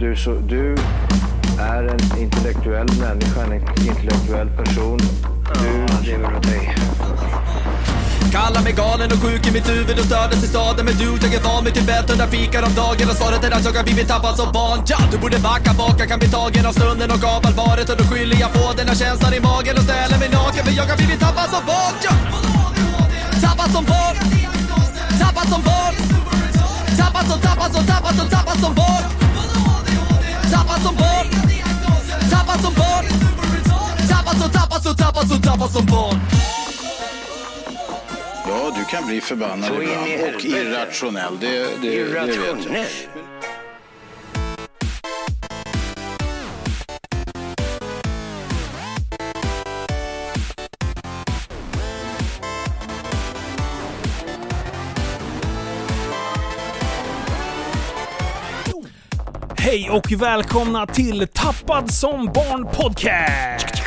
du, så, du är en intellektuell människa, en intellektuell person. Du lever av dig. Kallar mig galen och sjuk i mitt huvud och stördes i staden Men du, jag är van vid Tibet och där fikar om dagen Och svaret är att jag har blivit tappad som barn ja, Du borde backa bak, jag kan bli tagen av stunden och av allvaret Och då skyller jag på den här känslan i magen och ställer mig naken För jag har blivit tappad som barn ja. Tappad som barn Tappad som barn Tappad som, tappad som, tappad som, tappad som barn Tappad som barn Tappad som barn Tappad som, tappad som, tappad som, tappad som barn Ja, du kan bli förbannad Så in i ibland och helvete. irrationell. Det, det, det vet jag. Irrationell. Hej och välkomna till Tappad som barn podcast!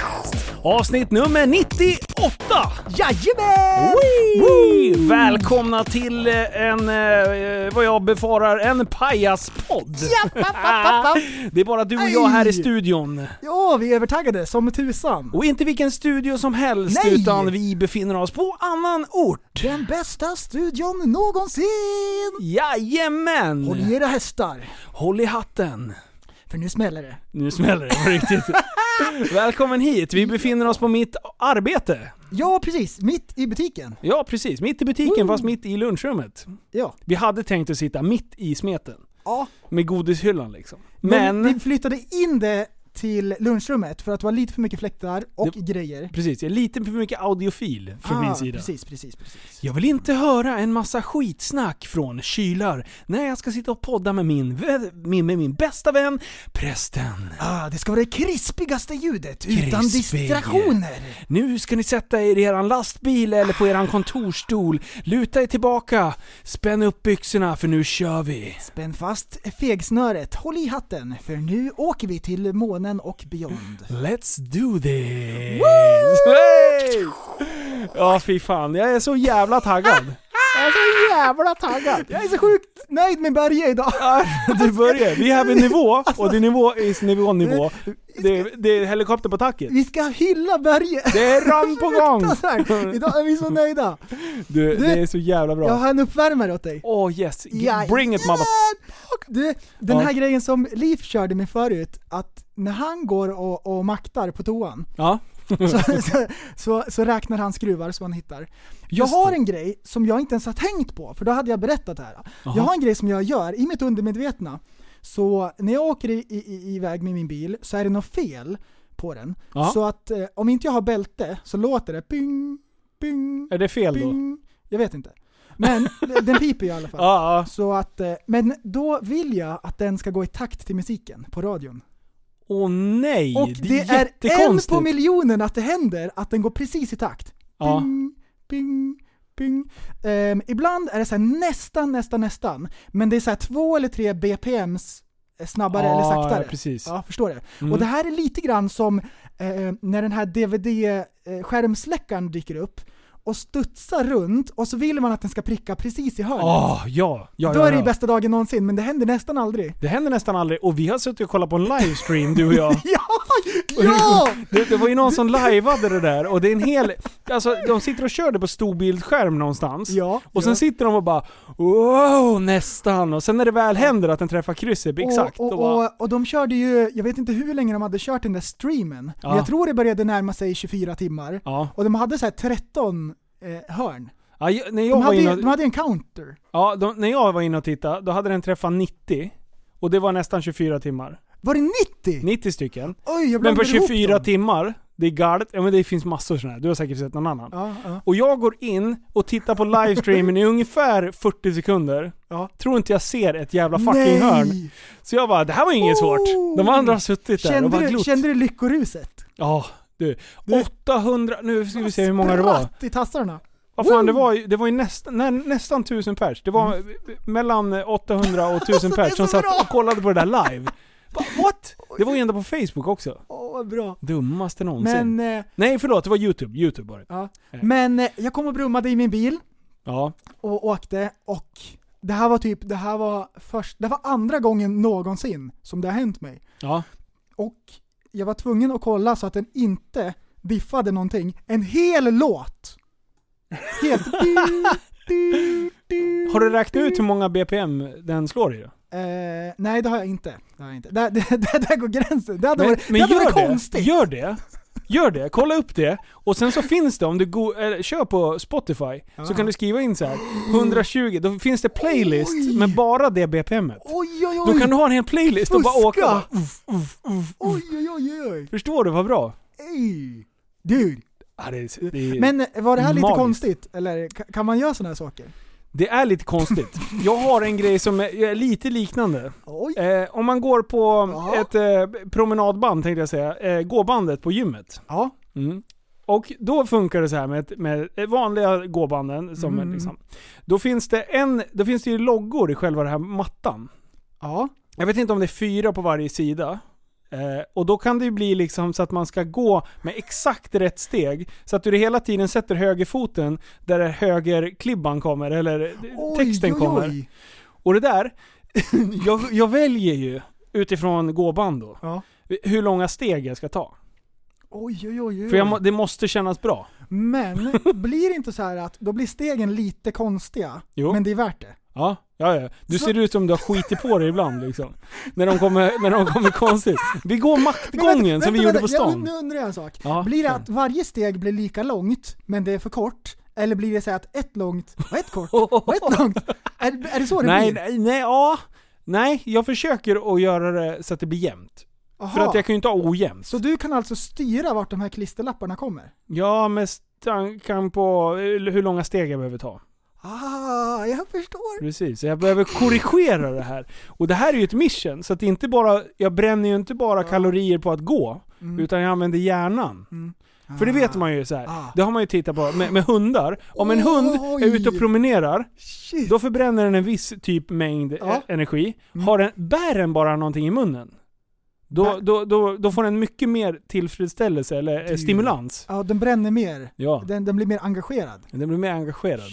Avsnitt nummer 98! Jajamän! Wee! Välkomna till eh, en, eh, vad jag befarar, en pajaspodd. Ja, papp, papp, papp. Det är bara du och jag här i Aj! studion. Ja, vi är övertaggade som tusan. Och inte vilken studio som helst, Nej! utan vi befinner oss på annan ort. Den bästa studion någonsin! Jajamän! Håll i era hästar, Håll i hatten. för nu smäller det. Nu smäller det på riktigt. Välkommen hit, vi befinner oss på mitt arbete. Ja, precis. Mitt i butiken. Ja, precis. Mitt i butiken, fast mitt i lunchrummet. Ja. Vi hade tänkt att sitta mitt i smeten. ja. Med godishyllan liksom. Men... Men, vi flyttade in det till lunchrummet för att det var lite för mycket fläktar och Det- grejer. Precis, jag är lite för mycket audiofil från min sida. Ah, Precis, precis, precis. Jag vill inte höra en massa skitsnack från kylar när jag ska sitta och podda med min, vä- min, med min bästa vän, prästen. Ah, det ska vara det krispigaste ljudet utan Krispig. distraktioner. Nu ska ni sätta er i eran lastbil eller på eran kontorstol, luta er tillbaka, spänn upp byxorna för nu kör vi. Spänn fast fegsnöret, håll i hatten, för nu åker vi till månen och beyond. Let's do this! Hey! Ja, fy fan. Jag är så jävla taggad. Jag är så jävla taggad! Jag är så sjukt nöjd med Börje idag! Du börjar. Vi har en nivå, och det är nivå is nivå nivå. Det är, det är helikopter på taket. Vi ska hylla Börje! Det är ram på gång! Fruktansvärt. Idag är vi så nöjda! Du, Du- det är så jävla Jag bra. har en uppvärmare åt dig! Åh oh, yes, G- Ja, bring it mother... jajamän! Du, den här Ja. grejen som Liv körde med förut, att när han går och, och maktar på toan Ja. Mm. så, så, så, så räknar han skruvar som han hittar. Jag Just har det. en grej som jag inte ens har tänkt på, för då hade jag berättat det här. Jaha. Jag har en grej som jag gör i mitt undermedvetna. Så när jag åker i, i, i, iväg med min bil så är det något fel på den. Ja. Så att eh, om inte jag har bälte så låter det ping, ping, Är det fel då? ping. Jag vet inte. Men den- den piper ju i alla fall. Ja, ja. Så att, eh, men då vill jag att den ska gå i takt till musiken på radion. Åh nej, Och det, är en jättekonstigt. på miljonen att det händer att den går precis i takt. Ja. Ping, ping, ping. Ehm, ibland är det så här nästan, nästan, nästan. Men det är så här två eller tre BPMs eh, snabbare Ja, eller saktare. ja, precis. Ja, förstår det. Mm. Och det här är lite grann som eh, när den här DVD-skärmsläckaren dyker upp och studsar runt och så vill man att den ska pricka precis i hörnet. Åh, ja. ja, Då ja, är det ja. ju bästa dagen någonsin, men det händer nästan aldrig. Det händer nästan aldrig och vi har suttit och kollat på en livestream du och jag. Ja! Ja! Det, det var ju någon som lajvade det där och det är en hel... Alltså de sitter och kör det på storbildsskärm någonstans. Ja, och sen ja. sitter de och bara wow, nästan. Och sen när det väl händer att den träffar krysset, exakt. Och, då och, bara, och, och de körde ju, jag vet inte hur länge de hade kört den där streamen, Ja. men jag tror det började närma sig 24 timmar. ja. Och de hade så här 13 eh, hörn. ja jag, när, jag De var hade, inne ju, och, de hade en counter. ja, de, när jag var inne och tittade, då hade den träffat 90. Och det var nästan 24 timmar. Var det 90? 90 stycken. Oj, jag Men på blandade ihop 24 dem. timmar, det är galet. Ja men det finns massor sådana här. Du har säkert sett någon annan. Ja, ja. Och jag går in och tittar på livestreamen i ungefär 40 sekunder. Ja. Tror inte jag ser ett jävla fucking hörn. Så jag bara, det här var inget svårt. De andra har suttit där och Kände bara du, glott. kände du lyckoruset? Ja, du. 800, nu ska vi se hur många det var. Spratt i tassarna. Vad fan, det Woo! var ju, det var ju nästan, nä, nästan 1000 pers. Det var mellan 800 och 1000 Mm. det är pers som så satt bra! och kollade på det där live. Bara, What? Det var ju ända på Facebook också. Åh, vad bra. Dummaste någonsin. Men, eh, Nej förlåt, det var YouTube. YouTube var det. ja. Nej. men eh, jag kom och brummade i min bil Ja. och åkte och Det här var typ, det här var först, det var andra gången någonsin som det har hänt mig. Ja. Och jag var tvungen att kolla så att den inte diffade någonting. En hel låt! Helt... Har du räknat ut hur många BPM den slår i? då? Eh, nej, det har jag inte. Det har jag inte. Där, där, där, där går gränsen. Det hade Men, varit, men det hade gör varit det, konstigt. gör det. Gör det, kolla upp det. Och sen så finns det, om du go- eller, kör på Spotify, så kan du skriva in så här 120, då finns det playlist Oj. med bara det BPMet. Oj, oj, oj! Då kan du ha en hel playlist och bara Fuska. åka. Bara, uff, uff, uff. Oj, oj, oj, oj! Förstår du vad bra? Ey. Dude. Ja, det, är- det, är- Men var det här lite Magiskt. konstigt? Eller ka- kan man göra sådana här saker? det är lite konstigt. Jag har en grej som är, är lite liknande. Oj! Eh, om man går på Ja. ett eh, promenadband tänkte jag säga, eh, gåbandet på gymmet. Ja. Mm. Och då funkar det så här med, med vanliga gåbanden. Som Mm. liksom, då, finns det en, då finns det ju loggor i själva den här mattan. Ja. Jag vet inte om det är fyra på varje sida. Eh, och då kan det ju bli liksom så att man ska gå med exakt rätt steg. Så att du hela tiden sätter högerfoten där högerklibban kommer, eller Oj, texten oj, kommer. oj. Och det där, jag, jag väljer ju utifrån gåband då, Ja. hur långa steg jag ska ta. Oj, oj, oj, oj. För jag må, det måste kännas bra. Men blir det inte så här att då blir stegen lite konstiga, Jo. men det är värt det? Ja, ja, ja. Du Så- ser ut som du har skitit på dig ibland liksom. När de kommer, när de kommer konstigt. Vi går Men vänta, maktgången som vi vänta, gjorde vänta, på Jag, stan. nu undrar jag en sak. Ja, blir det kör. att varje steg blir lika långt, men det är för kort? Eller blir det så här att ett långt och ett kort och ett långt? Är, är det så det Nej, blir? nej, nej, ja. Nej, jag försöker att göra det så att det blir jämnt. Aha. För att jag kan ju inte ha ojämnt. Så du kan alltså styra vart de här klisterlapparna kommer? Ja, med tanken på eh, hur långa steg jag behöver ta. Ah, jag förstår. Precis, jag behöver korrigera det här. Och det här är ju ett mission, så att det är inte bara, jag bränner ju inte bara kalorier på att gå, utan jag använder hjärnan. För det vet man ju så här. Mm. Ah. det har man ju tittat på med, med hundar. Om en hund Oj. är ute och promenerar, Shit. då förbränner den en viss typ mängd Ja. Mm. eh, energi. Har den, bär den bara någonting i munnen, då, Bär- då, då, då får den mycket mer tillfredsställelse eller eh, stimulans. Ja, den bränner mer. Ja, Den, den blir mer engagerad. den blir mer engagerad.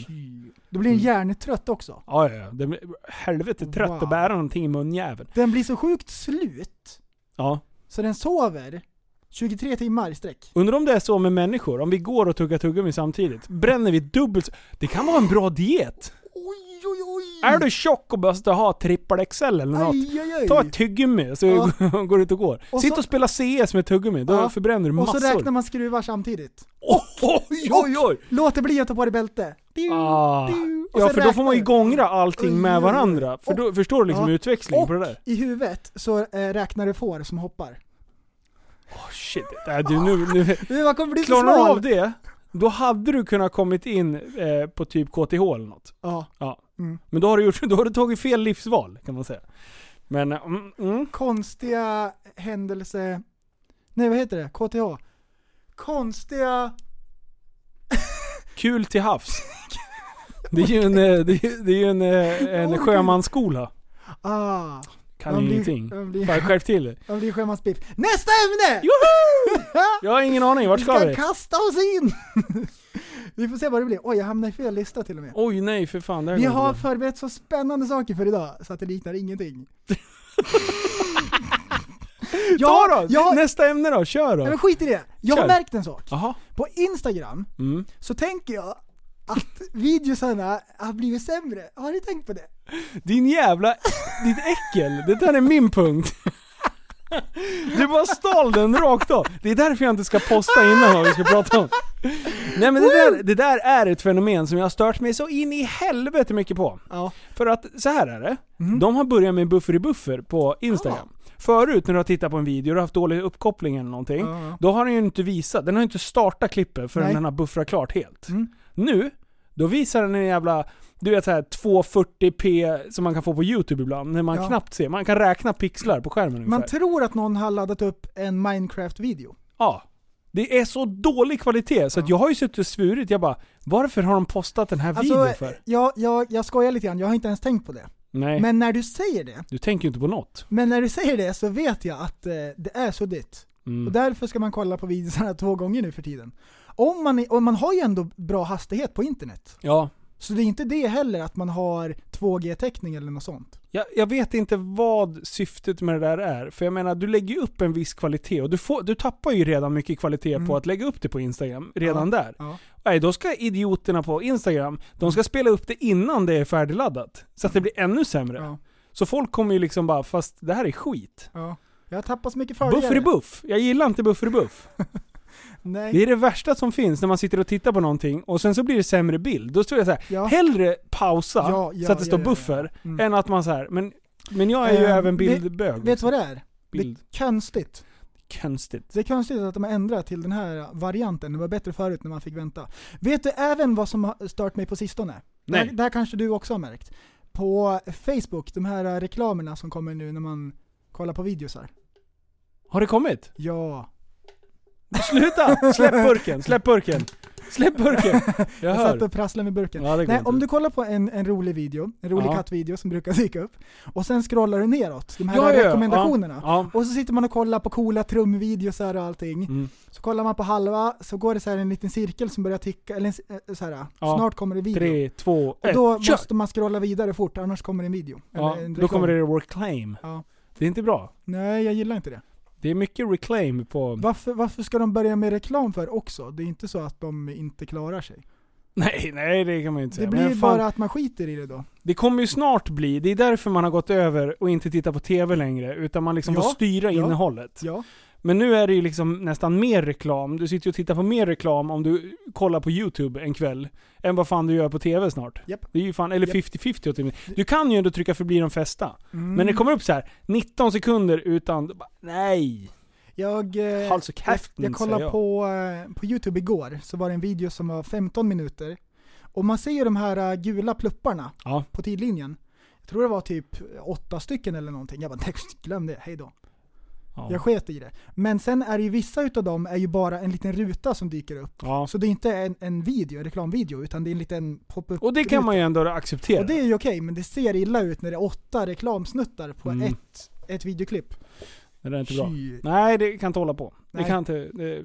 Då blir den Mm. hjärntrött också. Ja, ja, ja. Den blir helvete trött Wow. att bära någonting i munjäveln. Den blir så sjukt slut, Ja. så den sover 23 timmar i sträck. Undrar om det är så med människor, om vi går och tuggar tuggummi samtidigt. Bränner vi dubbelt så- Det kan vara en bra diet. Oj, oj, oj! Är du tjock och måste ha trippel XL eller något, Aj, aj, aj. ta ett tuggummi så går du ut och går. Och Sitt så- och spela CS med tuggummi, då Ja. förbränner du Och massor. så räknar man skruvar samtidigt. Oj, oj, oj! Låt det bli att ta på dig bälte. Du, Ah. du. Och Ja, sen för då får man ju räknar du. gångra allting Oj, med oj, oj. varandra. För då förstår du liksom Ja. utväxling på det Och där. i huvudet så eh, räknar du får som hoppar. Oh, shit, äh, du, nu, nu. Du, man kommer bli så Klarar du av smal! det, då hade du kunnat kommit in eh, på typ KTH eller något. Ja, Ja. Mm. Men då har, du gjort, då har du tagit fel livsval kan man säga. Men, eh, mm, mm. konstiga händelse... Nej vad heter det? KTH? Konstiga... Kul till havs. Det är ju en, eh, det är, det är ju en, eh, en Oj. sjömansskola. Ah, Kan ju ingenting. Man blir, Fan, skärp till dig. man blir sjömansbiff. Nästa ämne! Jag har ingen aning, vart vi ska ska vi? kasta oss in! vi får se vad det blir. Oj, jag hamnade i fel lista till och med. Oj nej för fan, det här Vi går har inte bra. förberett så spännande saker för idag så att det liknar ingenting. jag, Ta då! jag, nej, Nästa ämne då, kör då! men skit i det. Jag har Kör. märkt en sak. Jaha. På Instagram Mm. så tänker jag att videosarna har blivit sämre. Har ni tänkt på det? Din jävla... Ditt äckel! Det där är min punkt. Du bara stal den rakt av. Det är därför jag inte ska posta innan vad vi ska prata om. Nej men det där, det där är ett fenomen som jag har stört mig så in i helvete mycket på. Ja. Mhm. För att så här är det. De har börjat med buffer i buffer på Instagram. Ah. Förut när du har tittat på en video och du har haft dålig uppkoppling eller någonting. Ja. Då har den ju inte visat, den har ju inte startat klippet förrän Nej. den har buffrat klart helt. Mm. Nu, då visar den en jävla, du vet såhär 240p som man kan få på youtube ibland, när man Ja. knappt ser. Man kan räkna pixlar på skärmen ungefär. Man tror att någon har laddat upp en Minecraft-video. Ja. Det är så dålig kvalitet så att jag har ju suttit och svurit, jag bara varför har de postat den Alltså, här eh, videon för? jag, jag, jag skojar lite grann, jag har inte ens tänkt på det. Nej, Men när du säger det, du tänker ju inte på något. men när du säger det så vet jag att eh, det är suddigt. Mm. Och därför ska man kolla på videorna två gånger nu för tiden. Om man, är- och man har ju ändå bra hastighet på internet. Ja, Så det är inte det heller att man har 2G-täckning eller något sånt. Jag, jag vet inte vad syftet med det där är. För jag menar, du lägger ju upp en viss kvalitet och du, får, du tappar ju redan mycket kvalitet Mm. på att lägga upp det på Instagram redan där. Ja. Nej, då ska idioterna på Instagram, de ska spela upp det innan det är färdigladdat. Så att det blir ännu sämre. Ja. Så folk kommer ju liksom bara, fast det här är skit. ja. Jag har tappat så mycket följare. Buffer i buff. Jag gillar inte buffer i buff. Det Nej. är det värsta som finns när man sitter och tittar på någonting och sen så blir det sämre bild. Då står det så här, Ja. hellre pausa Ja, ja, så att det ja, står ja, ja. buffer, Mm. än att man så här, men, men jag är ju Ehm, även vet- bildbög. liksom. Vet du vad det är? Bild. Det är konstigt. Konstigt. Det är konstigt att de har ändrat till den här varianten, det var bättre förut när man fick vänta. Vet du även vad som har stört mig på sistone? Det här, Nej. det här kanske du också har märkt. På Facebook, de här reklamerna som kommer nu när man kollar på videosar. Har det kommit? Ja. Sluta! Släpp burken, släpp burken. Släpp burken. Jag Jag, hör. satt och prasslade med burken. Ja, det går Nej, inte. om du kollar på en, en rolig video, en rolig Ja. kattvideo som brukar dyka upp, och sen scrollar du neråt, de här Ja, ja, ja. rekommendationerna. Ja. Och så sitter man och kollar på coola trumvideosar och allting. Mm. Så kollar man på halva, så går det så här en liten cirkel som börjar ticka, eller en, c- eh, så här, Ja. snart kommer det video. Tre, två, och ett, då kör! måste man scrolla vidare fort, annars kommer det en video. Ja, Eller en då reklam. kommer det reclaim. Ja. Det är inte bra. Nej, jag gillar inte det. Det är mycket reclaim på... Varför, varför ska de börja med reklam för också? Det är inte så att de inte klarar sig. Nej, nej det kan man ju inte Det säga. blir ju Men fan, bara att man skiter i det då. Det kommer ju snart bli, det är därför man har gått över och inte tittar på TV längre, utan man liksom Ja, får styra ja. innehållet. Ja. Men nu är det ju liksom nästan mer reklam, du sitter ju och tittar på mer reklam om du kollar på YouTube en kväll, än vad fan du gör på TV snart. Japp. Det är ju fan, eller Japp. 50-50 åtminstone. Du kan ju ändå trycka förbi de flesta. Mm. Men det kommer upp så här 19 sekunder utan, då bara, nej. Jag, eh, Hals och jag, käften, jag kollade säger jag. På, eh, på Youtube igår, så var det en video som var 15 minuter. Och man ser ju de här eh, gula plupparna Ja. på tidlinjen. Jag tror det var typ åtta stycken eller någonting. Jag bara, nej, glöm det, hejdå. Ja. Jag sket i det. Men sen är det ju vissa utav dem är ju bara en liten ruta som dyker upp. Ja. Så det är inte en, en video, en reklamvideo, utan det är en liten pop-up. Och det kan man ju ändå acceptera. Och det är ju okej, men det ser illa ut när det är åtta reklamsnuttar på Mm. ett, ett videoklipp. det där är inte bra. Fy. Nej, det kan inte hålla på. Det typ. Nej. kan inte.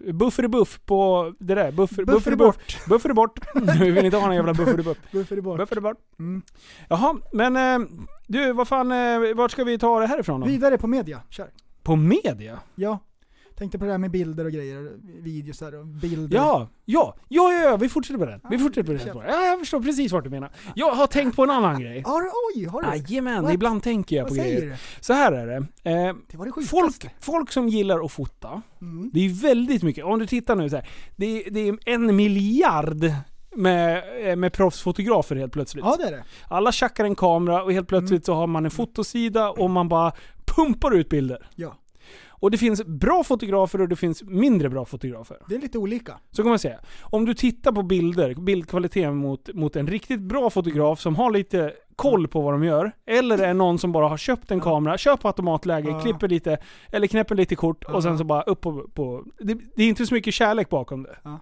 eh, Buffer i buff på det där. Buffer, Buffer buffer i bort. Buffer i bort. Vi vill inte ha någon jävla buffer i buff. Varför är det bort? Buffer i bort. Mm. Jaha, men eh, du, vad fan, eh, vart ska vi ta det här ifrån då? Vidare på media, kör. På media? Ja. Tänkte på det här med bilder och grejer, videos här och bilder. Ja, ja, ja, ja, ja, vi fortsätter på den. Vi Ja, fortsätter på kör. den. Ja, jag förstår precis vart du menar. Jag har tänkt på en annan grej. Har du, oj, har du? Jajamän, What? ibland tänker jag Vad på säger grejer. du? Så här är det. Eh, Det var det sjukaste. folk, folk som gillar att fota, Mm. det är väldigt mycket. Om du tittar nu så här. Det, är- det är en miljard med, eh, med proffsfotografer helt plötsligt. Ja Mm. det är det. Alla tjackar en kamera och helt plötsligt så har man en fotosida och man bara pumpar ut bilder. Ja. Och det finns bra fotografer och det finns mindre bra fotografer. Det är lite olika. Så kan man säga. Om du tittar på bilder, bildkvaliteten mot, mot en riktigt bra fotograf som har lite koll på vad de gör. Eller är någon som bara har köpt en kamera, kör på automatläge, Ja. klipper lite, eller knäpper lite kort Ja. och sen så bara upp på... på det, det är inte så mycket kärlek bakom det. Ja.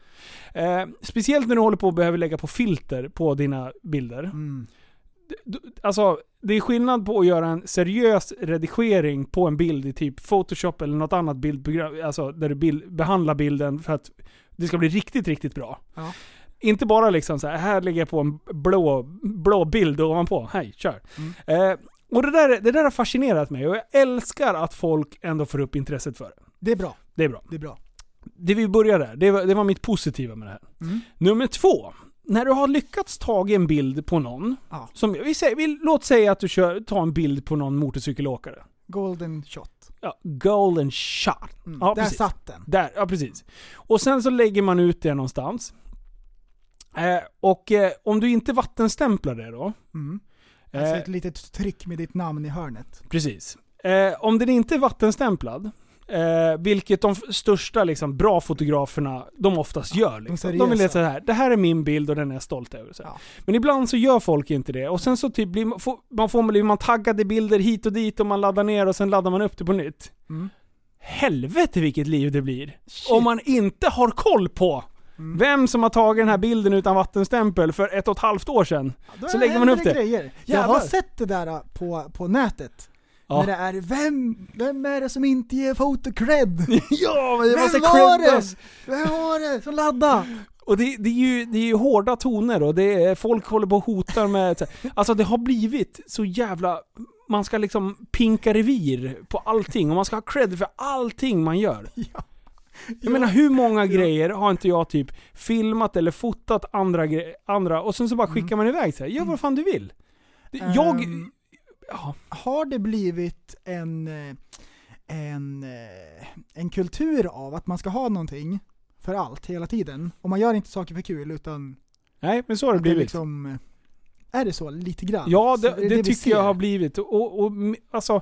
Eh, speciellt när du håller på och behöver lägga på filter på dina bilder. Mm. Du- Alltså, det är skillnad på att göra en seriös redigering på en bild i typ Photoshop eller något annat bildprogram, alltså där du bild, behandlar bilden för att det ska bli riktigt, riktigt bra. Ja. Inte bara liksom så här, här lägger jag på en blå, blå bild ovanpå, hej, kör. Eh, och det där, det där har fascinerat mig och jag älskar att folk ändå får upp intresset för det. Det är bra, Det är bra. det är bra. Det vi börjar där, det var, det var mitt positiva med det här. Mm. Nummer två. När du har lyckats ta en bild på någon, Ja. som, vi säger, vi, låt säga att du kör, tar en bild på någon motorcykelåkare. Golden shot. Ja, golden shot. Mm. Ja, Där precis. satt den. Där, ja precis. Och sen så lägger man ut det någonstans. Eh, och eh, om du inte vattenstämplar det då. Mm. Alltså Eh, ett litet tryck med ditt namn i hörnet. precis. Eh, om den inte är vattenstämplad, eh, vilket de f- största liksom, bra fotograferna de oftast gör. Liksom. De vill seriösa. läsa här. det här är min bild och den är jag stolt över. Så här. Ja. Men ibland så gör folk inte det. Och sen så typ blir man, får, man, får, blir man taggade bilder hit och dit och man laddar ner och sen laddar man upp det på nytt. Mm. Helvete vilket liv det blir. Om man inte har koll på Mm. vem som har tagit den här bilden utan vattenstämpel för ett och ett halvt år sedan. Då så lägger man händer upp det. Grejer. Jag har Jävlar. sett det där äh, på, på nätet. Ja. När det är vem, vem är det som inte ger fotocred? Ja, Vem var det? Vem var det som laddade? Och det, det, är ju, det är ju hårda toner och det är, folk håller på och hotar med... så här. Alltså det har blivit så jävla... Man ska liksom pinka revir på allting och man ska ha cred för allting man gör. Jag menar hur många grejer har inte jag typ filmat eller fotat andra gre- andra och sen så bara skickar man iväg så här. gör vad fan du vill. Det- Jag... Mm. Ehm, Ja. Har det blivit en, eh, en, eh, en kultur av att man ska ha någonting för allt hela tiden? Och man gör inte saker för kul utan Nej, men så har det att det blivit. liksom... eh, Är det så lite grann? Ja, Så det, det, vi tycker jag ser. har blivit. Och, och m- alltså,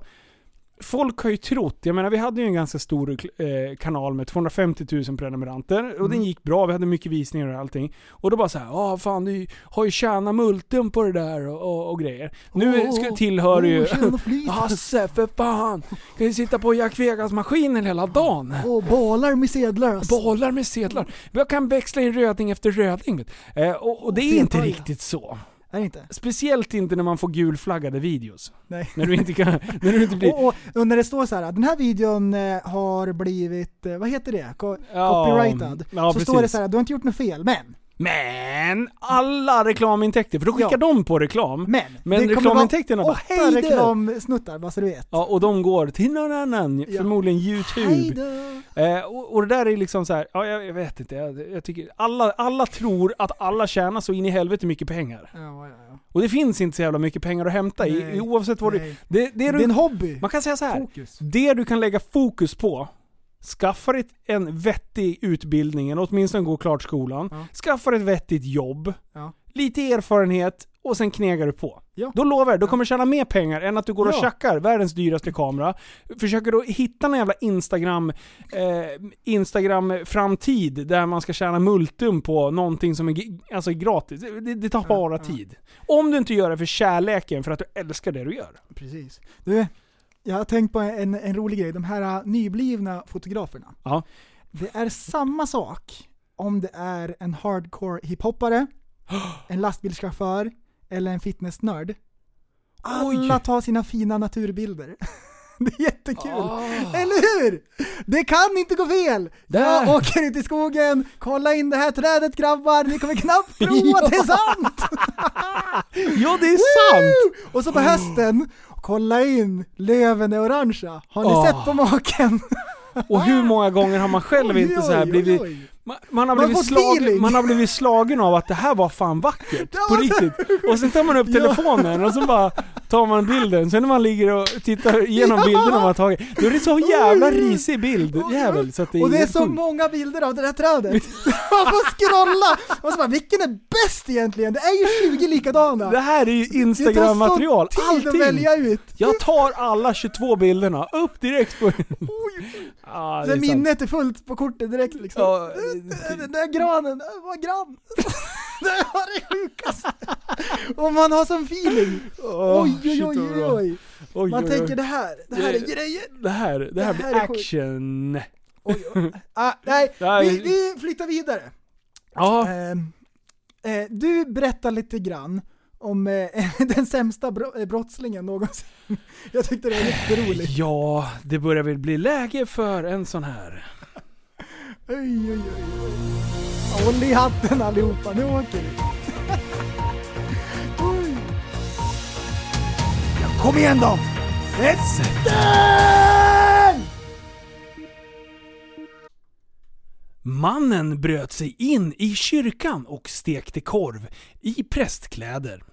folk har ju trott, jag menar vi hade ju en ganska stor eh, kanal med 250 000 prenumeranter och Mm. den gick bra, vi hade mycket visningar och allting. Och då bara så här, ja fan du har ju tjänat multen på det där och, och, och grejer. nu ska, tillhör Åh, ju... tjena flit. Hasse för fan! Kan ju sitta på Jack Vegas-maskinen hela dagen. Åh, bollar med sedlar alltså. Bollar med sedlar. Jag kan växla in röding efter röding. vet du. Eh, och, och det är inte fetaja. riktigt så. Är det inte? Speciellt inte när man får gulflaggade videos. Nej. När du inte kan... När du inte blir... Och, och, och när det står så här, den här videon eh, har blivit, eh, vad heter det? Co- Ja, copyrightad. ja, så står det precis. så här, du har inte gjort något fel, men, Men! Alla reklamintäkter, för då skickar Ja. de på reklam. men. Men kommer reklamintäkterna vara bara, åtta "Hej då!" reklamsnuttar, bara så du vet. Ja, och de går till någon annan, Ja. förmodligen Hej YouTube. då! Eh, och, och det där är liksom så här, ja jag, jag vet inte, jag, jag tycker... Alla, alla tror att alla tjänar så in i helvete mycket pengar. Ja, ja, ja. Och det finns inte så jävla mycket pengar att hämta i, Nej, i- oavsett vad du... nej. Det, det, Det är är en du, hobby. man kan säga så här. Fokus. Det du kan lägga fokus på, skaffa dig en vettig utbildning, eller åtminstone gå klart skolan. Ja. Skaffa dig ett vettigt jobb. Ja. Lite erfarenhet och sen knegar du på. Ja. Då lovar jag, du kommer tjäna mer pengar än att du går och Ja. tjackar världens dyraste kamera. Försöker då hitta någon jävla Instagram, eh, Instagram-framtid där man ska tjäna multum på någonting som är g- alltså, gratis. Det, det tar bara ja. tid. Om du inte gör det för kärleken, för att du älskar det du gör. Precis. Du, jag har tänkt på en, en rolig grej. De här uh, nyblivna fotograferna. Ja. Det är samma sak om det är en hardcore hiphoppare, en lastbilschaufför eller en fitnessnörd. Alla tar sina fina naturbilder. Det är jättekul. Ah. Eller hur? Det kan inte gå fel! Där. Jag åker ut i skogen, kolla in det här trädet grabbar, ni kommer knappt tro att det är sant! Ja, det är sant! Mm. Och så på hösten, kolla in, löven är orangea. Har ni Åh. sett på maken? Och hur många gånger har man själv inte så här Oj, oj, oj. blivit... Man, man, har Man blivit får slagen, feeling. man har blivit slagen av att det här var fan vackert. På riktigt. Och sen tar man upp telefonen och så bara tar man bilden. Sen när man ligger och tittar igenom bilderna man har tagit. Då är det så jävla risig bild, jävel. Så att det är Och det är helt så sjukt. många bilder av det där trädet. Man får scrolla! Och så bara, vilken är bäst egentligen? Det är ju 20 likadana! Det här är ju Det tar sån Instagram-material. tid att Allting. välja ut. Jag tar alla 22 bilderna, upp direkt på... Ah, det Så är sant. minnet är fullt på kortet direkt liksom. Ja, typ- Den där granen, den var grann. Det var det sjukaste. Och man har sån feeling. Åh, Oj, shit, oj, vad oj, oj, bra. oj. Oj, Man oj, oj. tänker det här, det här är Det- grejer. Det här, det här Det blir här är sjukt. action. Ah, nej, Nej. vi, vi flyttar vidare. Ja, Ehm, eh, du berättar lite grann om eh, den sämsta bro- eh, brottslingen någonsin. Jag tyckte det var jätteroligt. ja, det börjar väl bli läge för en sån här. Oj, oj, oj, oj. Håll i hatten allihopa, nu åker vi. Oj. Ja, kom igen då! Sätt den! Mannen bröt sig in i kyrkan och stekte korv i prästkläder.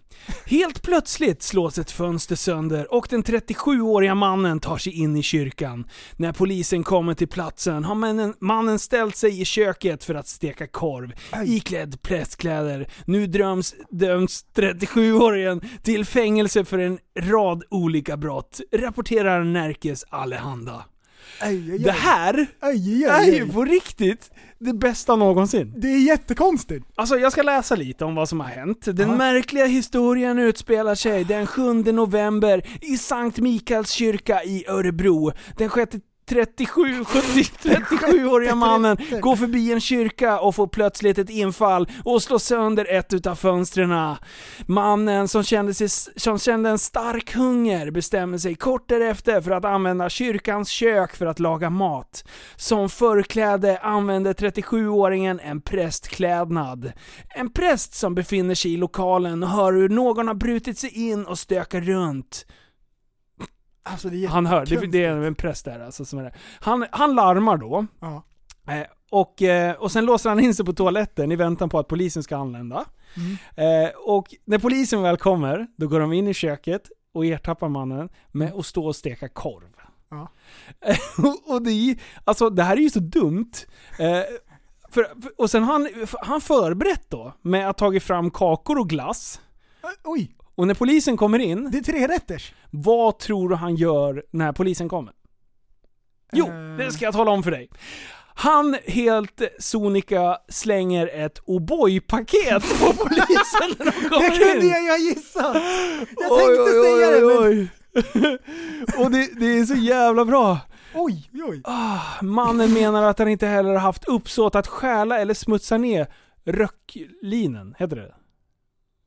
Helt plötsligt slås ett fönster sönder och den 37-åriga mannen tar sig in i kyrkan. När polisen kommer till platsen har mannen, mannen ställt sig i köket för att steka korv, iklädd prästkläder. Nu dröms, döms 37-åringen till fängelse för en rad olika brott, rapporterar Närkes Allehanda. Aj, aj, aj. Det här Aj, aj, är aj, ju på riktigt det bästa någonsin. Det är jättekonstigt. Alltså jag ska läsa lite om vad som har hänt. Den märkliga historien utspelar sig den 7 november i Sankt Mikaels kyrka i Örebro. Den 6 37, 70, 37-åriga mannen går förbi en kyrka och får plötsligt ett infall och slår sönder ett utav fönstren. Mannen som kände, sig, som kände en stark hunger bestämmer sig kort därefter för att använda kyrkans kök för att laga mat. Som förkläde använder 37-åringen en prästklädnad. En präst som befinner sig i lokalen och hör hur någon har brutit sig in och stökar runt. Alltså det är Han hör, det, det är en präst där alltså som är där. Han, han larmar då. Ja. Eh, och, eh, och sen låser han in sig på toaletten i väntan på att polisen ska anlända. Mm. Eh, och när polisen väl kommer, då går de in i köket och ertappar mannen med att stå och steka korv. Mm. Ja. Och- och det, är- alltså, det här är ju så dumt. Eh, för, för- och sen har han, han förberett då med att tagit fram kakor och glass. Oj, Och när polisen kommer in, det är tre rätters. vad tror du han gör när polisen kommer? Jo, Eh. det ska jag tala om för dig. Han helt sonika slänger ett O'boy-paket på polisen när de Det kommer kunde in. jag ju ha gissat! Jag Oj, tänkte oj, oj, säga det men... oj. Och det, det är så jävla bra. Ah, Oj, oj. Mannen menar att han inte heller har haft uppsåt att stjäla eller smutsa ner röcklinen. Heter det?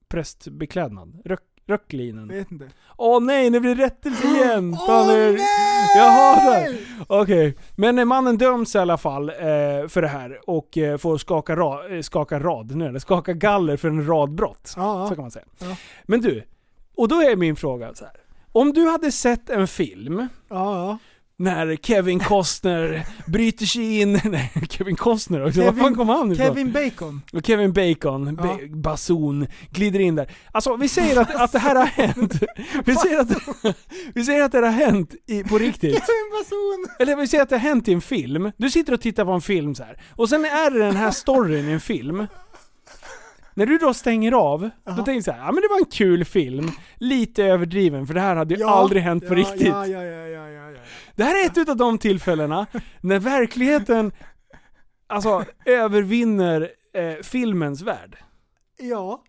Prästbeklädnad? Röck, röcklinen? Jag vet inte. Åh nej, det blir rättelse igen! Fan, Mm. Åh, det är- nej! Jag hatar! Okej, men eh, mannen döms i alla fall eh, för det här och eh, får skaka, ra- eh, skaka rad, nu är det, skaka galler för en rad brott. Ja, Så ja. kan man säga. Ja. Men du, och då är min fråga så här. Om du hade sett en film ja. när Kevin Costner bryter sig in... Nej, Kevin Costner också. Var Kevin- fan kom han ifrån? Kevin Bacon. Och Kevin Bacon, ba- Ja. bason, glider in där. Alltså vi säger att, att det här har hänt. Vi säger att, vi säger att det här har hänt i, på riktigt. Kevin Bason! Eller vi säger att det har hänt i en film. Du sitter och tittar på en film så här. Och sen är det den här storyn i en film. När du då stänger av, då tänker du så här, ja men det var en kul film. Lite överdriven, för det här hade ju aldrig hänt på ja, riktigt. Ja, ja, ja, ja, ja, ja. Det här är ett utav de tillfällena när verkligheten, alltså övervinner eh, filmens värld. ja.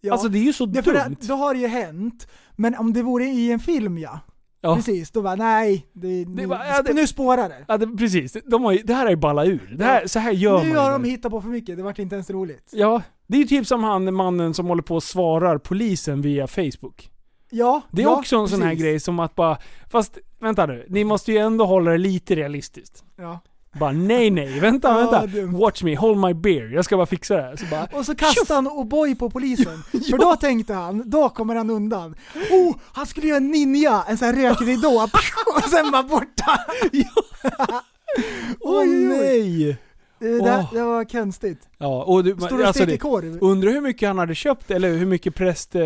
ja. Alltså det är ju så Ja, för dumt. det, då har det ju hänt. Men om det vore i en film ja. Ja. Precis, då bara nej, det, nu, bara, ja, det- nu spårar det. Ja, det, precis, de har ju, det här är ju balla ur. Det här, så här gör Nu man har ju de inte. hittat på för mycket, det vart inte ens roligt. Ja, det är ju typ som han mannen som håller på och svarar polisen via Facebook. Ja, Det är ja, också en sån här precis. grej som att bara, fast vänta nu, ni måste ju ändå hålla det lite realistiskt. Ja. Bara nej nej, vänta Ja, vänta, dumt. watch me, hold my beer, jag ska bara fixa det här. Så bara, Och så kastade han O'boy på polisen. För då tänkte han, då kommer han undan. Oh, han skulle göra en ninja, en sån här rökridå. och sen bara borta. åh oj, oj. nej! Det, det, Åh. det var konstigt. Ja, och du, Står och alltså steker det, korv. Undrar hur mycket han hade köpt, eller hur mycket präst, eh,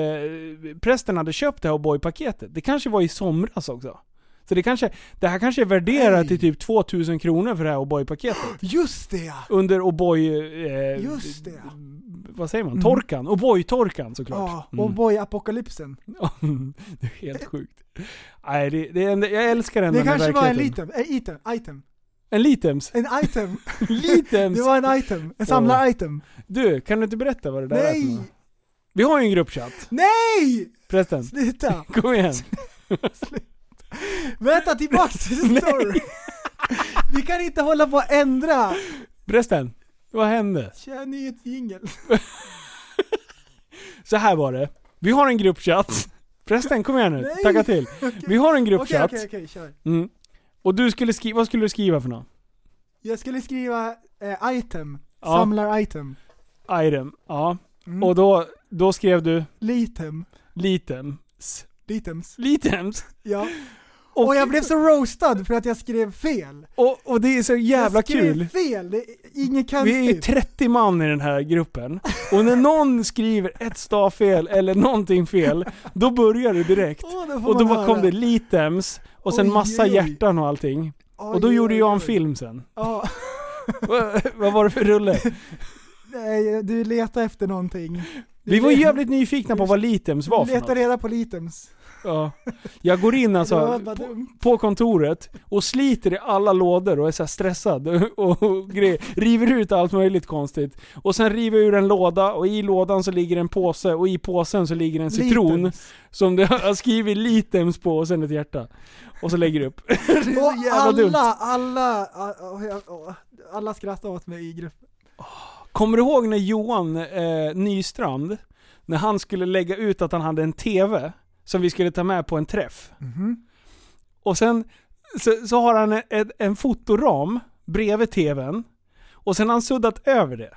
prästen hade köpt det här O'boy-paketet. Det kanske var i somras också. Så det kanske, det här kanske är värderat Nej. till typ 2000 kronor för det här O'boy-paketet. Just det ja! Under O'boy... Eh, Just det. Vad säger man? Torkan? O'boy-torkan såklart. Ja, O'boy-apokalypsen. Mm. det är helt sjukt. Nej, det, det är en, jag älskar den Det den här kanske var en verkligheten. item, en item, item. En litems? En item. Litems? Det var en item, en samlar-item. Du, kan du inte berätta vad det där är för Nej! något? Vi har ju en gruppchatt. Nej! Prästen, Sluta! kom igen. Vänta tillbaks till story. Vi kan inte hålla på och ändra. Prästen, vad hände? Kör nyhetsjingel. Så här var det. Vi har en gruppchatt. Förresten, kom igen nu. Nej. Tacka till. Vi har en Okej, gruppchatt. okej, okej, kör. Mm. Och du skulle skriva, vad skulle du skriva för något? Jag skulle skriva eh, item. Ja. Samlar item. Item. Ja. Mm. Och då, då skrev du Litem. litems. Litems. Litems. Ja. Och, jag blev så roastad för att jag skrev fel. Och, och det är så jävla jag skrev kul. fel. Det är inget Vi är ju konstigt. 30 man i den här gruppen. Och när någon skriver ett stavfel eller någonting fel, då börjar det direkt. Åh, det får Och då man bara kom höra. det litems, och sen Oj, massa oj, oj. hjärtan och allting. Och då Oj, gjorde oj, jag en oj. film sen. Ja. Vad var det för rulle? Nej, du letar efter någonting. Vi var jävligt nyfikna på vad litems var för Leta något. reda på litems. Ja. Jag går in Det alltså var bara på, dumt. på kontoret och sliter i alla lådor och är så här stressad och, och grejer. River ut allt möjligt konstigt. Och sen river jag ur en låda och i lådan så ligger en påse och i påsen så ligger en citron Litems. som det har skrivit litems på och sen ett hjärta. Och så lägger du upp. Och jävla dumt. alla, alla, alla, alla skrattade åt mig i gruppen. Kommer du ihåg när Johan eh, Nystrand, när han skulle lägga ut att han hade en TV som vi skulle ta med på en träff. Mhm. Och sen så, så har han en, en fotoram bredvid TVn och sen har han suddat över det.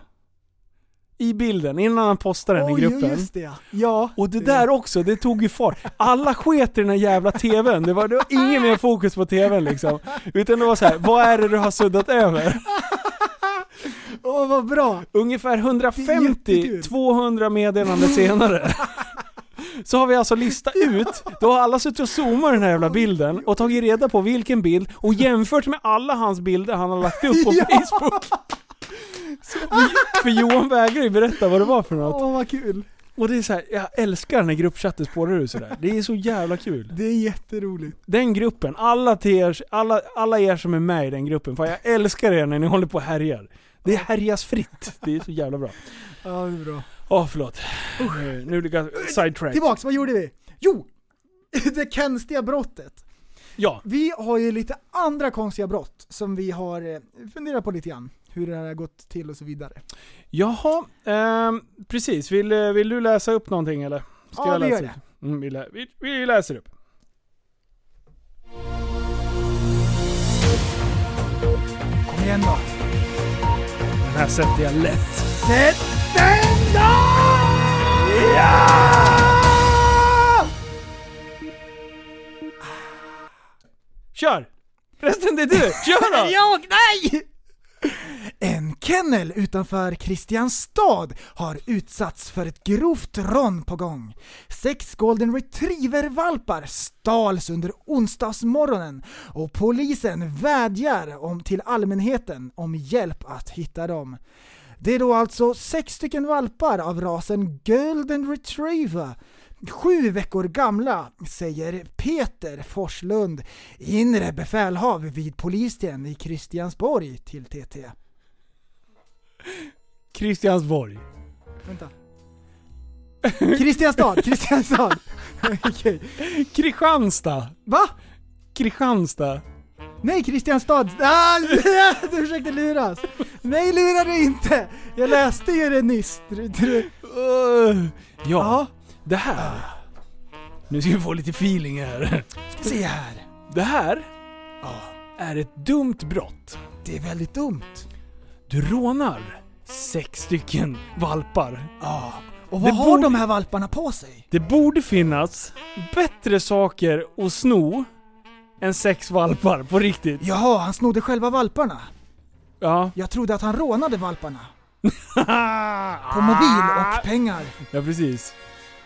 I bilden, innan han postar den i Oj, gruppen. just det ja. ja. Och det där också, det tog ju fart. Alla sket i den här jävla TVn. Det var, det var ingen mer fokus på TVn liksom. Utan det var så här, vad är det du har suddat över? Åh vad bra! Ungefär Det är jättekul. 150-200 meddelanden senare. Så har vi alltså listat ut, då har alla suttit och zoomat den här jävla bilden och tagit reda på vilken bild och jämfört med alla hans bilder han har lagt upp på Ja. Facebook. Så vi- För Johan vägrar ju berätta vad det var för något. Åh vad kul! Och det är så här, jag älskar när gruppchatten spårar ur sådär. Det är så jävla kul. Det är jätteroligt. Den gruppen, alla, till er, alla, alla er som är med i den gruppen, fan jag älskar er när ni håller på och härjar. Det härjas fritt, det är så jävla bra. Ja, det är bra. Åh förlåt. Nu- Nu blir jag sidetrack. Tillbaks, vad gjorde vi? Jo! Det konstiga brottet. Ja. Vi har ju lite andra konstiga brott som vi har eh, funderat på lite grann. Hur det här har gått till och så vidare. Jaha, ehm, precis. Vill, eh, vill du läsa upp någonting eller? Ja, vi läsa gör upp? Mm, vi, lä- vi, vi läser upp. Kom igen då! Den här sätter jag lätt. Sätt den då! Ja! Kör! Resten det är du! Kör då! Jag, nej! En kennel utanför Kristianstad har utsatts för ett grovt rån på gång. Sex golden retriever-valpar stals under onsdagsmorgonen och polisen vädjar om till allmänheten om hjälp att hitta dem. Det är då alltså sex stycken valpar av rasen golden retriever Sju veckor gamla, säger Peter Forslund, inre befälhav vid polisen i Kristiansborg till TT. Kristiansborg. Vänta. Kristianstad, Kristianstad! Okej. Kristianstad. Va? Kristianstad. Nej, Kristianstad! Ah, du försökte luras! Nej, lura dig inte! Jag läste ju det nyss. Du- du- Uh, ja, Ja, det här. Nu ska vi få lite feeling här. ska se här. Det här är ett dumt brott. Det är väldigt dumt. Du rånar sex stycken valpar. Ja. Och Det vad har borde- de här valparna på sig? Det borde finnas bättre saker att sno än sex valpar, på riktigt. Jaha, han snodde själva valparna. Ja. Jag trodde att han rånade valparna. på mobil Ah. och pengar. Ja, precis.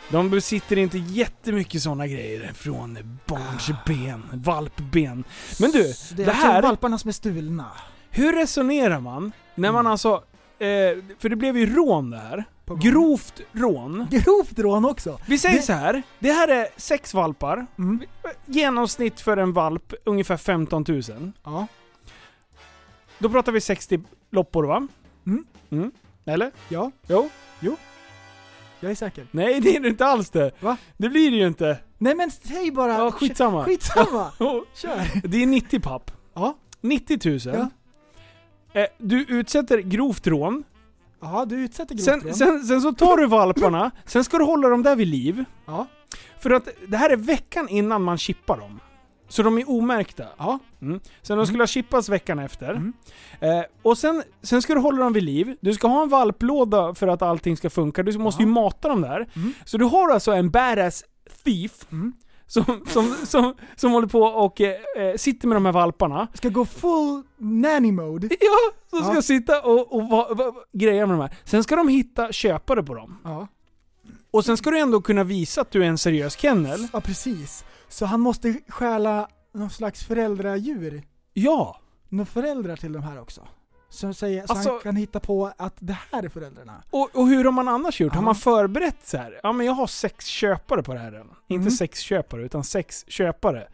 De besitter inte jättemycket sådana grejer från barns ben, valpben. Men du, Det det, är här, alltså valparna som är stulna. hur resonerar man när man alltså, eh, för det blev ju rån det här. Mm. På gång. Grovt rån. Grovt rån också. Vi säger Det- så här. det här är sex valpar. Mm. Genomsnitt för en valp, ungefär 15 000. Ja. Då pratar vi 60 loppor va? Mm. Mm. Eller? Ja, Jo. jag är säker. Nej det är det inte alls det. Va? Det blir det ju inte. Nej men säg bara... Ja, skitsamma. Skitsamma! Åh, Kör! Det är 90 papp. Ja. 90 000. Ja. Eh, du utsätter grovt rån. Ja, du utsätter grovt Sen, rån. sen, sen så tar du valparna, sen ska du hålla dem där vid liv. Ja. För att det här är veckan innan man chippar dem. Så de är omärkta. Ja. Mm. Sen de skulle ha chippats veckan efter. Mm. Eh, och sen, sen ska du hålla dem vid liv. Du ska ha en valplåda för att allting ska funka. Du måste ju mata dem där. Mm. Så du har alltså en badass thief Mm. som, som, som, som håller på och eh, eh, sitter med de här valparna. Ska gå full nanny mode. Ja, som Ja. ska sitta och, och va, va, va, greja med de här. Sen ska de hitta köpare på dem. Ja. Och sen ska du ändå kunna visa att du är en seriös kennel. Ja, precis. Så han måste stjäla någon slags föräldradjur. Ja. Några föräldrar till de här också. Så, säger, så Alltså- han kan hitta på att det här är föräldrarna. Och, och hur har man annars gjort? Har Ja. man förberett så här? Ja men jag har sex köpare på det här redan. Inte Mm. sex köpare, utan sex köpare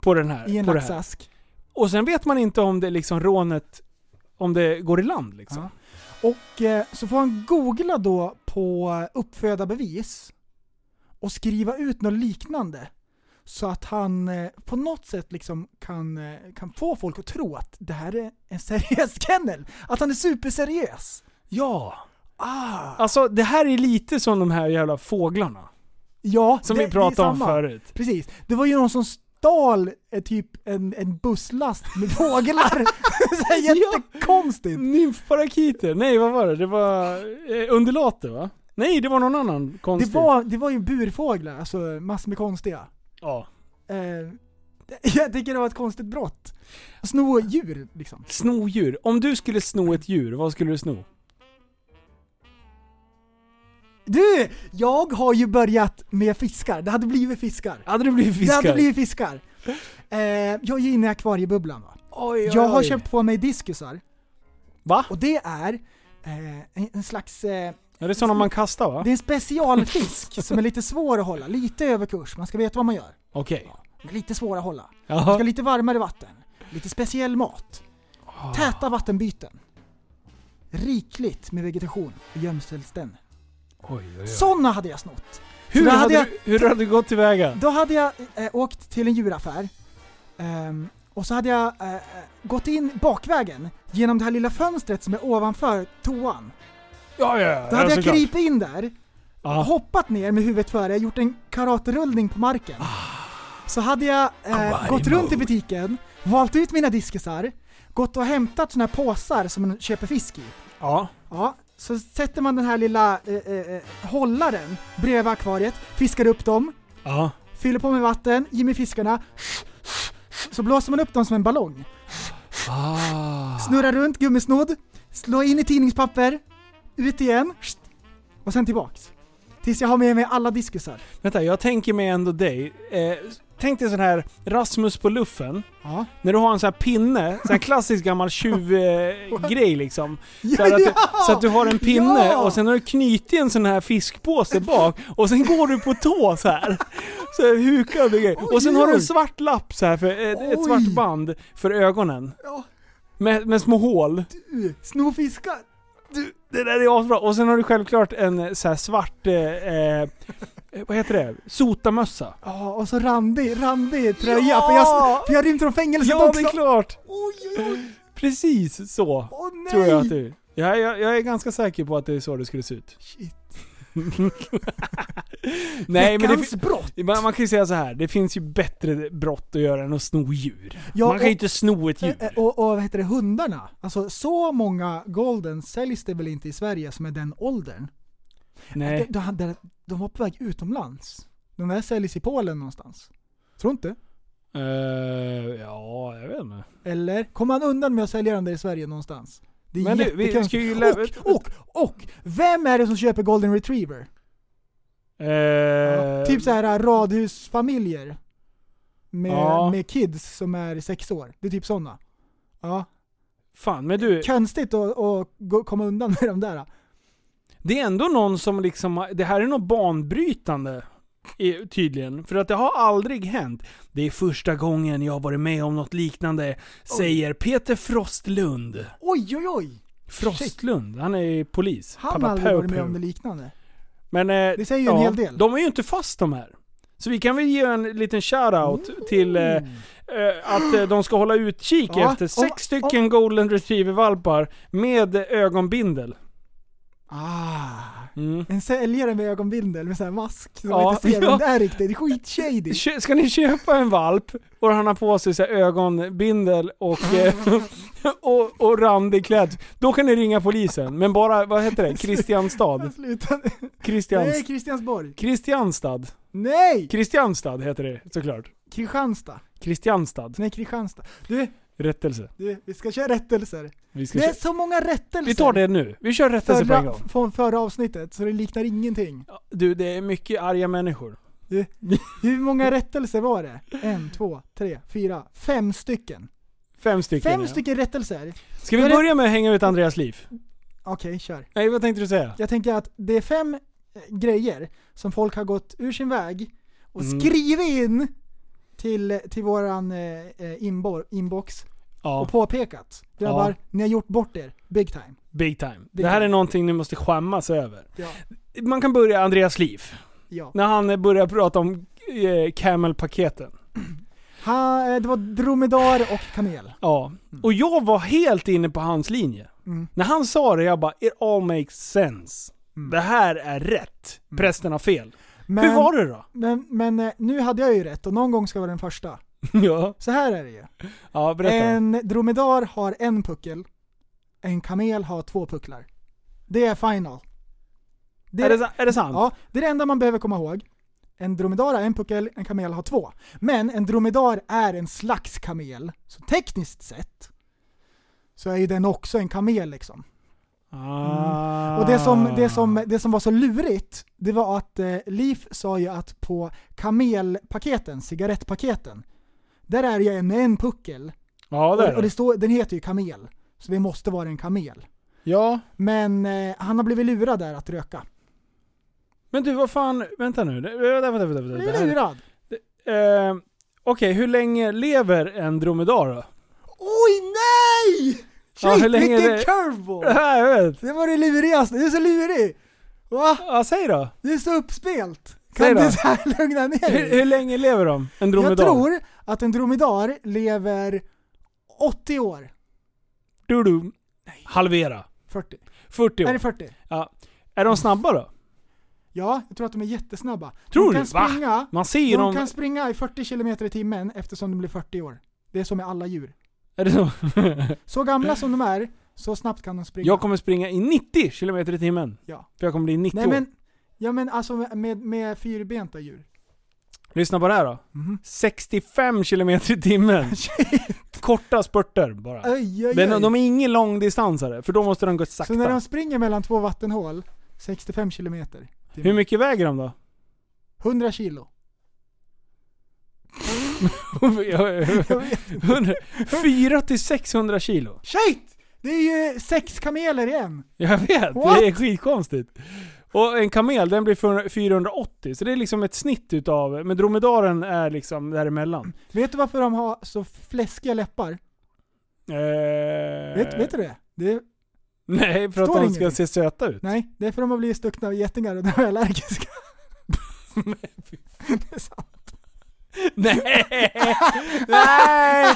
på den här. I en Mm. på det här. laxask. Och sen vet man inte om det liksom rånet, om det går i land liksom. Ja. Och eh, så får han googla då på uppfödarbevis och skriva ut något liknande. Så att han eh, på något sätt liksom kan, eh, kan få folk att tro att det här är en seriös kennel. Att han är superseriös. Ja! Ah, Alltså det här är lite som de här jävla fåglarna. ja, Som det- vi det är pratade om samma. förut. Precis. Det var ju någon som stal eh, typ en, en busslast med fåglar. Så här Jättekonstigt. Mm. Nymfparakiter, nej vad var det? Det var eh, undulater va? Nej det var någon annan Det konstig. var, det var ju burfåglar, alltså massor med konstiga. Ja. Eh, jag tycker det var ett konstigt brott. Sno djur liksom. Snodjur. Om du skulle sno ett djur, vad skulle du sno? Du! Jag har ju börjat med fiskar. Det hade blivit fiskar. Hade det blivit Det fiskar? hade blivit fiskar. Eh, jag är ju inne i akvariebubblan va. Oj, oj, Jag har oj. köpt på mig diskusar. Va? Och det är eh, en, en slags... Eh, Ja, det är sådana man kastar va? det är en specialfisk som är lite svår att hålla. Lite över kurs. Man ska veta vad man gör. Okej. Men Lite svår att hålla. Man ska Jaha. ha lite varmare vatten. Lite speciell mat. Ah. Täta vattenbyten. Rikligt med vegetation och gömselställen. Oj, oj, oj. Sådana hade jag snott. Hur, då hade hade du, hur hade du gått tillväga? Då hade jag eh, åkt till en djuraffär. ehm, och så hade jag eh, eh, gått in bakvägen genom det här lilla fönstret som är ovanför toan. Ja, ja, ja. Då hade jag såklart. krypit in där, Ja. hoppat ner med huvudet före, gjort en karaterullning på marken. Ah. Så hade jag eh, Karate gått runt mode. i butiken, valt ut mina diskisar, gått och hämtat såna här påsar som man köper fisk i. ja. Ja, så sätter man den här lilla eh, eh, eh, hållaren bredvid akvariet, fiskar upp dem, Ja. fyller på med vatten, ge mig fiskarna. Så blåser man upp dem som en ballong. Ah. Snurrar runt, gummisnodd, slå in i tidningspapper, ut igen och sen tillbaks. Tills jag har med mig alla diskusar. Vänta, jag tänker mig ändå dig. Eh, tänk dig sån här Rasmus på luffen. Ja. När du har en sån här pinne, sån här klassisk gammal tjuvgrej liksom. Så, här att du, Ja! så att du har en pinne Ja! och sen har du knutit en sån här fiskpåse bak och sen går du på tå så här. Så här hukad och grejer. Och sen Oj, har du en oj. svart lapp så här, för, ett, ett Oj. svart band för ögonen. Ja. Med, med små hål. Du, Sno fiskar. Du, det där är asbra. Och sen har du självklart en eh, så här svart, eh, eh, vad heter det? Sotamössa. Ja, och så randig, randig tröja. För jag, för jag rymde från fängelset Ja, också. det är klart! Oj, oj, oj. Precis så Åh nej. tror jag att du... Jag, jag, jag är ganska säker på att det är så det skulle se ut. Shit. Nej, men det, Veckans fi- brott. man, man kan ju säga så här. det finns ju bättre brott att göra än att sno djur. Ja, man kan ju och- inte sno ett djur. Eh, eh, Och, och vad heter det, hundarna? Alltså så många golden säljs det väl inte i Sverige som är den åldern? De, Nej. de, de, de var på väg utomlands. De där säljs i Polen någonstans. Tror inte? Eh, ja, jag vet inte. Eller? Kommer han undan med att sälja dem där i Sverige någonstans? Det är Men du, vi jättekonstigt. ska ju lä- och, och, och! Vem är det som köper golden retriever? Eh, Ja, typ så här radhusfamiljer. Med, Ja. med kids som är sex år. Det är typ sådana. Ja. Fan, men du. Konstigt att, att gå- komma undan med de där. Det är ändå någon som liksom, har- det här är något banbrytande i- tydligen. För att det har aldrig hänt. Det är första gången jag har varit med om något liknande, säger Peter Frostlund. Oj, oj, oj! Frostlund, han är ju polis. Han Pappa har aldrig varit Pau med Pau. om det liknande. Men eh, Det säger ju en hel del. De är ju inte fast de här. Så vi kan väl ge en liten shout-out till eh, eh, Mm. att eh, de ska hålla utkik Ja, efter om- sex stycken golden retriever-valpar med ögonbindel. Ah. Mm. En säljare med ögonbindel med sån här mask som Ja, man inte ser ja. vem det är riktigt. Det är skitshady. Kö- Ska ni köpa en valp och han har på sig så här ögonbindel och, eh, och, och randig klädsel, då kan ni ringa polisen. Men bara, vad heter det? Kristianstad? Sluta. Nej, Kristians, Kristiansborg. Kristianstad? Nej! Kristianstad heter det såklart. Kristianstad. Kristianstad. Nej, Kristianstad. Du, Rättelse. du, vi ska köra rättelser. Vi, ska Det är kö- så många rättelser. vi tar det nu. Vi kör rättelse på en förra, gång. från förra avsnittet, så det liknar ingenting. Du, det är mycket arga människor. Hur många rättelser var det? En, två, tre, fyra, fem stycken. Fem stycken. Fem ja. stycken rättelser. Ska vi Är det- börja med att hänga ut Andreas liv? Okej, kör. Nej, vad tänkte du säga? Jag tänker att det är fem eh, grejer som folk har gått ur sin väg och Mm. skrivit in till, till våran eh, eh, inbo- inbox Ja, och påpekat. Grabbar, Ja. ni har gjort bort er. Big time. big time. Big Det här time. är någonting ni måste skämmas över. Ja. Man kan börja Andreas liv. ja. När han eh, börjar prata om eh, Camel-paketen. Ha, eh, det var dromedar och kanel. Ja. Mm. Och jag var helt inne på hans linje. Mm. När han sa det, jag bara “It all makes sense”. Det här är rätt. Prästen har fel. Mm. Men, Hur var det då? Men, men eh, nu hade jag ju rätt och någon gång ska jag vara den första. ja. Så här är det ju. ja, berätta. En dromedar har en puckel. En kamel har två pucklar. Det är final. Det är, det, sa- är det sant? Ja, det är det enda man behöver komma ihåg. En dromedar har en puckel, en kamel har två. Men en dromedar är en slags kamel, så tekniskt sett så är ju den också en kamel liksom. Ah. Och det som, det, som, det som var så lurigt, det var att eh, Leaf sa ju att på kamelpaketen, cigarettpaketen, där är ju en, en puckel. Ja, det Och, är och det det. står, den heter ju kamel, så det måste vara en kamel. Ja. Men eh, han har blivit lurad där att röka. Men du, vad fan. Vänta nu. Det- Vänta, vänta, vänta. vänta. Det här- Lurad! Eh, Okej, hur länge lever en dromedar då? Oj nej! Ja, hur Shit, länge vilken det- curveball! Ja, jag vet. Det var det lurigaste, du är så lurig! Va? Ja, säg då. Du är så uppspelt! Säg Kan då. du så här lugna ner Hur, dig? hur länge lever de? En dromedar? Jag tror att en dromedar lever 80 år. Du, du. Halvera. 40. 40 år. Är det 40? ja. är de snabba då? Ja, jag tror att de är jättesnabba. Tror de kan du? Va? Springa, Man ser ju de dem... kan springa i 40 km i timmen eftersom de blir 40 år. Det är så med alla djur. Är det så? Så gamla som de är, så snabbt kan de springa. Jag kommer springa i 90 km i timmen. Ja. För jag kommer bli 90 Nej år. men, ja men alltså med, med fyrbenta djur. Lyssna på det här då. Mhm. 65 km i timmen. Korta spurter bara. Aj, aj, Men aj. de är ingen långdistansare, för då måste de gå sakta. Så när de springer mellan två vattenhål, 65 kilometer. Hur mycket väger de då? 100 kilo. Jag vet inte. 400-600 kilo. Shit! Det är ju sex kameler i en. Jag vet, What? det är skitkonstigt. Och en kamel, den blir 400 480, så det är liksom ett snitt utav... Men dromedaren är liksom däremellan. Vet du varför de har så fläskiga läppar? Eh, Vet, vet du det? det är, Nej, för att Står de ska ingenting? se söta ut. nej, det är för att de har blivit stuckna av getingar och de är allergiska. Det är sant. Nej! Nej! Nej!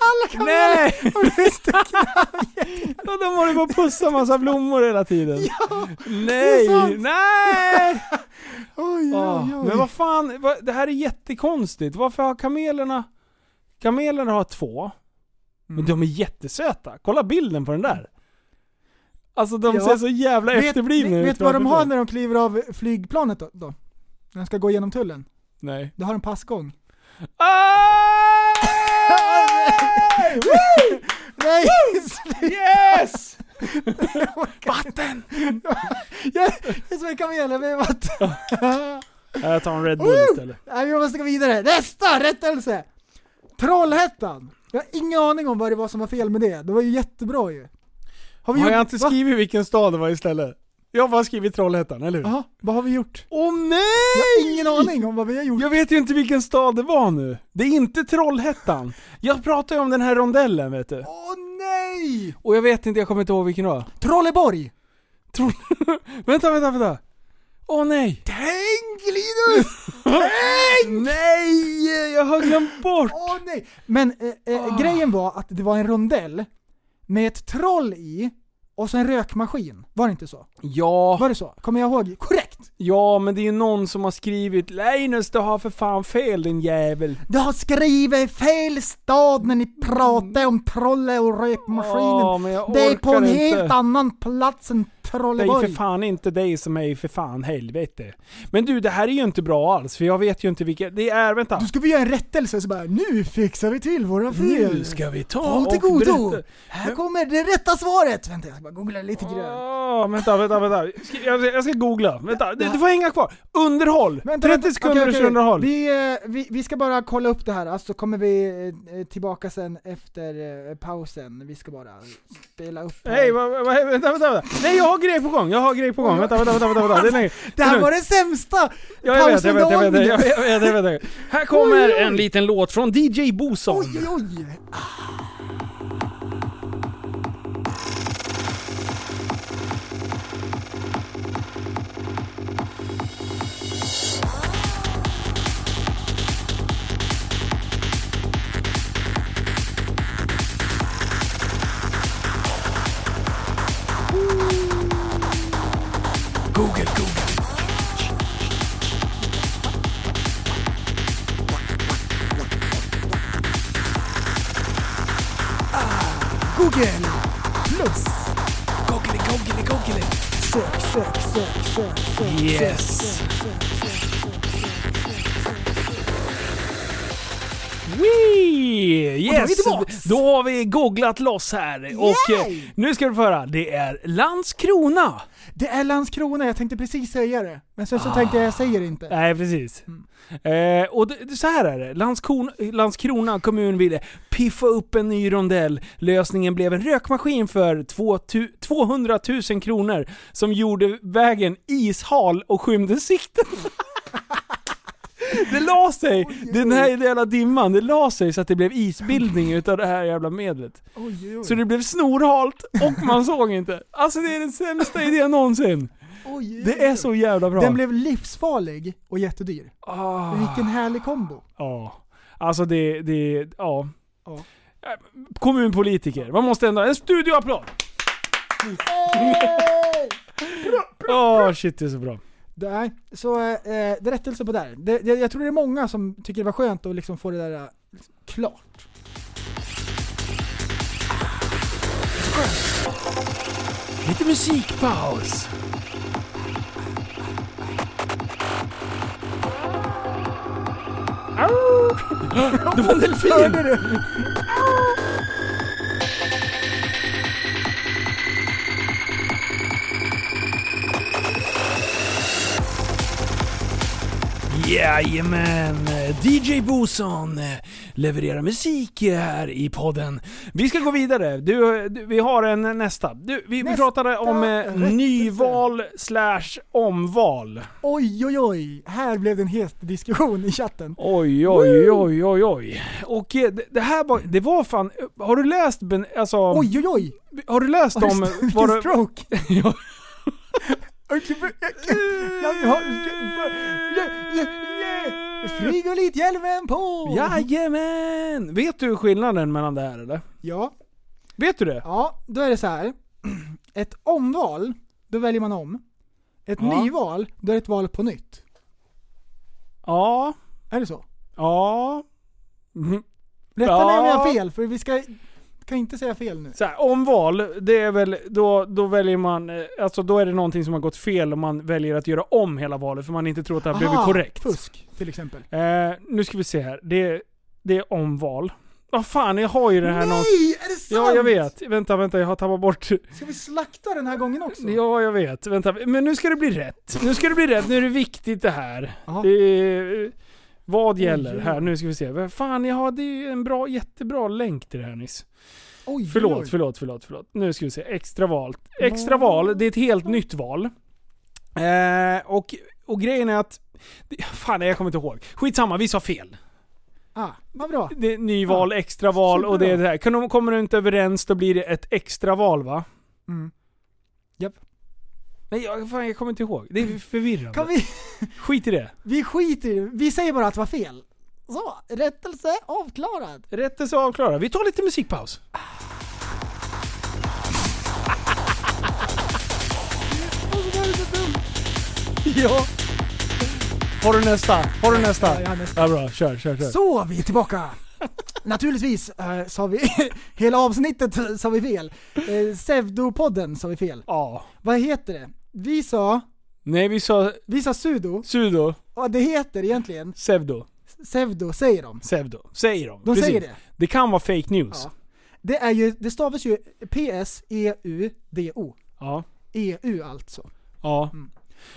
Alla kameler Nej! har blivit stuckna av Och de håller på att pussa massa blommor hela tiden. getingar. Nej! det är sant. Nej! Oj, Ah, oj, oj. Men vad fan, vad, det här är jättekonstigt. Varför har kamelerna... Kamelerna har två, men Mm. de är jättesöta. Kolla bilden på den där. Alltså de Ja. ser så jävla efterblivna vet, ut vet du vad de har framför när de kliver av flygplanet då? då? När de ska gå genom tullen? Nej. Då har de passgång. Ah! Nej! sluta! yes! Vatten! jag jag är som en kamel, jag behöver vatten. Ja, Jag tar en Red Bull Woo! istället. Nej, vi måste gå vidare. Nästa rättelse! Trollhättan. Jag har ingen aning om vad det var som var fel med det. Det var ju jättebra ju. vi Har gjort- jag inte Va? skrivit vilken stad det var istället? Jag har bara skrivit Trollhättan, eller hur? Jaha, vad har vi gjort? Åh nej! Jag har ingen aning om vad vi har gjort. Jag vet ju inte vilken stad det var nu. Det är inte Trollhättan. Jag pratar ju om den här rondellen vet du. Åh nej! Och jag vet inte, jag kommer inte ihåg vilken det var. Trolleborg! Troll... vänta, vänta, vänta. Åh nej! Tänk Linus! nej! Jag har glömt bort! Åh nej! Men eh, eh, Ah. grejen var att det var en rondell med ett troll i och så en rökmaskin. Var det inte så? Ah. Ja, Var det så? Kommer jag ihåg? Korrekt! ja men det är ju någon som har skrivit Linus du har för fan fel din jävel. Du har skrivit fel stad när ni pratar om trolle och Ja, rökmaskinen. men jag det är på Ah, orkar en inte. helt annan plats Det är än ju för Trolleborg. fan inte dig som är för fan helvete. Men du, det här är ju inte bra alls, för jag vet ju inte vilka... Det är, vänta. Då ska vi göra en rättelse så bara, nu fixar vi till våra fel. vi ta Håll till och godo! berätta. Här kommer det rätta svaret! Vänta, jag ska bara googla lite grann. Åh, vänta, vänta, vänta. Ska- Jag ska, jag ska googla. Vänta, du, du får hänga kvar. Underhåll! 30 Vänta, vänta. sekunder Okej, och okej. kör underhåll. Vi, eh, vi, vi ska bara kolla upp det här, så alltså kommer vi eh, tillbaka sen efter eh, pausen. Vi ska bara spela upp här. Hej, vad, vad, vad- vänta, vänta, vänta. Nej, jag har grej på gång. Jag har grej på gång. Vänta, vänta, vänta, vänta. vänta. Det är länge. Det här var den sämsta! Ja, jag vet, jag vet, jag vet, pausunderhållningen. jag vet, jag vet, jag vet. Här kommer en liten låt från DJ Boson. Oj, oj! Google plus Google, Google, Google Sök, sök, sök, sök, sök Yes. sök, sök, sök, sök, sök, sök, sök, sök. Wee! då är vi Yes! tillbaks. Då har vi googlat loss här. Och eh, Yay! nu ska du få höra. Det är Landskrona. Det är Landskrona, jag tänkte precis säga det. Men sen så tänkte jag, jag säger inte. Nej, precis. Mm. Eh, och det, så här är det. Landskrona, Landskrona kommun ville piffa upp en ny rondell. Lösningen blev en rökmaskin för 2 tu- 200 000 kronor som gjorde vägen ishal och skymde sikten. Det la sig, den här jävla dimman, det la sig så att det blev isbildning utav det här jävla medlet. Oj, oj, Så det blev snorhalt och man såg inte. Alltså det är den sämsta idén någonsin. oj, Det är så jävla bra. Den blev livsfarlig och jättedyr. Ah. Vilken härlig kombo. Ja. Alltså det, det, ja. Ja. Eh, Kommunpolitiker. Man måste ändå, en studioapplåd! Åh shit det är så bra. Nej, så eh, det är rättelse på där. Det, jag, jag tror det är många som tycker det var skönt att liksom få det där eh, liksom, klart. Lite musikpaus. Au! Det var en delfin! Hörde du? Jajamän! DJ Boson eh, levererar musik här i podden. Vi ska gå vidare. Du, du, vi har en nästa. Du, vi Nästa pratade om eh, rättelse. nyval slash omval. Oj, oj, oj. Här blev det en het diskussion i chatten. Oj, oj, oj, oj, oj. Och eh, det, det här var, det var fan... Har du läst ben, alltså, Oj, oj, oj. Har du läst om... Vilken vad du- stroke. Ja. Okej, men jag kan- jag- jag- jag- jag- jag- Frigolithjälmen på! Jajamän! Vet du skillnaden mellan det här eller? ja. Vet du det? Ja, då är det så här. Ett omval, då väljer man om. Ett Ja. nyval, då är det ett val på nytt. Ja. Är det så? Ja. Mhm. Rätta Ja. mig om jag har fel, för vi ska... Kan inte säga fel nu. Så här, omval, det är väl, då, då väljer man, eh, alltså då är det någonting som har gått fel och man väljer att göra om hela valet för man inte tror att det har blivit Aha, korrekt. Fusk, till exempel. Eh, nu ska vi se här, det, det är omval. Vad fan, jag har ju det här någonstans. Nej! Är det sant? Ja, jag vet. Vänta, vänta, jag har tappat bort. Ska vi slakta den här gången också? Ja, jag vet. Vänta, men nu ska det bli rätt. Nu ska det bli rätt, nu är det viktigt det här. Jaha. Eh, vad Oj, gäller oj. här? Nu ska vi se. Vad Fan, jag hade ju en bra, jättebra länk till det här nyss. Oj, oj, Förlåt, oj. förlåt, förlåt, förlåt. Nu ska vi se. Extra val. Extra val, det är ett helt nytt val. Eh, och, och grejen är att... det- Fan, nej, jag kommer inte ihåg. Skitsamma, vi sa fel. Ah, vad bra. Det är nyval, extraval och det är det här. Kan de, kommer du inte överens då blir det ett extraval va? Mm. Japp. Nej, jag, fan, jag kommer inte ihåg. Det är förvirrande. Kan vi... Skit i det. Vi skiter i det. Vi säger bara att det var fel. Så, rättelse avklarad. Rättelse avklarad. Vi tar lite musikpaus. ja. Har du nästa? Har du nästa? Ja, jag har nästa. Ja, bra. Kör, kör, kör. Så, vi är tillbaka. Naturligtvis eh, sa vi, hela avsnittet sa vi fel. Eh, Pseudopodden sa vi fel. Ja. Vad heter det? Vi sa, Nej, vi sa vi sa sudo, sudo, och det heter egentligen pseudo, pseudo, säger de. pseudo. Säger de. De Precis. säger det. Det kan vara fake news. E Ja. Det är ju, det stavas ju p-s-e-u-d-o. Ja. EU alltså. Ja.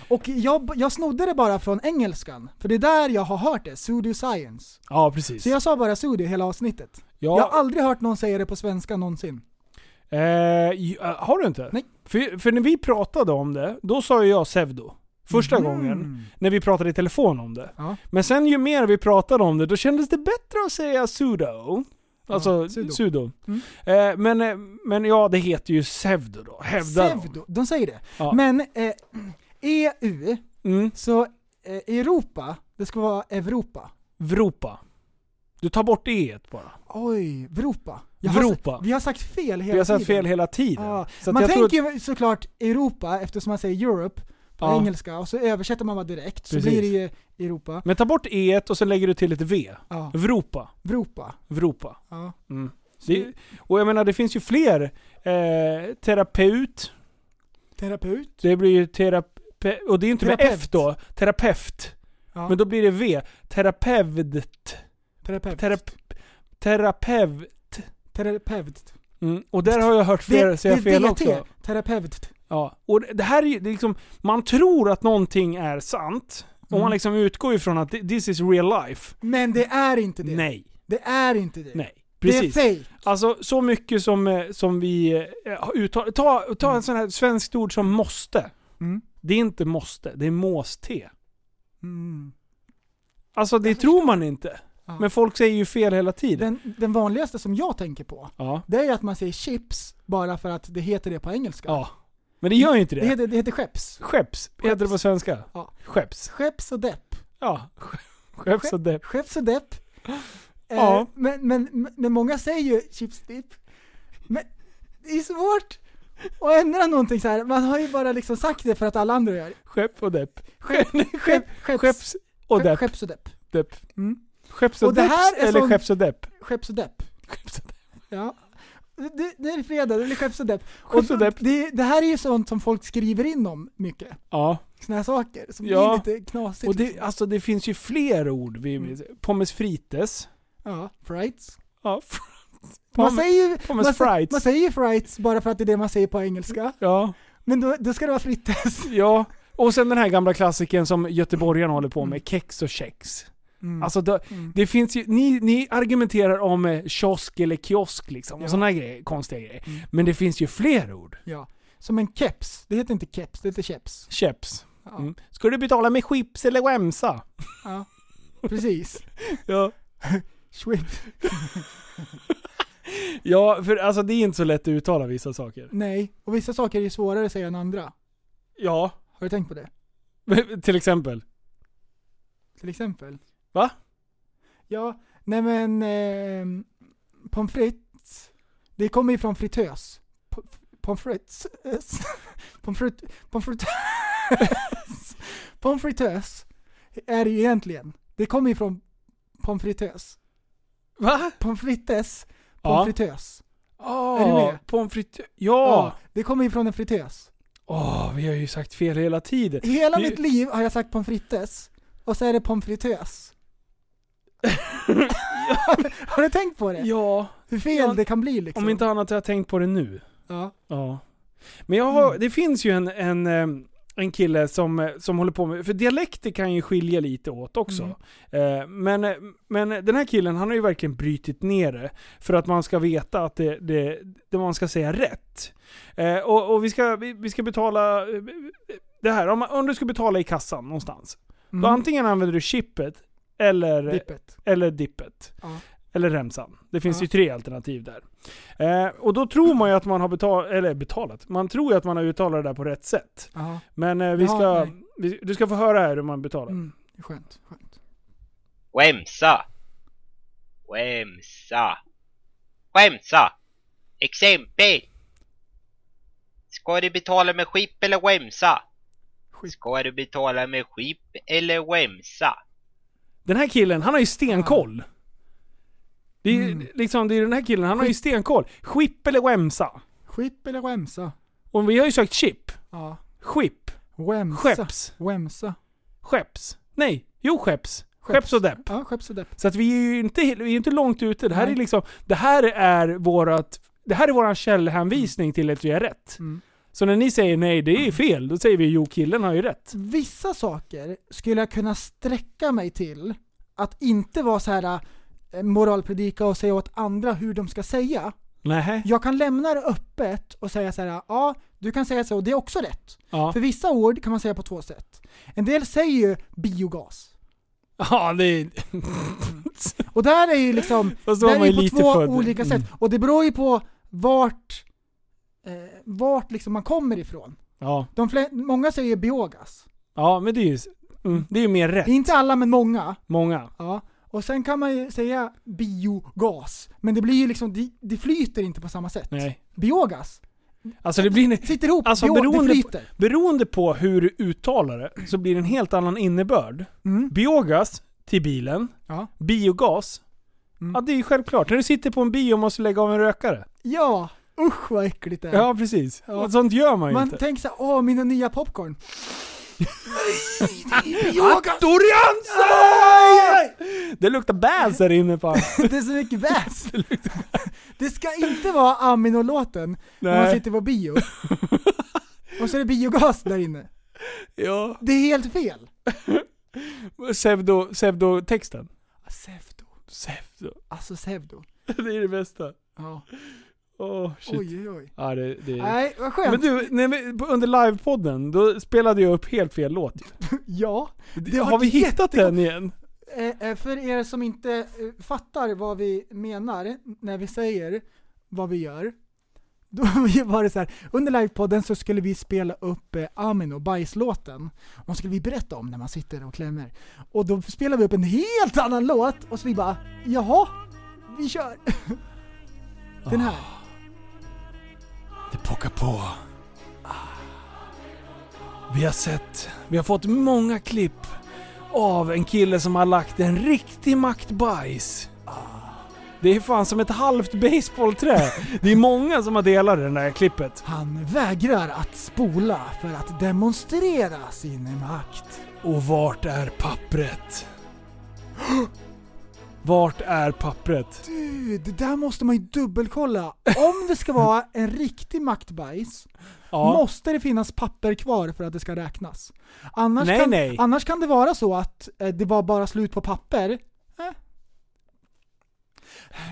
Och jag, jag snodde det bara från engelskan, för det är där jag har hört det, pseudoscience. Ja, precis. Så jag sa bara pseudo hela avsnittet. Ja. Jag har aldrig hört någon säga det på svenska någonsin. Eh, ju- eh, har du inte? Nej. För, för när vi pratade om det, då sa ju jag pseudo. Första gången. När vi pratade i telefon om det. Mm. Ja. Men sen ju mer vi pratade om det, då kändes det bättre att säga pseudo. Alltså pseudo. Mm. pseudo. Eh, men, eh, men ja, det heter ju pseudo då. Hävdar de. Pseudo, de säger det. Ja. Men eh, EU, Mm. så eh, Europa, det ska vara Europa. Vropa. Du tar bort e bara. Oj, Europa. Vropa. Har, vi har sagt fel hela Vi har sagt tiden. fel hela tiden. Ja. Så att man jag tänker tror att- ju såklart Europa eftersom man säger Europe på Ja. engelska och så översätter man bara direkt så Precis. blir det ju Europa. Men ta bort e och sen lägger du till ett v. Ja. Vropa. Vropa. Vropa. Ja. Mm. Det, och jag menar, det finns ju fler. Eh, terapeut. Terapeut. Det blir ju terape... Och det är inte med Terapeut. F då. Terapeut. Ja. Men då blir det V. Terapeut. Terapeut. Terap, terapeut. Terapeut. Mm. Och där har jag hört fler säga fel också. Terapeut. Ja. Och det det här är ju det är liksom... Man tror att någonting är sant. Om Mm. man liksom utgår ifrån att this is real life. Men det är inte det. Nej. Det är inte det. Nej. Det Precis. är fake. Alltså så mycket som, eh, som vi eh, har uttalat. Ta, ta en sån här svenskt ord som måste. Mm. Det är inte måste, det är måste. Mm. Alltså det tror man inte. Ja. Men folk säger ju fel hela tiden. Den, den vanligaste som jag tänker på, Ja. det är ju att man säger chips bara för att det heter det på engelska. ja. Men det gör ju inte det. Det heter, det heter skepps. Skepps heter det på svenska. Ja. Skepps. Skepps och depp. Ja. Skepps och depp. Skepps och depp. Eh, Ja. men, men, men många säger ju chips dipp. Men det är svårt att ändra någonting så här. man har ju bara liksom sagt det för att alla andra gör det. Skepp och depp. Skepp, skepps, Skepps och depp. Skepps och depp. depp. Mm. Skepps och Och det depp. här är Eller sån- skepps och depp. Skepps och depp. Ja. Det, det är fredag, det blir skepps och depp. Skepps och depp. Det, det här är ju sånt som folk skriver in om mycket. Ja. Såna här saker som Ja. blir lite knasigt. Och det, liksom. alltså det finns ju fler ord. Vi, Mm. Pommes frites. ja, frights. Ja. Man Pommes- säger, ju- pommes man, sä- frites. man säger ju frights bara för att det är det man säger på engelska. Ja. Men då, då ska det vara frites. Ja, och sen den här gamla klassiken som göteborgarna håller på med, kex och kex. Mm. Alltså det, det finns ju, ni, ni argumenterar om eh, kiosk eller kiosk liksom, och sådana grejer, konstiga grejer. Men det finns ju fler ord. Ja. Som en keps. Det heter inte keps, det heter keps. Keps. Ja. Mm. Ska du betala med chips eller skämsa? Ja. Precis. Ja. Schwip. ja, för alltså det är inte så lätt att uttala vissa saker. Nej. Och vissa saker är ju svårare att säga än andra. Ja, Har du tänkt på det? till exempel. Till exempel. Va? Ja, nej men eh, pommes frites, det kommer ju från fritös. Po- Pommes frites. Pommes frites. Pommes frites. Pommes frites är det ju egentligen. Det kommer ju från pommes frites. Va? Pommes frites. Ja. Pommes frites. Oh, Är du med? Pommes frites. Ja, Ja! det kommer ju från en fritös. Åh, vi har ju sagt fel hela tiden. Hela Vi- mitt liv har jag sagt pommes frites och så är det pommes frites. har du tänkt på det? Ja, Hur fel Ja. det kan bli liksom. om inte annat har jag tänkt på det nu. ja. Mm. Ja. Men jag har, det finns ju en, en, ehm, en kille som, eh, som håller på med, för dialekter kan ju skilja lite åt också. Mm. Eh, Men, eh, men den här killen han har ju verkligen brytit ner det för att man ska veta att det, det, det man ska säga rätt. Eh, Och, och vi, ska, vi, vi ska betala, eh, det här, om, man- om du ska betala i kassan någonstans. Då Mm. antingen använder du chippet eller Dippet. eller dippet. Ja. Eller remsan. Det finns Ja. ju tre alternativ där. Eh, och då tror man ju att man har betalat, eller betalat, man tror ju att man har uttalat det där på rätt sätt. Ja. Men eh, vi Ja, ska, nej. vi, du ska få höra här hur man betalar. Mm. Skönt, skönt. Skämsa! Skämsa! Skämsa! Exempel! Ska du betala med skip eller skämsa? Skip. Ska du betala med skip eller skämsa? Den här killen, han har ju stenkoll. Det är Mm. ju liksom, det är den här killen, han har ju stenkoll. Skip eller skämsa? Skip eller skämsa? Och vi har ju sökt chip. Ja. Skip. Skämsa. Skepps. Skämsa. Skepps. Nej, jo skepps. Skepps, Skepps. och depp. Ja, skepps och depp. Så att vi är ju inte, vi är ju inte långt ute. Det här Nej. är liksom, det här är vårat, det här är våran källhänvisning till att vi är rätt. Mm. Så när ni säger nej, det är fel, då säger vi jo, killen har ju rätt. Vissa saker skulle jag kunna sträcka mig till att inte vara så här eh, moralpredika och säga åt andra hur de ska säga. Nej. Jag kan lämna det öppet och säga så här, ja, du kan säga så och det är också rätt. Ja. För vissa ord kan man säga på två sätt. En del säger ju biogas. Ja, det är... Och där är ju liksom, Fast då där var man ju är ju på lite Mm. två född. olika sätt. Och det beror ju på vart, eh, vart liksom man kommer ifrån. Ja. De fle- många säger biogas. ja, men det är ju... Mm, det är ju mer rätt. Inte alla men många. Många. Ja. Och sen kan man ju säga biogas, men det blir ju liksom, det, det flyter inte på samma sätt. Nej. Biogas, Alltså det blir... sitter ihop, Alltså, bio, det beroende på- flyter. Beroende på hur du uttalar det så blir det en helt annan innebörd. Mm. Biogas till bilen. Ja. Biogas. Mm. Ja, det är ju självklart. När du sitter på en bio och måste lägga av en rökare. Ja, usch vad äckligt det är. Ja, precis. Och sånt gör man ju man inte. tänker såhär, åh mina nya popcorn. Nej, det är biogas! Tori Hansen! Det luktar bäs här inne fan. Det är så mycket väs! Det ska inte vara Aminolåten när man Nej. sitter på bio. Och så är det biogas där inne. Ja. Det är helt fel. Pseudo, pseudotexten. Sevdo. Pseudo. Alltså Sevdo. Det är det bästa. Ja. Åh, shit. Oj, oj, oj. Ja, det, det är... Nej, vad skönt. Men du, nej, men på- under livepodden, då spelade jag upp helt fel låt ju. Ja, det Har vi hittat den igen? Eh, eh, för er som inte eh, fattar vad vi menar när vi säger vad vi gör. Då var det så här, under livepodden så skulle vi spela upp eh, Amin och bajslåten. Och så skulle vi berätta om när man sitter och klämmer. Och då spelade vi upp en helt annan låt och så vi bara, jaha, vi kör. Den här. Det pockar på. Vi har sett, vi har fått många klipp av en kille som har lagt en riktig maktbajs. Det är fan som ett halvt baseballträ. Det är många som har delat det där klippet. Han vägrar att spola för att demonstrera sin makt. Och vart är pappret? Vart är pappret? Du, det där måste man ju dubbelkolla. Om det ska vara en riktig maktbajs Ja, måste det finnas papper kvar för att det ska räknas. Annars, Nej, kan, nej. annars kan det vara så att eh, det var bara slut på papper.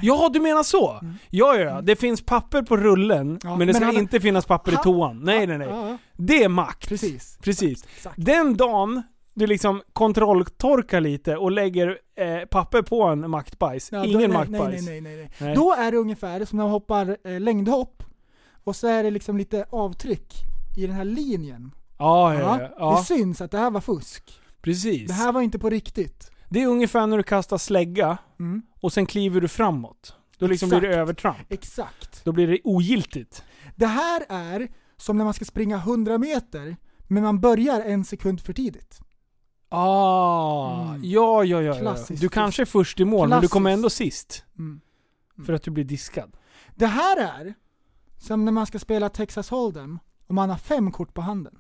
ja du menar så? Ja, ja, ja. Det finns papper på rullen, Mm. Ja, men det men ska han- inte finnas papper i han- toan. Nej, nej, nej. Ja, Det är makt. precis. Precis. Exakt. Den dagen du liksom kontrolltorkar lite och lägger eh, papper på en maktbajs. Ja, då- Ingen nej, maktbajs. Nej, nej, nej, nej, Nej. nej. Då är det ungefär som när man hoppar eh, längdhopp och så är det liksom lite avtryck i den här linjen. Ja, ja, Ja, ja. ja Det syns att det här var fusk. precis. Det här var inte på riktigt. Det är ungefär när du kastar slägga Mm. och sen kliver du framåt. Då liksom blir det Exakt. övertramp. Exakt. Då blir det ogiltigt. Det här är som när man ska springa 100 meter, men man börjar en sekund för tidigt. Ah, Mm. ja, ja, ja, ja. Klassiskt. Du kanske är först i mål, men du Klassiskt. kommer ändå sist. Mm. För att du blir diskad. Det här är som när man ska spela Texas Hold'em och man har fem kort på handen.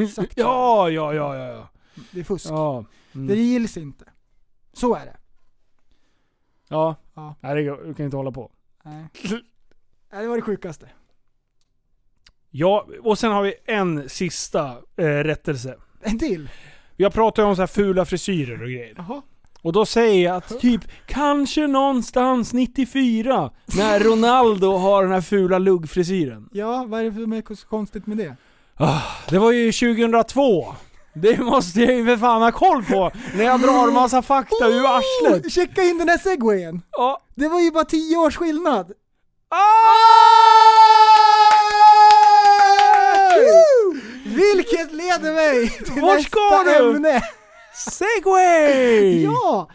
Exakt så. Ja, ja, ja, ja. ja. Det är fusk. ja. Mm. Det gills inte. Så är det. Ja. Ja. Nej, det går- du kan inte hålla på. Nej. Nej, det var det sjukaste. Ja, och sen har vi en sista eh, rättelse. En till. Jag pratar ju om så här fula frisyrer och grejer. Jaha. Och då säger jag att typ kanske någonstans 94 när Ronaldo har den här fula luggfrisyren. Ja, vad är det som är så konstigt med det? Ah, det var ju 2002. Det måste jag ju för fan ha koll på när jag drar massa fakta ur Oh, arslet. checka in den här segwayen! Ja. Det var ju bara tio års skillnad. Ah! Vilket leder mig till Vart nästa ska du? ämne! Segway! Ja!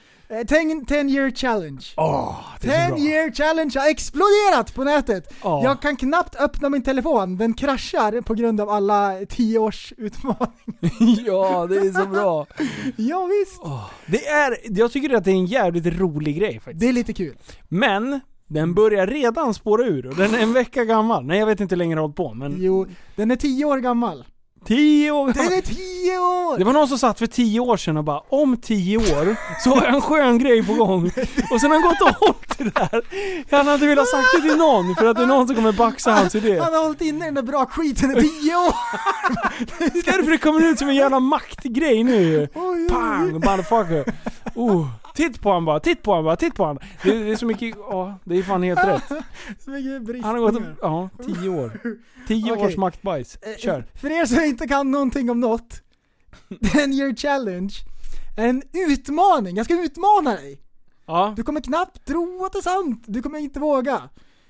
10 year challenge. Åh, Ah, det är så 10 bra. year challenge har exploderat på nätet! Ja. Jag kan knappt öppna min telefon, den kraschar på grund av alla 10 års utmaning. ja, det är så bra. Ja, visst. Det är, jag tycker att det är en jävligt rolig grej faktiskt. Det är lite kul. Men den börjar redan Mm. spåra ur och den är en vecka gammal. Nej jag vet inte hur länge den har hållit på men... Jo, den är 10 år gammal. Tio år Den är tio år! Det var någon som satt för tio år sedan och bara om tio år så har jag en skön grej på gång. Och sen har han gått och hållit det där. Han hade velat sagt det till någon för att det är någon som kommer baxa hans idé. Han har hållit inne den där bra skiten i tio år! Det är därför det kommer ut som en jävla maktgrej nu ju. Oj, Pang! Motherfucker. Oh. Titt på han bara, titt på han bara, titt på han. Det, det är så mycket, ja det är fan helt rätt. Så mycket brist. Han har gått och, ja, tio år. Tio Okej. Eh, års maktbajs. Kör. För er som inte kan någonting om något, den year challenge är en utmaning. Jag ska utmana dig! Ja. Du kommer knappt tro att det är sant, du kommer inte våga.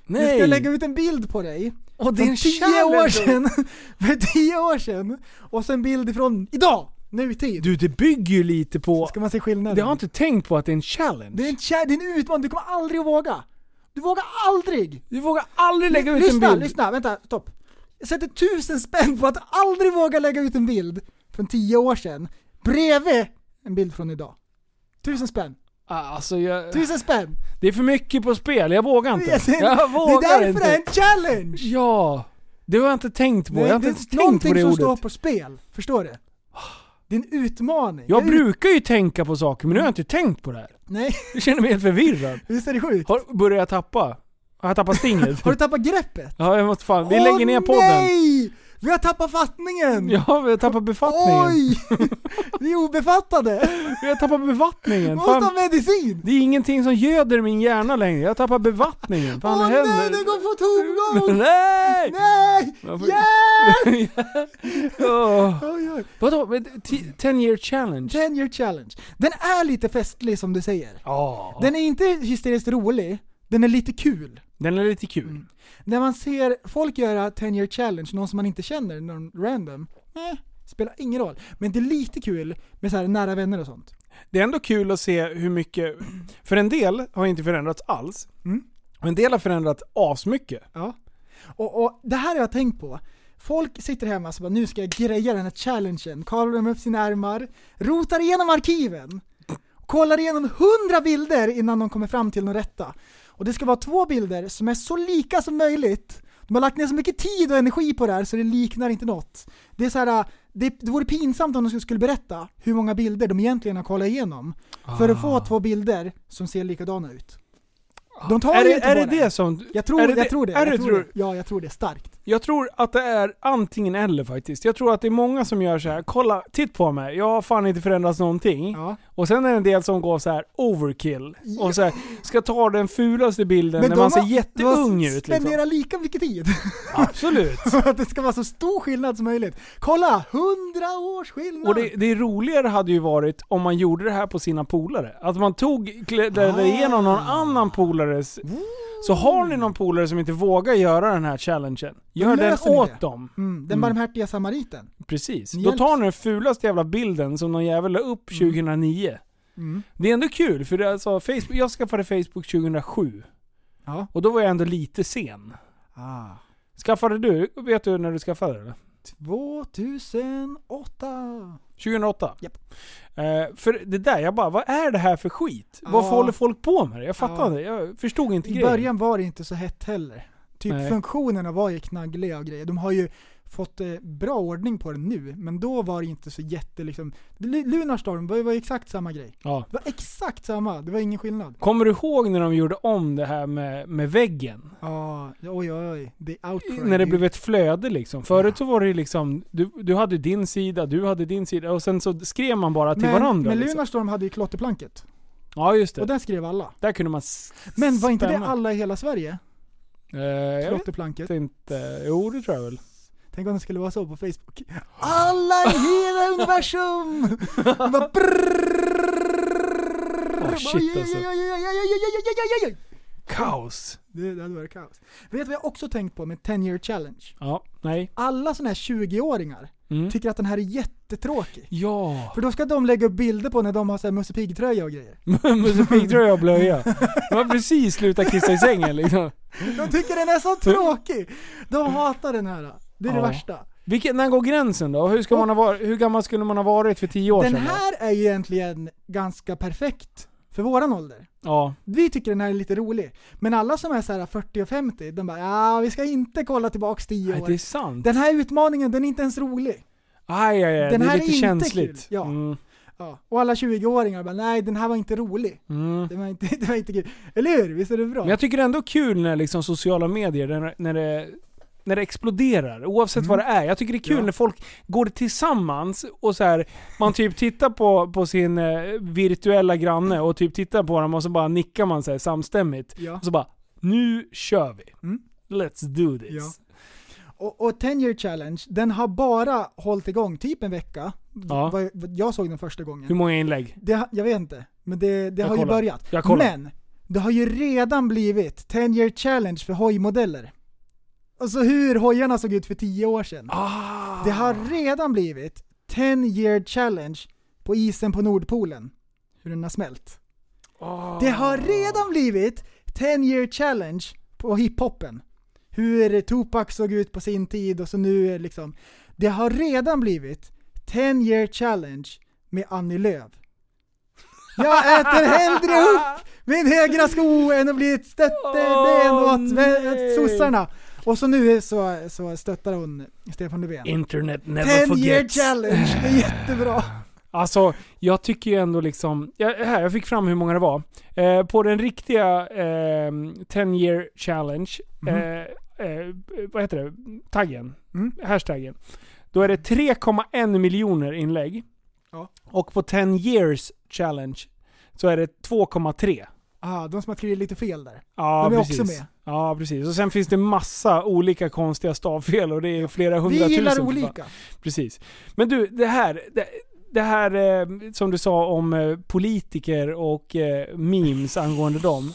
Nej. Jag ska lägga Nej! ut en bild på dig. Och det är en tio challenge. år sedan. För tio år sedan. Och så en bild ifrån idag, nutid. Du det bygger ju lite på... Ska man se skillnaden? Det har jag inte tänkt på att det är en challenge. Det är en, cha- det är en utmaning, du kommer aldrig att våga. Du vågar aldrig! Du vågar aldrig lägga ut lyssna, en bild. lyssna, vänta, stopp. Jag sätter tusen spänn på att aldrig våga lägga ut en bild från tio år sedan bredvid en bild från idag. Tusen spänn, Ah, Alltså, jag, tusen spänn! det är för mycket på spel, jag vågar inte. Jag säger- jag vågar det är därför inte. det är en challenge! Ja, det har jag inte tänkt på. jag har inte det ens är tänkt på någonting det som ordet. står på spel, förstår du? Det är en utmaning. Jag Det är ut- brukar ju tänka på saker, men nu har jag inte tänkt på det här. Nej, Jag känner mig helt förvirrad. visst är det sjukt? Har, börjar jag tappa? Har jag tappat stinget? Har du tappat greppet? ja, jag måste fan. Vi Åh, lägger ner podden. nej! Vi har tappat fattningen! Ja, vi har tappat befattningen. Oj! Vi är obefattade! Vi har tappat Vi bevattningen. måste ha Fan, medicin! det är ingenting som göder min hjärna längre. Jag har tappat bevattningen. Fan, Åh det nej, händer. det går på tomgång! nej! Nej! Varför- Hjälp! Åh. Oj, oj. Vadå? Men t- 10 year challenge? Ten year challenge. Den är lite festlig som du säger. Ja. Den, Den är inte hysteriskt rolig, den är lite kul. är lite kul. Mm. När man ser folk göra 10 year challenge, någon som man inte känner, någon random, eh, spelar ingen roll. Men det är lite kul med så här nära vänner och sånt. Det är ändå kul att se hur mycket... För en del har inte förändrats alls. Mm. Och en del har förändrats asmycket. Ja. Och, och det här har jag tänkt på. Folk sitter hemma och bara nu ska jag greja den här challengen, kavlar de upp sina ärmar, rotar igenom arkiven, kollar igenom hundra bilder innan de kommer fram till de rätta. Och det ska vara två bilder som är så lika som möjligt. De har lagt ner så mycket tid och energi på det här så det liknar inte något. Det är så här, det, det vore pinsamt om de skulle berätta hur många bilder de egentligen har kollat igenom för att Ah. få två bilder som ser likadana ut. De tar Är ju det, inte är på det det som... jag tror, är jag tror det. Är det jag tror det. tror, Ja, jag tror det starkt. jag tror att det är antingen eller faktiskt. Jag tror att det är många som gör så här. kolla, titt på mig, jag har fan inte förändrats någonting. Ja. Och sen är det en del som går så här overkill. Och så här, ska ta den fulaste bilden när de man ser har- jätteung de har ut. Liksom. spenderat lika mycket tid. Absolut. För att det ska vara så stor skillnad som möjligt. Kolla! Hundra års skillnad! Och det, det roligare hade ju varit om man gjorde det här på sina polare. Att man tog, klädde Ah. igenom någon annan polares... Så har ni någon polare som inte vågar göra den här challengen, gör den löser ni åt det. dem. mm, den Mm. barmhärtiga samariten. Precis. Ni Då hjälps. tar ni den fulaste jävla bilden som någon jävel la upp 2009. Mm. Det är ändå kul, för det är alltså Facebook, jag skaffade Facebook 2007. Ja. Och då var jag ändå lite sen. Ah. Skaffade du, vet du när du skaffade det? eller? 2008. 2008? Japp. Eh, för det där, jag bara, vad är det här för skit? Ja. Varför håller folk på med det? Jag fattar Ja. inte, jag förstod inte I grejen. början var det inte så hett heller. Typ Nej. funktionerna var ju knaggliga och grejer. De har ju fått eh, bra ordning på det nu, men då var det inte så jätte liksom... Lu- Lunarstorm var ju var ju exakt samma grej. Ja. Det var exakt samma, det var ingen skillnad. Kommer du ihåg när de gjorde om det här med, med väggen? Ja, oj oj oj. Det är outcry. När det blev ett flöde liksom. Förut så var det ju liksom, du, du hade din sida, du hade din sida och sen så skrev man bara till men, varandra. Men liksom. Lunarstorm hade ju klotterplanket. Ja just Och det. den skrev alla. Där kunde man s- Men var inte det spänna. alla i hela Sverige? Eh, jag vet Klotterplanket. inte. Jo det tror jag väl. Tänk om det skulle vara så på Facebook. Alla i hela universum! Man bara brrrr. Åh, Bara shit, oj, oj, alltså. oj, oj, oj, oj, oj, oj, oj, oj, oj, oj. Kaos! Det det hade varit kaos. Vet du vad jag också tänkt på med 10 year challenge? Ja, nej. Alla sådana här 20-åringar Mm. tycker att den här är jättetråkig. Ja! För då ska de lägga upp bilder på när de har så här Musse Pigg-tröja och grejer. Musse Pigg-tröja och blöja. De har precis slutat kissa i sängen liksom. De tycker den är så tråkig! De hatar den här. Det är Mm. Ja. det värsta. Vilken, när går gränsen då? Hur, ska man ha varit, hur gammal skulle man ha varit för tio år Den sedan? då? här är ju egentligen ganska perfekt för våran ålder. Ja. Vi tycker den här är lite rolig. Men alla som är så här 40 och 50, de bara ja, vi ska inte kolla tillbaks 10 Nej, det är år. sant. Den här utmaningen, den är inte ens rolig. Aj, aj, aj. Den det är här lite är inte känsligt. kul, ja. Mm. Ja. Och alla 20-åringar bara, nej den här var inte rolig. Mm. Det var inte, det var inte kul. Eller hur? Visst är det bra? Men jag tycker det är ändå kul när liksom sociala medier, när, när, det, när det exploderar. Oavsett vad det är. Jag tycker det är kul Mm. Ja. när folk går tillsammans och så här, man typ tittar på, på sin eh, virtuella granne och typ tittar på dem och så bara nickar man så här samstämmigt. Ja. Och så bara, nu kör vi. Mm. Let's do this. Ja. Och, och 10 year challenge, den har bara hållit igång typ en vecka. Ja. Vad- vad Jag såg den första gången. Hur många inlägg? Det, har- jag vet inte, men det, det Jag har ju kollar. börjat. Jag kollar. Men, det har ju redan blivit 10 year challenge för hojmodeller. Alltså hur hojarna såg ut för 10 år sedan. Det har Ah. redan blivit 10 year challenge på isen på Nordpolen. Hur den har smält. Det har redan blivit 10 year challenge på hiphopen. Hur Tupac såg ut på sin tid och så nu är liksom. Det har redan blivit 10 year challenge med Annie Lööf. Jag äter hellre upp min högra sko än att bli ett stötteben Åh, åt nej. åt sossarna. Och så nu så, så stöttar hon Stefan Löfven. Internet never 10 year forgets. challenge, det är jättebra. Alltså, jag tycker ju ändå liksom... Jag, här, jag fick fram hur många det var. Eh, på den riktiga eh, 10 year challenge, Mhm. eh, eh, vad heter det? Taggen. Mm. Hashtaggen. Då är det 3,1 miljoner inlägg. Ja. Och på 10 years challenge så är det 2,3. Ah, de som har skrivit lite fel där. Ja, De är precis. också med. Ja, precis. Och sen finns det massa olika konstiga stavfel och det är flera Vi hundratusen. gillar för fan. olika. Precis. Men du, det här, det, det här eh, som du sa om eh, politiker och eh, memes angående dem.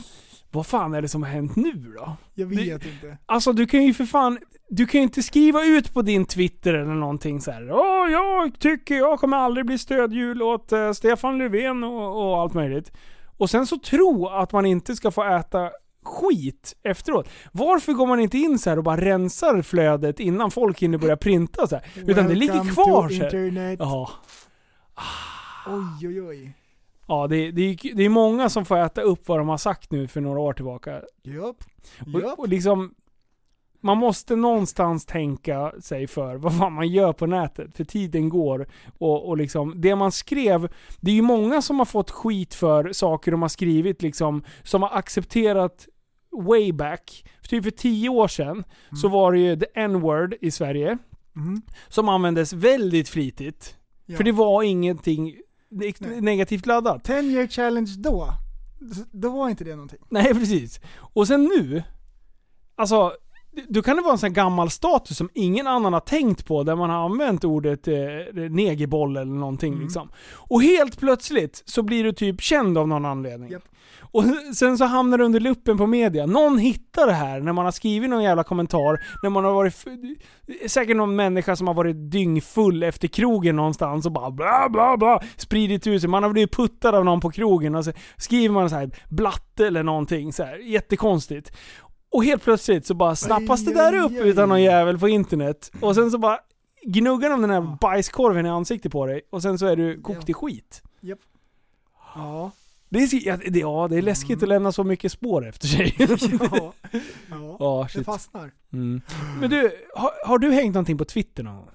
Vad fan är det som har hänt nu då? Jag vet inte. Alltså du kan ju för fan, du kan ju inte skriva ut på din Twitter eller någonting så här. Åh, jag tycker jag kommer aldrig bli stödhjul åt eh, Stefan Löfven och, och allt möjligt. Och sen så tro att man inte ska få äta skit efteråt. Varför går man inte in så här och bara rensar flödet innan folk hinner börja printa så här? Utan det ligger Welcome kvar to så här. internet. Ja. Oj, oj, oj. Ja, det, det, är- det är många som får äta upp vad de har sagt nu för några år tillbaka. Japp. Och, Japp. och liksom, man måste någonstans tänka sig för vad fan man gör på nätet. För tiden går och, och liksom, det man skrev, det är ju många som har fått skit för saker de har skrivit liksom, som har accepterat way back. För typ för tio år sedan Mm. så var det ju the n-word i Sverige. Mhm. Som användes väldigt flitigt. Ja. För det var ingenting ne- Nej. negativt laddat. 10 year challenge då, s- då var inte det någonting. Nej, precis. Och sen nu, alltså, d- då kan det vara en sån här gammal status som ingen annan har tänkt på, där man har använt ordet eh, negerboll eller någonting liksom. Och helt plötsligt så blir du typ känd av någon anledning. Japp. Och sen så hamnar det under luppen på media. Någon hittar det här när man har skrivit någon jävla kommentar, när man har varit... f- Säkert någon människa som har varit dyngfull efter krogen någonstans och bara bla bla bla spridit ut sig. Man har blivit puttad av någon på krogen och så skriver man så här blatte eller någonting så här. jättekonstigt. Och helt plötsligt så bara snappas det Aj, där aj, upp aj. utan någon jävel på internet. Och sen så bara gnuggar de den här bajskorven i ansiktet på dig och sen så är du kokt i skit. Ja. Mm. Det är, sk- ja, det, ja, det är läskigt att lämna så mycket spår efter sig. Ja. ja. Ja, Det shit. fastnar. Mm. Men du, har, har du hängt någonting på Twitter någon gång?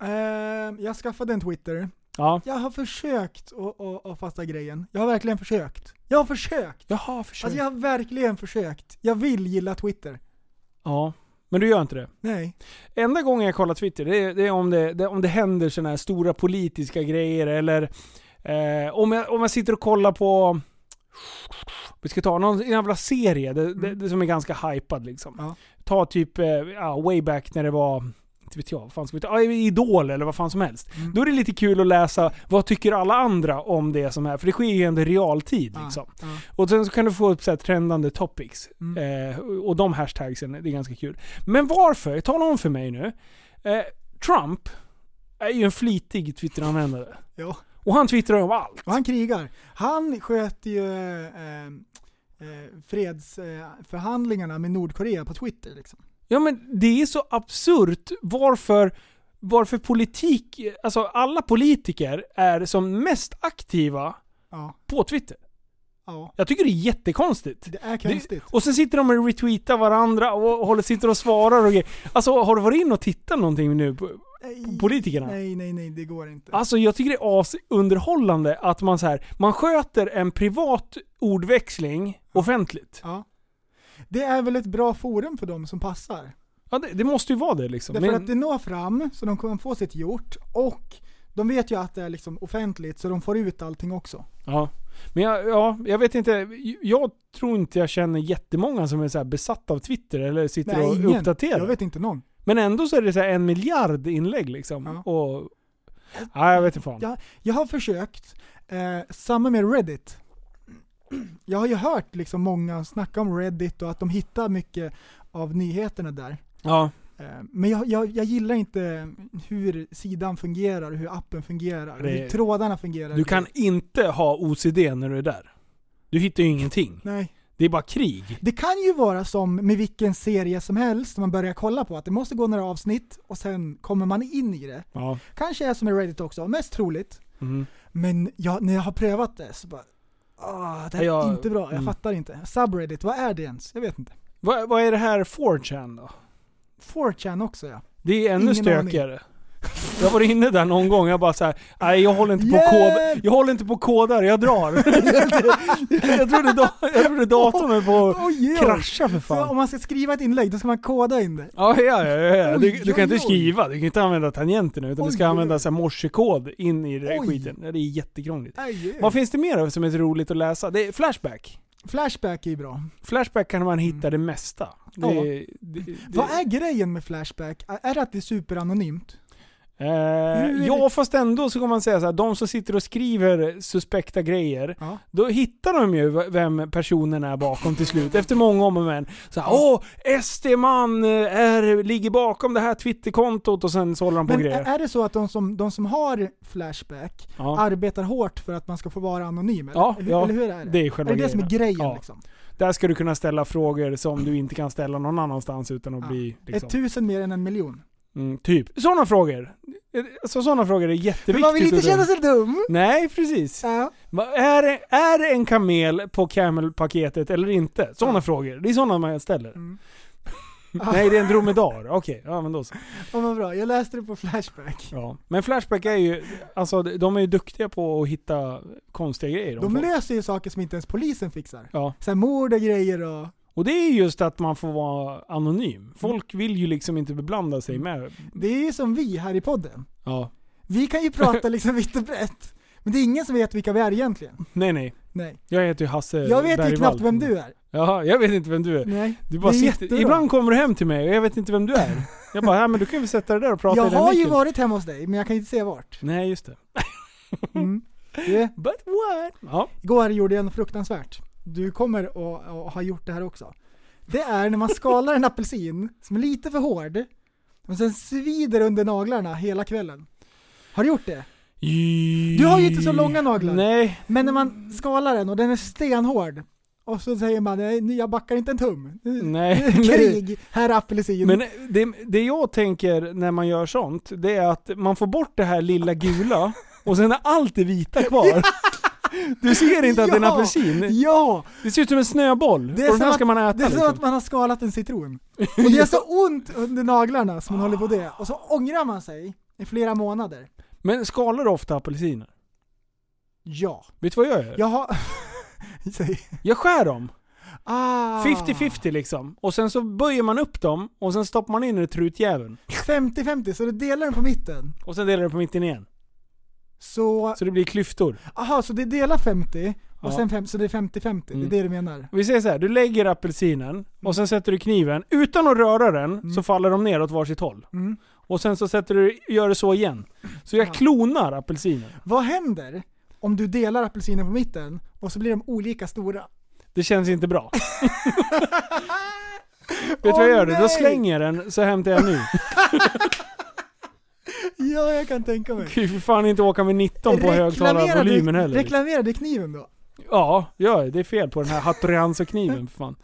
Ehm, jag skaffade en Twitter. Ja. Jag har försökt att, att, att fatta grejen. Jag har verkligen försökt. Jag har försökt. Jaha, försök. Alltså jag har verkligen försökt. Jag vill gilla Twitter. Ja. Men du gör inte det? Nej. Enda gången jag kollar Twitter, det är, det är om, det, det, om det händer sådana här stora politiska grejer eller eh, om, jag, om jag sitter och kollar på... Vi ska ta någon jävla serie det, det, det som är ganska hypad liksom. Mm. Ja. Ta typ eh, ja, way back när det var... Inte vet jag, vad fan ska vi ta? Ja, Idol eller vad fan som helst. Mm. Då är det lite kul att läsa vad tycker alla andra om det som är, för det sker ju ändå i realtid Ja, liksom. ja. Och sen så kan du få upp så här trendande topics. Mm. Eh, och de hashtagsen, det är ganska kul. Men varför? Tala om för mig nu. Eh, Trump är ju en flitig Twitteranvändare. Ja. Och han twittrar om allt. Och han krigar. Han sköter ju eh, eh, fredsförhandlingarna eh, förhandlingarna med Nordkorea på Twitter liksom. Ja men det är så absurt varför, varför politik, alltså alla politiker är som mest aktiva Ja. på Twitter. Ja, Jag tycker det är jättekonstigt. det är konstigt. och sen sitter de och retweetar varandra och håller, sitter och svarar och grejer. Alltså har du varit inne och tittat någonting nu? på- Nej, politikerna. Nej, nej, nej, det går inte. Alltså jag tycker det är asunderhållande att man så här, man sköter en privat ordväxling offentligt. Ja. Det är väl ett bra forum för dem som passar. Ja, det, det måste ju vara det liksom. Därför Men, att det når fram, så de kommer få sitt gjort. Och de vet ju att det är liksom offentligt, så de får ut allting också. ja. Men jag, ja, jag vet inte. Jag tror inte jag känner jättemånga som är så här besatta av Twitter eller sitter och uppdaterar. Jag vet inte någon. Men ändå så är det så här en miljard inlägg liksom. Ja. Och, ja, jag vet inte fan. Jag, jag har försökt, eh, samma med Reddit. Jag har ju hört liksom många snacka om Reddit och att de hittar mycket av nyheterna där. Ja. Eh, Men jag, jag, jag gillar inte hur sidan fungerar, hur appen fungerar, Det- hur trådarna fungerar. Du kan inte ha OCD när du är där. Du hittar ju ingenting. Nej. Det är bara krig. Det kan ju vara som med vilken serie som helst man börjar kolla på, att det måste gå några avsnitt och sen kommer man in i det. Ja. Kanske är som med Reddit också, mest troligt. Mm. Men jag, när jag har prövat det så bara... Ah, det här Jag- är inte bra, jag mm. fattar inte. Subreddit, vad är det ens? Jag vet inte. Vad, vad är det här 4chan då? 4chan också ja. Det är ännu Ingen stökigare. Jag var inne där någon gång, jag bara såhär, nej jag håller inte på Hjälp! kod, jag håller inte på kodar, jag drar. jag, trodde da, jag trodde datorn höll på att Oj, oj. krascha för Så om fan. man ska skriva ett inlägg, då ska man koda in det. Ja, ja, ja, ja, ja. Du, Oj, du kan inte oj, oj. skriva, du kan inte använda tangenterna utan du Oj, ska oj, använda oj. så här morsekod in i det där Oj. Äh, skiten. Ja, Det är jättekrångligt. Aj, oj. Vad finns det mer då som är roligt att läsa? Det är Flashback. Flashback är ju bra. Flashback kan man hitta det mesta. Det, Mm. Ja. det, det, Vad är grejen med Flashback? Är det att det är superanonymt? Hur Eh, är ja det- fast ändå så kan man säga så här, de som sitter och skriver suspekta grejer, Ja. då hittar de ju v- vem personen är bakom till slut. Efter många om och men. Så här, åh, SD-man är, ligger bakom det här twitterkontot och sen så håller de på Men eh, grejer. är, är det så att de som, de som har Flashback Ja. arbetar hårt för att man ska få vara anonym? Eller, Ja, hur, ja. eller hur är det? Det är själva det det som är grejen. grejen Ja. liksom? Där ska du kunna ställa frågor som du inte kan ställa någon annanstans utan att Ja. bli... Ett typ- Liksom, tusen mer än en miljon. mm, typ. Sådana frågor. Alltså, sådana frågor är jätteviktigt. Men man vill inte utan- känna sig dum! Nej, precis. Ja. Va- Är det, är det en kamel på camelpaketet eller inte? Sådana frågor. Det är sådana man ställer. Mm. Nej, det är en dromedar. Okej, ja men då så. Ja, vad bra, jag läste det på Flashback. Ja. Men Flashback är ju, alltså de är ju duktiga på att hitta konstiga grejer. De får. löser ju saker som inte ens polisen fixar. Ja. Så här mord och grejer och... Och det är ju just att man får vara Mm. anonym. Folk vill ju liksom inte beblanda sig med... Det är ju som vi här i podden. Ja. Vi kan ju prata liksom vitt och brett. Men det är ingen som vet vilka vi är egentligen. Nej nej. Nej. Jag heter ju Hasse Jag vet ju Eh, Bergvall. Eh, knappt vem du är. Ja, jag vet inte vem du är. Nej. Du bara det är sitter, jättebra. ibland kommer du hem till mig och jag vet inte vem du är. Jag bara, ja men du kan ju sätta dig där och prata Jag i den har ju micken." varit hemma hos dig, men jag kan inte säga vart. Nej just det. Mm. Du, But what? Ja. igår gjorde jag något fruktansvärt. Du kommer att att ha gjort det här också. Det är när man skalar en apelsin som är lite för hård och sen svider under naglarna hela kvällen. Har du gjort det? Du har ju inte så långa naglar. Nej, Men när Mm. man skalar den och den är stenhård och så säger man nej, nu, jag backar inte en tum. Nu- nej. Krig, här är apelsin. Men det, det jag tänker när man gör sånt, det är att man får bort det här lilla gula och sen är allt det vita kvar. Du ser inte att det är en Ja. apelsin. ja! Det ser ut som en snöboll. Det är, och den som här ska att, man äta. det är som liksom. att man har skalat en citron. Och det är så ont under naglarna som man håller på det. Och så ångrar man sig i flera månader. Men skalar du ofta apelsiner? Ja. Vet du vad jag gör? Jag har... Säg. Jag skär dem. Ah. 50-50 liksom. Och sen så böjer man upp dem och sen stoppar man in den i trutjäveln. 50-50, så du delar den på mitten. Och sen delar du på mitten igen. Så, Så det blir klyftor. aha, så det delar 50 och Ja. sen fem, så det är 50-50, Mm. det är det du menar? Vi säger så här, du lägger apelsinen Mm. och sen sätter du kniven. Utan att röra den så faller de ner åt varsitt håll. Mm. Och sen så sätter du, gör du så igen. Så jag klonar apelsinen. Vad händer om du delar apelsinen på mitten och så blir de olika stora? Det känns inte bra. Vet du vad jag gör? då? Då nej! slänger jag den så hämtar jag en ny. Ja, jag kan tänka mig. Kan ju för fan inte åka med 19 på högtalarvolymen du, heller. liksom? reklamerar du kniven då? ja, gör det. Det är fel på den här Hattorianzo-kniven för fan.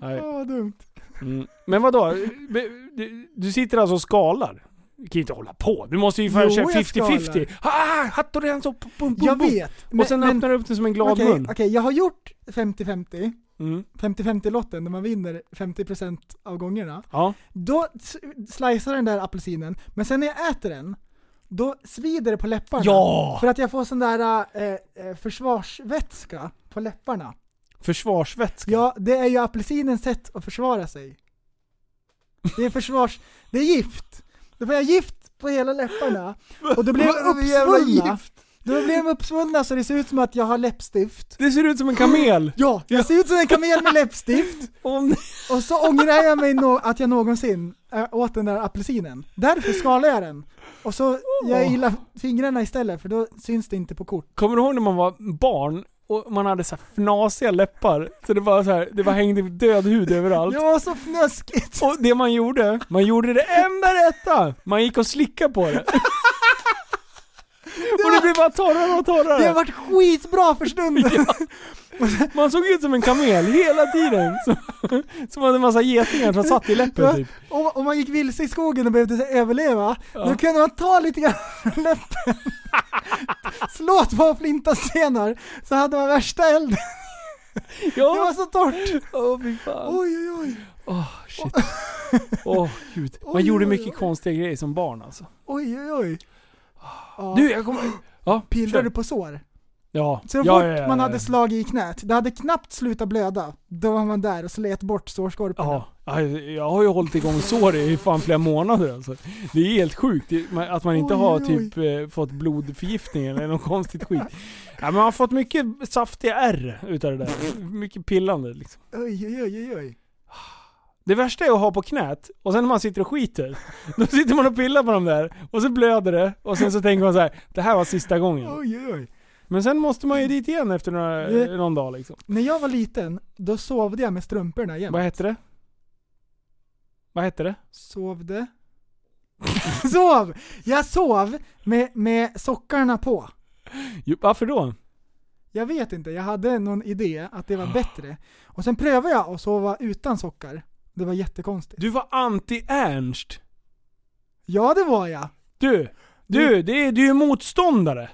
Nej. Ja, vad dumt. Mm. Men vadå? Du- Du sitter alltså och skalar? Du kan ju inte hålla på. Du måste ju fan Jo, köra jag 50-50. Ah, hatt och den så... Bum, bum, Jag bum. vet. Och sen öppnar du upp den som en glad okej, mun. okej, jag har gjort 50-50. Mm. 50-50-lotten där man vinner 50% av gångerna. Ja. Då s- slicear den där apelsinen, men sen när jag äter den, då svider det på läpparna. Ja! För att jag får sån där eh, eh, försvarsvätska på läpparna. Försvarsvätska. Ja, det är ju apelsinens sätt att försvara sig. Det är försvars... Det är gift! Då får jag gift på hela läpparna, och då blir de Vad är det för jävla uppsvullna. gift? Då blir de uppsvullna så det ser ut som att jag har läppstift. Det ser ut som en kamel. Ja, jag ser ut som en kamel med läppstift. Om ni... Och så ångrar jag mig nå- att jag någonsin äh, åt den där apelsinen. Därför skalar jag den. Och så jag Åh. gillar fingrarna istället för då syns det inte på kort. Kommer du ihåg när man var barn och man hade så här fnasiga läppar? Så det var så här, det var hängde död hud överallt. Det var så fnöskigt! Och det man gjorde, man gjorde det enda rätta! Man gick och slickade på det. och det blev bara torrare och torrare. Det har varit skitbra för stunden! Man såg ut som en kamel hela tiden. Som, som hade en massa getingar som satt i läppen typ. Om, om man gick vilse i skogen och behövde överleva, då kunde man ta lite grann från läppen, slå två flintastenar, så hade man värsta elden. Det var Ja, så torrt! åh fy fan. Oj oj oj! Åh shit. Åh gud. Man Oj, gjorde oj, mycket oj. konstiga grejer som barn alltså. Oj oj oj! Ja, Ah. Du, jag kommer... Ja, Pillrar kör. du på sår? Ja. Så ja, fort ja, ja, man ja. hade slagit i knät, det hade knappt slutat blöda, då var man där och slet bort sårskorporna. Ja, ja, jag har ju hållit igång sår i fan flera månader alltså. Det är helt sjukt det- man- att man inte Oj, har oj, typ eh, fått blodförgiftning eller någon konstigt skit. Ja, men man har fått mycket saftiga ärr utav det där. Mycket pillande liksom. Oj, oj, oj, oj. Det värsta är att ha på knät och sen när man sitter och skiter, då sitter man och pillar på dem där och så blöder det och sen så tänker man så här: det här var sista gången. oj, Mm. oj, oj. Men sen måste man ju dit igen efter några, Det- någon dag liksom. När jag var liten, då sovde jag med strumporna igen. Vad hette det? Vad hette det? Sovde? sov! Jag sov med, med sockarna på. Jo, Varför då? Jag vet inte, jag hade någon idé att Ah. det var bättre. Och sen prövade jag att sova utan sockar. Det var jättekonstigt. Du var anti-Ernst. Ja, det var jag. Du! Du, det är, du är ju motståndare!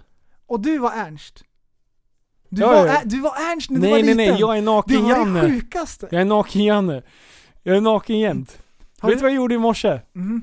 Och du var Ernst. Du, Ja, var, ja. Ä- du var Ernst när du var Nej nej liten. nej, jag är det var det naken-Janne. sjukaste. Jag är naken-Janne. Jag är naken jämt. Har Vet du du- vad jag gjorde i morse? Mhm.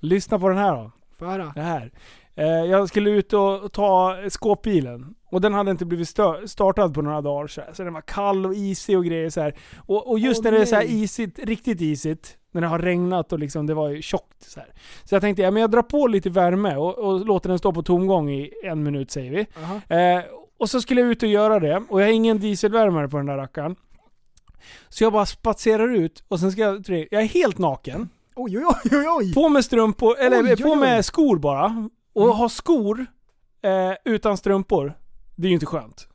Lyssna på den här då. Får jag höra? Det här. Eh, jag skulle ut och ta skåpbilen. Och den hade inte blivit stö- startad på några dagar så, här. så den var kall och isig och grejer så här. Och, och just Åh, när det är så här nej. isigt, riktigt isigt, när det har regnat och liksom det var ju tjockt så här. Så jag tänkte, ja men jag drar på lite värme och, och låter den stå på tomgång i en minut säger vi. Aha. Eh, och så skulle jag ut och göra det och jag har ingen dieselvärmare på den där rackaren. Så jag bara spatserar ut och sen ska jag... Jag är helt naken. Oj, oj, oj, oj, oj! På med strumpor, eller Oj, oj, på med oj. Mm. skor bara. Och ha skor eh, utan strumpor, det är ju inte skönt.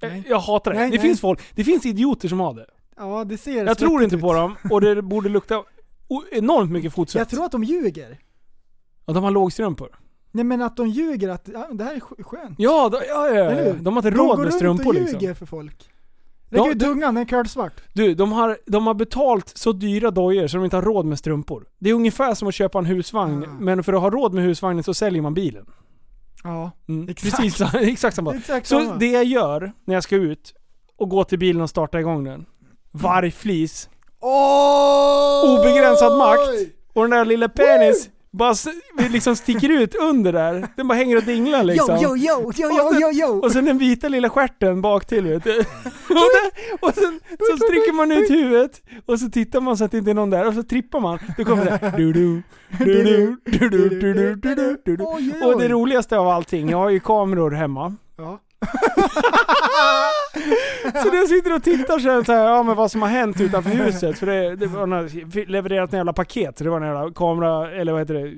Eh, Nej. Jag hatar det. Nej, det nej. finns folk, det finns idioter som har det. Ja, det ser Jag tror inte ut. på dem och det borde lukta o- enormt mycket Jag fotsvett. tror att de ljuger. Att de har lågstrumpor. Nej men att de ljuger att ja, det här är sk- skönt. Ja, de, ja, ja, Eller ja. hur? de har inte De råd går med runt strumpor och liksom. ljuger för folk. Ja, Räcker ut du- tungan, den är curlsvart. Du, de har, de har betalt så dyra dojor så de inte har råd med strumpor. Det är ungefär som att köpa en husvagn, Ah. men för att ha råd med husvagnen så säljer man bilen. Ja, Mm. Exakt. Precis, så- exakt samma. det är exakt Så samma. det jag gör när jag ska ut och gå till bilen och starta igång den. Vargflis, Åh! obegränsad makt och den där lilla penis bara s- liksom sticker ut under där. Den bara hänger och dinglar liksom. Yo, yo, yo, yo, yo, yo, yo! Och sen den vita lilla stjärten bak till vet du. Och, där, och sen så stryker man ut huvudet och så tittar man så att det inte är någon där och så trippar man. Då kommer det här, du du du du du du du du du du du du. Oj, oj, Och det oj. roligaste av allting, jag har ju kameror hemma. Ja. Så när jag sitter och tittar så, här, så här, ja men vad som har hänt utanför huset. För det, det var några, levererat en jävla paket, så det var en jävla kamera, eller vad heter det,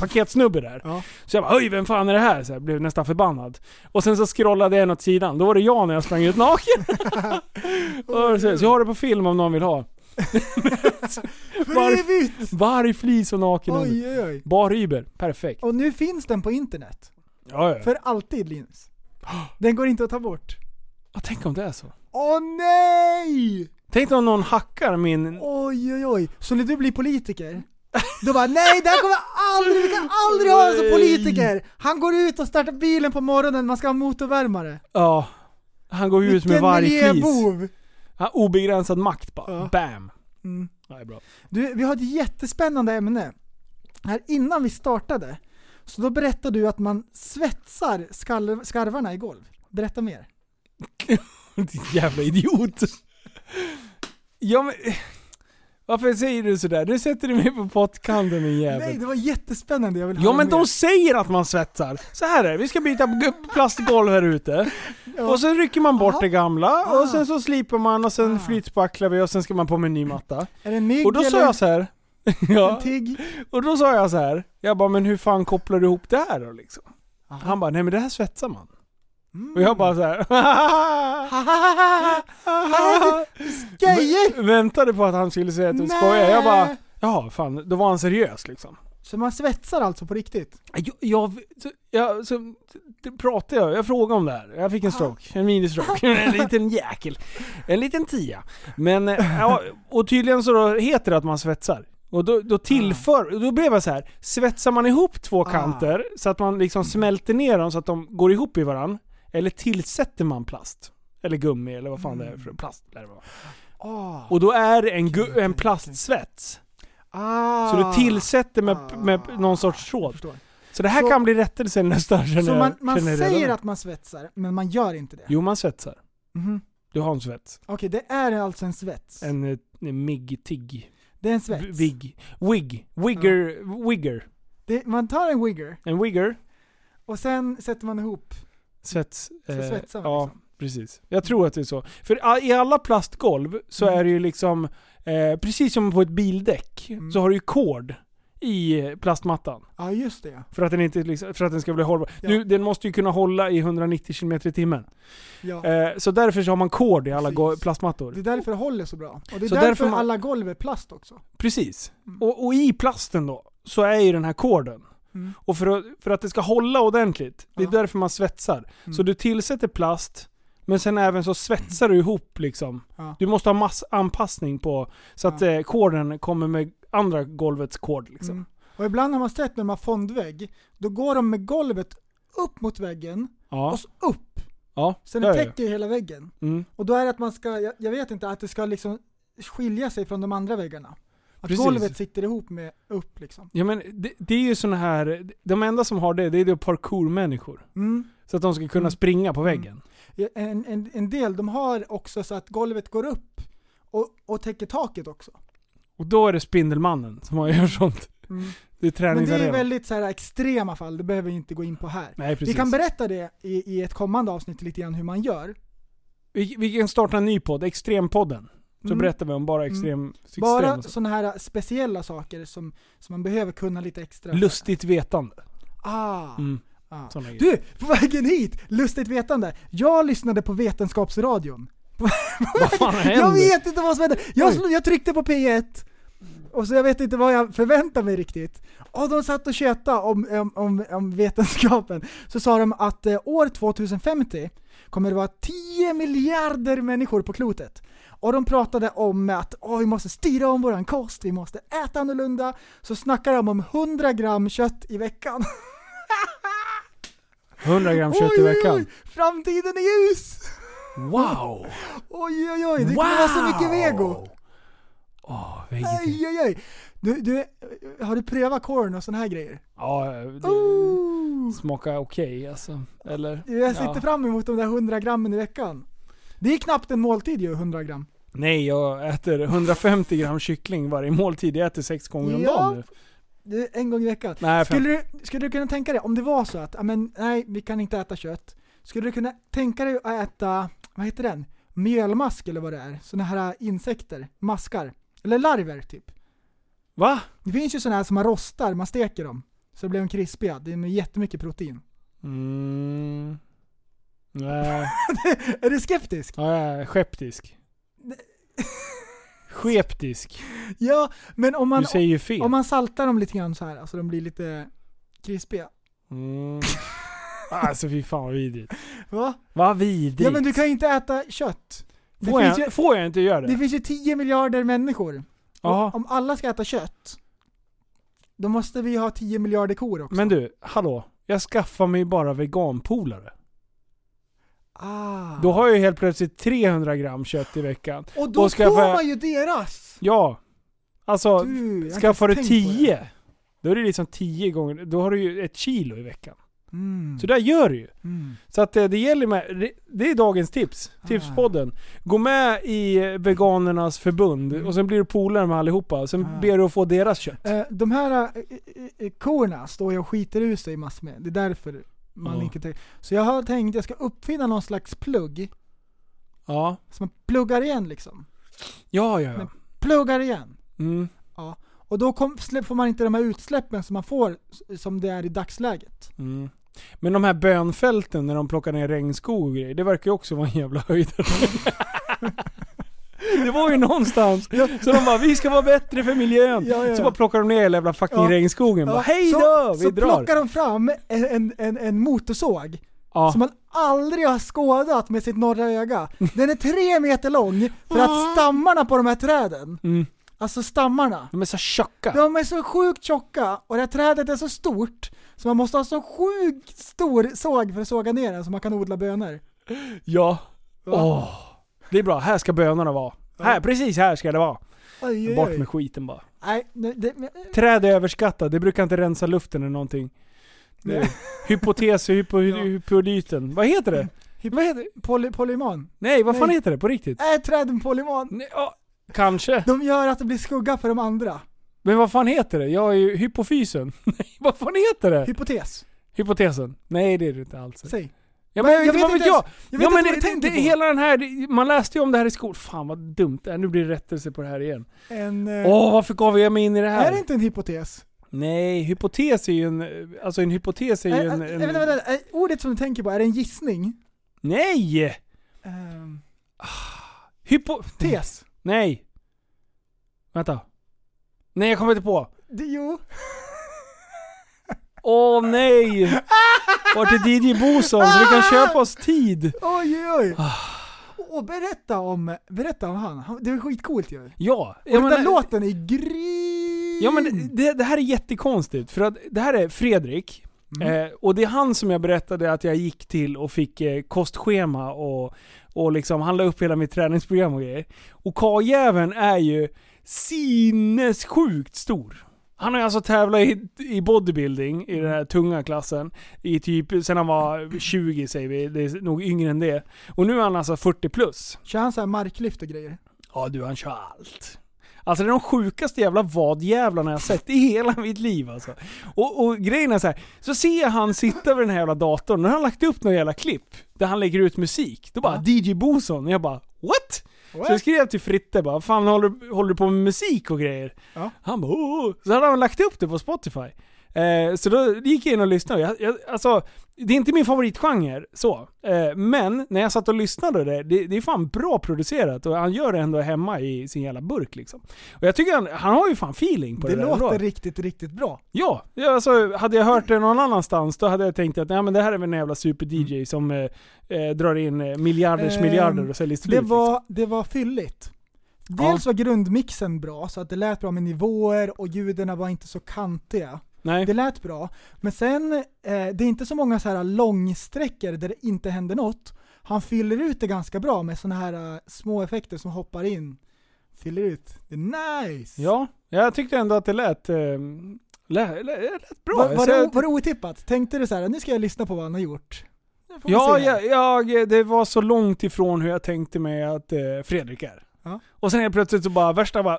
paketsnubbe där. Ja. Så jag bara oj vem fan är det här? Så jag blev nästan förbannad. Och sen så scrollade jag en åt sidan, då var det jag när jag sprang ut naken. och så, så jag har det på film om någon vill ha. För Varf- evigt! Varg, flis och naken under. Oj, oj, oj. Bar Uber, perfekt. Och nu finns den på internet. Ja, ja. För alltid Linus. Den går inte att ta bort. Ja, tänk om det är så. Åh nej! Tänk om någon hackar min... Oj, oj, oj. Så när du blir politiker, Då bara nej, det här kommer aldrig, vi kan aldrig ha en som politiker! Han går ut och startar bilen på morgonen, man ska ha motorvärmare. Ja. Han går ju ut med Vilken varje fis. miljöbov! Han, obegränsad makt bara. Ja. Bam. Mm. Ja, det är bra. Du, vi har ett jättespännande ämne. Här innan vi startade, så då berättade du att man svetsar skall- skarvarna i golv. Berätta mer. Din jävla idiot. Ja men... Varför säger du sådär? Nu sätter du mig på pottkanten din Nej, jävel. det var jättespännande, jag vill Ja höra men mer. de säger att man svetsar. Så här är det, vi ska byta g- plastgolv här ute. Ja. Och sen rycker man bort Jaha. det gamla Ah. och sen så slipar man och sen flytspacklar vi och sen ska man på med en ny matta. Är det en mygg Och då sa eller jag så här. Ja, en tigg? och då sa jag så här. Jag bara, men hur fan kopplar du ihop det här då liksom? Han bara, nej men det här svetsar man. Och jag bara så här. Gejer! Vä- Väntade på att han skulle säga att du Nej. skojar. Jag bara, ja fan, då var han seriös liksom. Så man svetsar alltså på riktigt? Jag, jag, så, jag så, det pratade jag, jag frågade om det här. Jag fick en stroke, en mini-stroke, en liten jäkel. En liten tia. Men, eh, ja, och tydligen så då heter det att man svetsar. Och då, då tillför, då blev jag så här. svetsar man ihop två kanter så att man liksom smälter ner dem så att de går ihop i varandra. Eller tillsätter man plast? Eller gummi eller vad fan det är för plast. lär det vara. Ah. Och då är det en, gu- en plastsvets. Ah. Så du tillsätter med, Ah. med någon sorts tråd. Förstår. Så det här Så- kan bli rättelse nästa känner Så jag- man, man känner jag redan. säger att man svetsar, men man gör inte det? Jo, man svetsar. Mhm. Du har en svets. Okej, det är alltså en svets. En, eh, en mig-tigg. det är en svets. Wig. Wig. Wigger. Wigger. Det, man tar en wigger En wigger. och sen sätter man ihop. Svets. Så svetsar man Eh, ja, liksom. precis. Jag tror att det är så. För a- i alla plastgolv så Mm. är det ju liksom, eh, precis som på ett bildäck, Mm. så har du ju kord i eh, plastmattan. Ja, just det ja. För att den, inte, liksom- för att den ska bli hållbar. Ja. Du, den måste ju kunna hålla i 190 km i timmen. ja. Eh, så därför så har man kord i alla Precis. go- plastmattor. Det är därför det håller så bra. Och det är Så därför, därför man- alla golv är plast också. Precis. Mm. Och, och i plasten då, så är ju den här korden. Mm. Och för att, för att det ska hålla ordentligt, det är Ja. Mm. därför man svetsar. Så du tillsätter plast, men sen även så svetsar du ihop liksom. Ja. Du måste ha massanpassning på, så att Ja. eh, korden kommer med andra golvets kord liksom. Mm. Och ibland har man sett när man har fondvägg, då går de med golvet upp mot väggen Ja. och så upp. ja. Så ja, ja, den ja. täcker hela väggen. Mm. Och då är det att man ska, jag, jag vet inte, att det ska liksom skilja sig från de andra väggarna. Att Precis. golvet sitter ihop med upp liksom. Ja men det, det är ju såna här, de enda som har det, det är ju parkour-människor. Mm. Så att de ska kunna springa på väggen. En, en, en del, de har också så att golvet går upp och, och täcker taket också. Och då är det Spindelmannen som har gör sånt. Mm. Det är Men det är ju träningsarena. väldigt så här extrema fall, det behöver vi inte gå in på här. Nej precis. Vi kan berätta det i, i ett kommande avsnitt lite grann hur man gör. Vi, vi kan starta en ny podd, Extrempodden. Så Mm. berättar vi om bara extrem... extrem Bara och så. sådana här speciella saker som, som man behöver kunna lite extra. Lustigt vetande. Ah, Mm. ah. såna grejer. Du, på vägen hit! Lustigt vetande. Jag lyssnade på Vetenskapsradion. Vad fan händer? Jag vet inte vad som hände. Jag, Oj. sl- jag tryckte på P1 och så jag vet inte vad jag förväntar mig riktigt. Och de satt och tjötade om, om, om, om vetenskapen. Så sa de att eh, år 2050 kommer det vara 10 miljarder människor på klotet. Och de pratade om att åh, vi måste styra om våran kost, vi måste äta annorlunda. Så snackar de om 100 gram kött i veckan. 100 gram kött i Oj, veckan. Oj, oj. Framtiden är ljus! Wow! Oj oj oj, det kommer vara så mycket vego! Åh, vego. Oj, oj, oj. Du, du, har du prövat korn och såna här grejer? Ja, det Ooh. smakar okej alltså. Eller? Oh. Jag sitter ja. fram emot de där 100 grammen i veckan. Det är knappt en måltid ju, 100 gram. Nej, jag äter 150 gram kyckling varje måltid. Jag äter sex gånger om Ja. dagen nu. Det är en gång i veckan. Nej, fem. Skulle du, skulle du kunna tänka dig, om det var så att, ja, men, nej vi kan inte äta kött. Skulle du kunna tänka dig att äta, vad heter den? Mjölmask eller vad det är? Såna här insekter, maskar. Eller larver typ. Va? Det finns ju såna här som man rostar, man steker dem. Så blir de krispiga, det är jättemycket protein. Mm. Nej. är du skeptisk? Ja, jag är skeptisk. Skeptisk. Ja, men om man, Du säger ju fel. om man saltar dem lite grann så här, alltså de blir lite krispiga. Mm. Alltså fy fan vad vidrigt. Va? Vad vidrigt. Ja men du kan ju inte äta kött. Det får, finns, jag, ju, får jag inte göra det? det finns ju 10 miljarder människor. Jaha. Om alla ska äta kött, Då måste vi ha 10 miljarder kor också. Men du, hallå. Jag skaffar mig bara veganpolare. ah. Då har jag ju helt plötsligt 300 gram kött i veckan. och då ska jag får få- man ju deras! Ja. Alltså, Du, jag har skaffar du inte ens tänkt på det. 10, då är det liksom 10 gånger, då har du ju ett kilo i veckan. Mm. Så där gör du ju. Mm. Så att eh, det gäller med, det är dagens tips. Ah. Tipspodden. Gå med i eh, veganernas förbund och sen blir du polare med allihopa. Sen Mm. Ah. ber du att få deras kött. Eh, De här eh, eh, eh, korna står ju och skiter ur sig massor med. Det är därför man Ja. inte tänker. Så jag har tänkt att jag ska uppfinna någon slags plugg. Ja. Så man pluggar igen liksom. Ja, ja, ja. Pluggar igen. Mm. Ja. Och då kom, slä- får man inte de här utsläppen som man får s- som det är i dagsläget. Mm. Men de här bönfälten när de plockar ner regnskog och grejer, det verkar ju också vara en jävla höjdare. Det var ju någonstans. Så de bara, vi ska vara bättre för miljön. Ja, ja, ja. Så bara plockar de ner hela jävla fucking Ja. regnskogen. Bara, Ja, Hej så, då, vi så drar. plockar de fram en, en, en, en motorsåg Ja. som man aldrig har skådat med sitt norra öga. Den är tre meter lång för att stammarna på de här träden, Mm. alltså stammarna, De är så tjocka. de är så sjukt tjocka och det här trädet är så stort så man måste ha så sjukt stor såg för att såga ner den så man kan odla bönor. Ja. Åh. Det är bra, här ska bönorna vara. Här, precis här ska det vara. Oj, oj, Bort oj. med skiten bara. Nej, det, det, men- Träd är överskattat, det brukar inte rensa luften eller någonting. Det är hypotes, hypo, hypolyten. Vad heter det? eh, Vad heter det? poly, polyman. Nej, vad fan Nej. heter det på riktigt? Är träden polyman? Nej, ja, kanske. De gör att det blir skugga för de andra. Men vad fan heter det? Jag är ju hypofysen. Nej, vad fan heter det? Hypotes. Hypotesen. Nej, det är det inte alls. Säg. Ja, men, jag jag vet vad inte vet jag? ens- jag vet Ja men inte vad du det, det, tänker på. hela den här, det- man läste ju om det här i skolan. Fan vad dumt det är. Nu blir det rättelse på det här igen. En, eh, Åh, varför gav jag mig in i det här? Är det inte en hypotes? Nej, hypotes är ju en... Alltså en hypotes är Är, ju en... är, en Eh, vänta, vänta, är ordet som du tänker på, är det en gissning? Nej! Ehm, Hypo... tes? Nej. Vänta. Nej, jag kommer inte på. Det, jo. Åh nej! Vart är DJ Boson så vi kan köpa oss tid? Oj, oj, oj. Ah. Och berätta om, berätta om han. han. Det är skitcoolt ju. Ja. Och Jag den där menar, låten är grym! ja men det, det här är jättekonstigt för att det här är Fredrik. Eh, och det är han som jag berättade att jag gick till och fick eh, kostschema och, och liksom, han la upp hela mitt träningsprogram och grejer. Och karljäveln är ju sinnessjukt stor. Han har ju alltså tävlat i, i bodybuilding, i den här tunga klassen, i typ, sen han var 20 säger vi, det är nog yngre än det. Och nu är han alltså 40 plus. Kör han så här marklyft och grejer? Ja du, han kör allt. Alltså det är de sjukaste jävla vadjävlarna jag har sett i hela mitt liv alltså. Och, och grejen är så här. så ser jag han sitta vid den här jävla datorn, och han har lagt upp några jävla klipp där han lägger ut musik. Då bara DJ Boson, och jag bara what? Så jag skrev till Fritte bara, fan håller, du- håller du på med musik och grejer? Ja. Han bara Åh! Så hade han lagt upp det på Spotify. Eh, så då gick jag in och lyssnade. Jag, jag, alltså, det är inte min favoritgenre, så. Eh, men när jag satt och lyssnade, det, det, det är fan bra producerat och han gör det ändå hemma i sin jävla burk liksom. Och jag tycker han, han har ju fan feeling på det, Det där låter ändå. riktigt, riktigt bra. Ja, ja, alltså, hade jag hört det någon annanstans då hade jag tänkt att nej, men det här är väl en jävla Mm. super-DJ som eh, eh, drar in eh, miljarders Ehm, miljarder och säljer slut. Det liksom. var, det var fylligt. Dels var grundmixen bra, så att det lät bra med nivåer och ljuden var inte så kantiga. Nej. Det lät bra. Men sen, eh, det är inte så många så här långsträckor där det inte händer något. Han fyller ut det ganska bra med såna här eh, små effekter som hoppar in. Fyller ut. Det är nice! Ja, jag tyckte ändå att det lät, eh, lät, lät, lät bra. var, var, Så det, jag- o- var det otippat? Tänkte du så här, nu ska jag lyssna på vad han har gjort? Nu får vi ja, se. jag, jag, det var så långt ifrån hur jag tänkte mig att eh, Fredrik är. Ja. Och sen helt plötsligt så bara, värsta bara...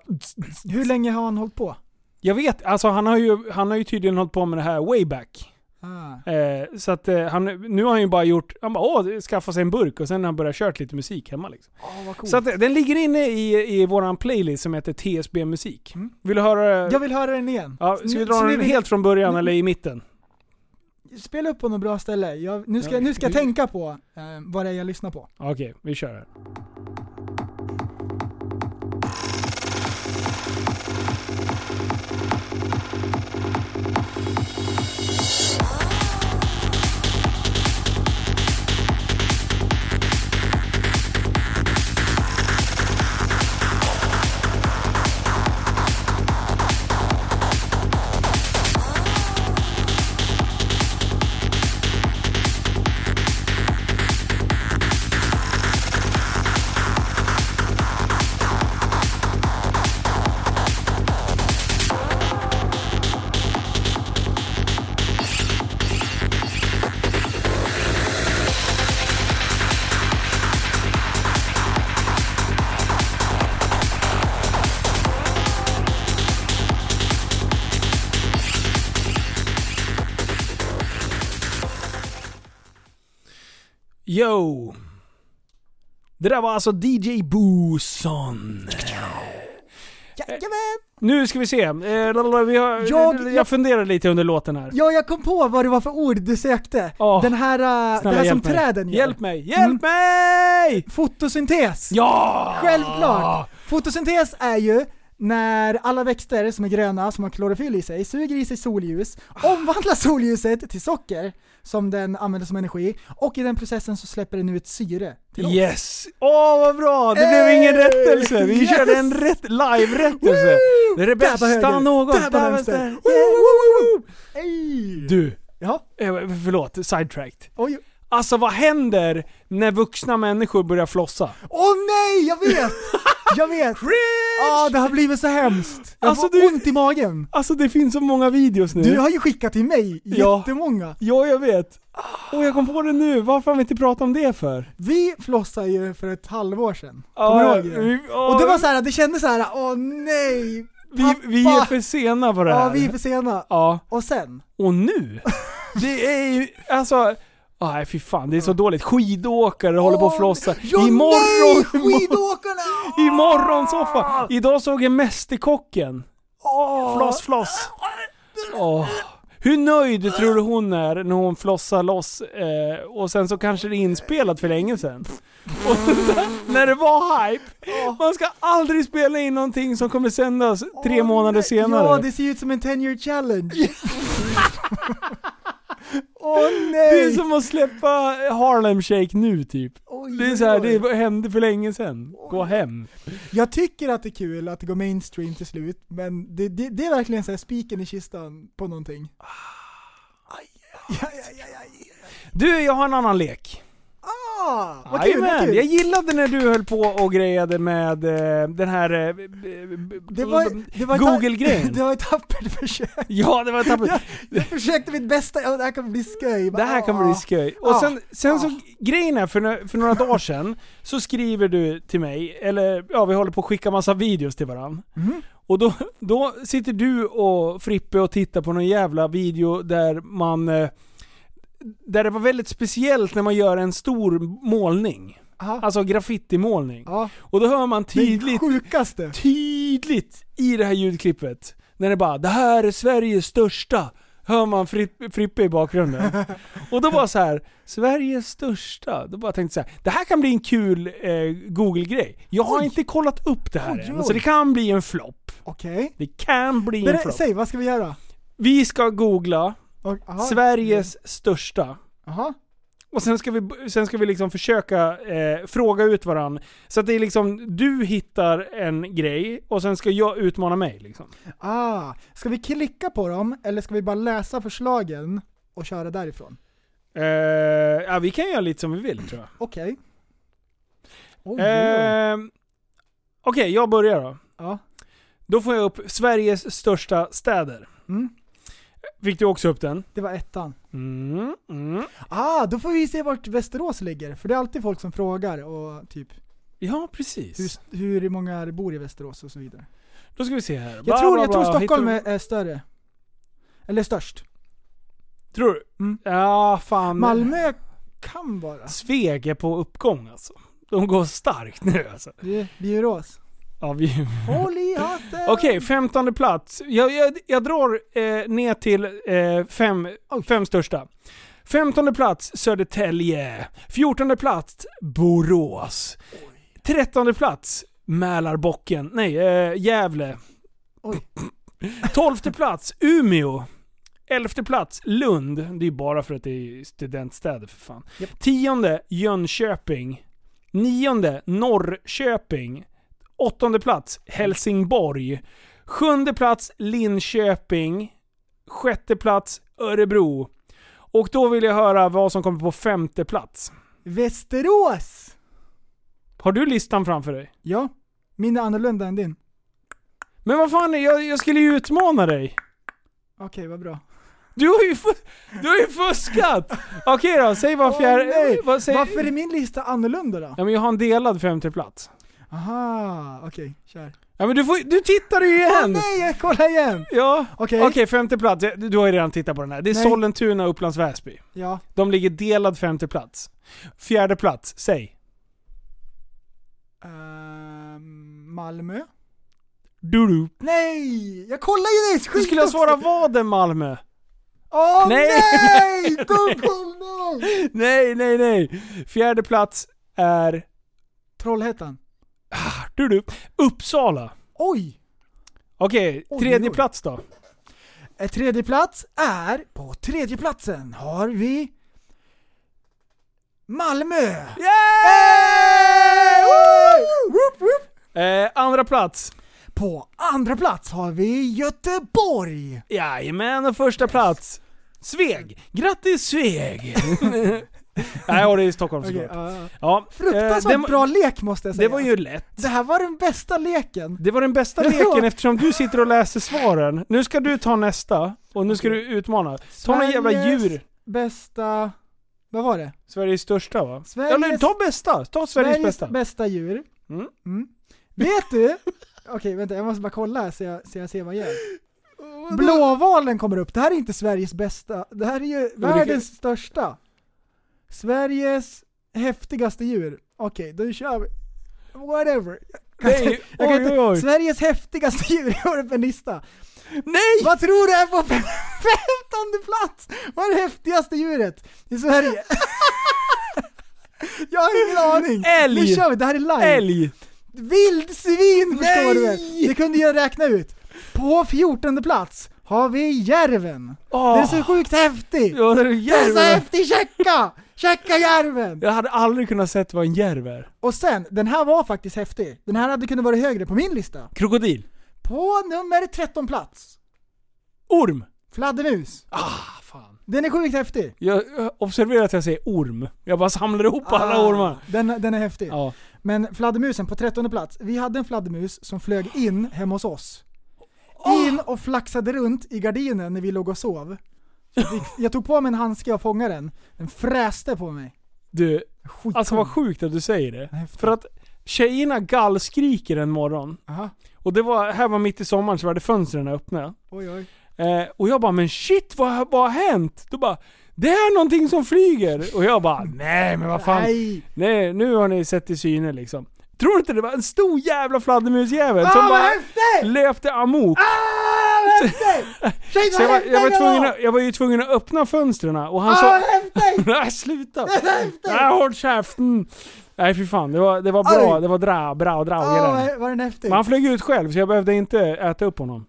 Hur länge har han hållit på? Jag vet, alltså han har ju, han har ju tydligen hållit på med det här way back. Ah. Eh, så att eh, han, nu har han ju bara gjort, han bara åh, skaffa sig en burk och sen har han börjat kört lite musik hemma liksom. Ah, vad coolt. Så att eh, den ligger inne i, i våran playlist som heter TSB musik. Vill du höra? jag vill höra den igen. ja, ska vi Mm. Nu- dra så nu den vill- helt från början eller i mitten? Spela upp på något bra ställe. Jag, nu, ska, nu ska jag tänka på eh, vad det är jag lyssnar på. Okej, vi kör här. Yo! Det där var alltså DJ Booson. Jajamän! Nu ska vi se. Eh, lalala, Vi har, Jag- jag, jag- jag funderar lite under låten här. Ja, jag kom på vad det var för ord du sökte. Åh, den här, Snälla, eh, det här som hjälp mig. träden gör. Mm. Hjälp mig! Hjälp mig! Fotosyntes! Ja! Självklart! Fotosyntes är ju när alla växter som är gröna, som har klorofyll i sig, suger i sig solljus, Ah. omvandlar solljuset till socker som den använder som energi och i den processen så släpper den ut syre till oss. Yes! Åh vad bra! Det blev Hey! ingen rättelse! Vi Yes! körde en rätt, live-rättelse! Woo! Det är det Där var bästa höger, någon där var där var vänster. där. Yeah, Woo, woo, woo, woo. Ey! Du, Ja, eh, förlåt, sidetracked. oj. Alltså vad händer när vuxna människor börjar flossa? Åh nej, jag vet! Jag vet! Ja, det har blivit så hemskt. Jag Alltså, får du- ont i magen. Alltså det finns så många videos nu. Du har ju skickat till mig Ja. jättemånga. Ja, jag vet. Och jag kom på det nu, varför har vi inte pratat om det för? Vi flossade ju för ett halvår sedan. Ja, Kommer du ihåg det? vi- ja, Och det var så här, det kändes så här, åh nej! vi, vi är pappa. för sena på det här. Ja, vi är för sena. Ja. Och sen? Och nu? Det är ju, alltså... Nej fy fan, det är så dåligt. Skidåkare håller på att flossa. Ja, imorgon, nej! Skidåkarna! imorgon soffa! Idag såg jag Mästerkocken. Åh. Floss, floss. Åh. Hur nöjd tror du hon är när hon flossar loss eh, och sen så kanske det är inspelat för länge sedan? Och när det var hype. Man ska aldrig spela in någonting som kommer sändas tre Åh, månader nej. senare. Ja, det ser ju ut som en 10 year challenge. Åh nej! Det är som att släppa Harlem Shake nu typ. Oj, Det är så här, oj, oj. det hände för länge sedan. Gå hem. Jag tycker att det är kul att det går mainstream till slut, men det, det, det är verkligen så här spiken i kistan på någonting. Aj, aj, aj, aj. Du, jag har en annan lek. Ah, vad kul, vad Jajamän. kul! Jag gillade när du höll på och grejade med eh, den här... Eh, b- b- b- Det var, det var ett- Google-grejen. Det var ett tappert försök. Ja, det var tappert. Jag försökte mitt bästa, ja, det här kommer bli sköj. Det här kommer bli skoj. Och Ah. sen, sen så, grejen är för, nå- för några dagar sedan, så skriver du till mig, eller ja vi håller på att skicka massa videos till varandra. Mhm. Och då, då sitter du och Frippe och tittar på någon jävla video där man... eh, Där det var väldigt speciellt när man gör en stor målning. Aha. Alltså graffitimålning. Ja, Och då hör man det tydligt sjukaste. tydligt i det här ljudklippet. När det bara 'Det här är Sveriges största' Hör man Fripp- Frippe i bakgrunden. Och då var så här, Sveriges största. Då bara tänkte jag så här, det här kan bli en kul eh, Google-grej. Jag har Oj. inte kollat upp det här Oj, än. oj. eh, Alltså det kan bli en flopp. Okej. Det kan bli en Berä- flopp. Säg, vad ska vi göra? Vi ska googla Och, aha, Sveriges största. Aha. Och sen ska vi, sen ska vi liksom försöka eh, fråga ut varandra. Så att det är liksom, du hittar en grej och sen ska jag utmana mig liksom. Ah. Ska vi klicka på dem, eller ska vi bara läsa förslagen och köra därifrån? Eh, ja, vi kan göra lite som vi vill tror jag. Okej. Oj, oj, oj. Eh, Okej, jag börjar då. Ja. Då får jag upp Sveriges största städer. Mm. Fick du också upp den? Det var ettan. Mm, mm. Ah, då får vi se vart Västerås ligger, för det är alltid folk som frågar och typ Ja, hur, precis. hur många det bor i Västerås och så vidare. Då ska vi se här. Bla, Jag tror, bla, jag tror bla. Stockholm Hittar är, är större. Eller störst. du- Tror du? Mm. Ja, fan. Malmö kan vara. Sveg är på uppgång alltså. De går starkt nu alltså. Det är Bjurås. Ja, vi... Håll i hatten! Okej, femtonde plats. Jag, jag, jag drar eh, ner till eh, fem, fem största. Femtonde plats Södertälje. Fjortonde plats Borås. Trettonde plats Mälarbocken. Nej, eh, Gävle. Oj. Tolfte plats Umeå. Elfte plats Lund. Det är ju bara för att det är studentstäder för fan. Japp. Tionde Jönköping. Nionde Norrköping. Åttonde plats Helsingborg. Sjunde plats Linköping. Sjätte plats Örebro. Och då vill jag höra vad som kommer på femte plats. Västerås! Har du listan framför dig? Ja, min är annorlunda än din. Men vad fan, är- jag, jag skulle ju utmana dig. Okej, vad bra. Du har ju, fu- du har ju fuskat! Okej då, säg vad Åh, fjärde... nej. vad säger, Varför är min lista annorlunda då? Ja men jag har en delad femte plats. Aha, okej, kör. Ja men du, får, du tittar ju Åh igen! nej, jag kollar igen! ja, Okej, okej femte plats. Du har ju redan tittat på den här. Det är Nej. Sollentuna och Upplands Väsby. ja. De ligger delad femte plats. Fjärde plats, säg. Ehm, Malmö? Du, du. Nej! Jag kollar ju nyss! du skulle ha skitduktig. svarat vad är Malmö? Åh Nej. nej! nej! Dubbelnoll! Nej, nej, nej. Fjärde plats är Trollhättan. du, du, Uppsala. Oj! Okej, Oj, tredje oj. plats då. Eh, Tredje plats är, på tredje platsen har vi Malmö! Woop, woop. Eh, andra plats. På andra plats har vi Göteborg! Jajamän, och första plats. Sveg. Grattis Sveg! Nej, och det är Stockholm Okej, såklart. ja, ja. Ja, Fruktansvärt eh, det, bra lek måste jag säga. Det var ju lätt. det här var den bästa leken. Det var den bästa leken Ja. eftersom du sitter och läser svaren. Nu ska du ta nästa och nu ska du utmana. Ta någon jävla Sveriges djur. Bästa... Vad var det? Sveriges största va? Sveriges- Eller ta bästa! Ta Sveriges, bästa. djur. Mm. Vet du? Okej, vänta jag måste bara kolla här så jag, så jag ser vad jag gör. Blåvalen kommer upp. Det här är inte Sveriges bästa. Det här är ju världens största. Sveriges häftigaste djur. Okej, då kör vi. Whatever. Jag kan Nej, inte- jag kan oj, inte- oj, oj. Sveriges häftigaste djur, jag har upp en lista. Nej! Vad tror du är på fem- femtonde plats? Vad är det häftigaste djuret i Sverige? Jag har ingen aning. Älg. Nu kör vi, det här är live. Älg! Vildsvin förstår Nej. du väl? Det kunde jag räkna ut. På fjortonde plats har vi järven. Åh. Den är så sjukt häftig. Ja, det är Den är så järven. häftig, checka! Checka järven! Jag hade aldrig kunnat sett vad en järv är. Och sen, den här var faktiskt häftig. Den här hade kunnat vara högre på min lista. Krokodil. På nummer 13 plats, Orm. fladdermus. Ah, fan. Den är sjukt häftig. Jag jag observerar att jag säger orm. Jag bara samlar ihop alla Ah, ormar. Den, den är häftig. Ja. Men fladdermusen på trettonde plats. Vi hade en fladdermus som flög in hemma hos oss. Ah! In och flaxade runt i gardinen när vi låg och sov. Så vi- Ah! Jag tog på mig en handske och fångade den. Den fräste på mig. Du, Skittung. alltså vad sjukt att du säger det. Häftigt. För att tjejerna gallskriker en morgon. Aha. Och det var, här var mitt i sommaren så var det fönstren öppna. Oj oj. Eh, och jag bara 'Men shit, vad, vad har hänt?' Då bara 'Det är någonting som flyger' och jag bara 'Nej men vad fan' Nej, Nej! nu har ni sett i syne liksom. Tror du inte det var en stor jävla fladdermusjävel Ah, som vad bara häftigt! löpte amok? Ah, vad häftigt! Shit Så jag, vad var, häftigt jag, var tvungen var! att, jag var ju tvungen att öppna fönstren och han Ah, sa vad häftigt! Nej sluta! häftigt! Nej håll käften! Nej fy fan, det var, det var bra, Aj. det var dra, bra, dra och Ah, grejer. vad- var den häftig? Men han flög ut själv så jag behövde inte äta upp honom.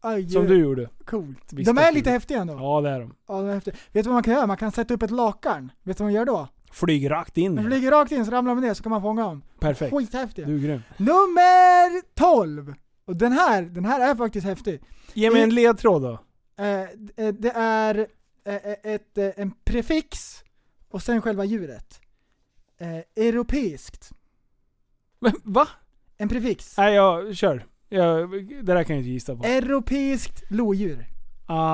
Aj, Som eh, du gjorde. Coolt. Visst De är att du- lite häftiga ändå. Ja det är de. Ja, de är häftiga. Vet du vad man kan göra? Man kan sätta upp ett lakan. Vet du vad man gör då? Flyger rakt De in. flyger rakt in så ramlar de ner så kan man fånga dem. Perfekt. Skithäftiga. Du är grym. Nummer 12! Och den här, den här är faktiskt häftig. Ge mig en ledtråd då. Eh, d- eh, det är eh, eh, ett, eh, en prefix och sen själva djuret. Eh, europeiskt. Va? En prefix. Nej jag kör. Jag, det där kan jag inte gissa på. Europeiskt lodjur. Ah,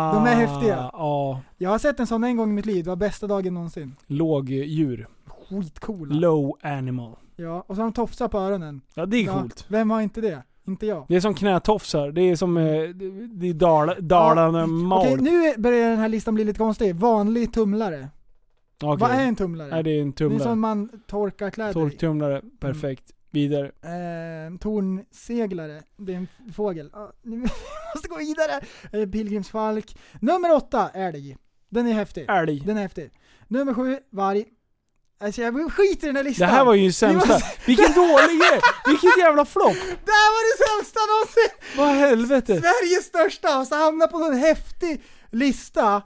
Eh, de är häftiga. Ja. Jag har sett en sån en gång i mitt liv, det var bästa dagen någonsin. Lågdjur. Skitcoola. Low animal. ja, och så har de tofsar på öronen. Ja det är Ja, coolt. vem har inte det? Inte jag. Det är som knätofsar. Det är som eh, det- det är Dal- Dalarna Okej, mal. nu börjar den här listan bli lite konstig. Vanlig tumlare. Okej. Vad är en tumlare? Nej det är en Det är Mm. en sån tumlare. man torkar kläder i. Torktumlare. Perfekt. Vidare. Eh, tornseglare, det är en f- fågel. Ah, nu måste gå vidare! Eh, pilgrimsfalk. Nummer åtta, älg. Den är häftig. Älg. Den är häftig. Nummer sju, varg. Alltså jag skiter i den här Det listan. här var ju den sämsta. Vilken dålig grej! Vilken jävla flopp! Det här var det sämsta någonsin! Vad helvete! Sveriges största! Och så hamnar på någon häftig lista.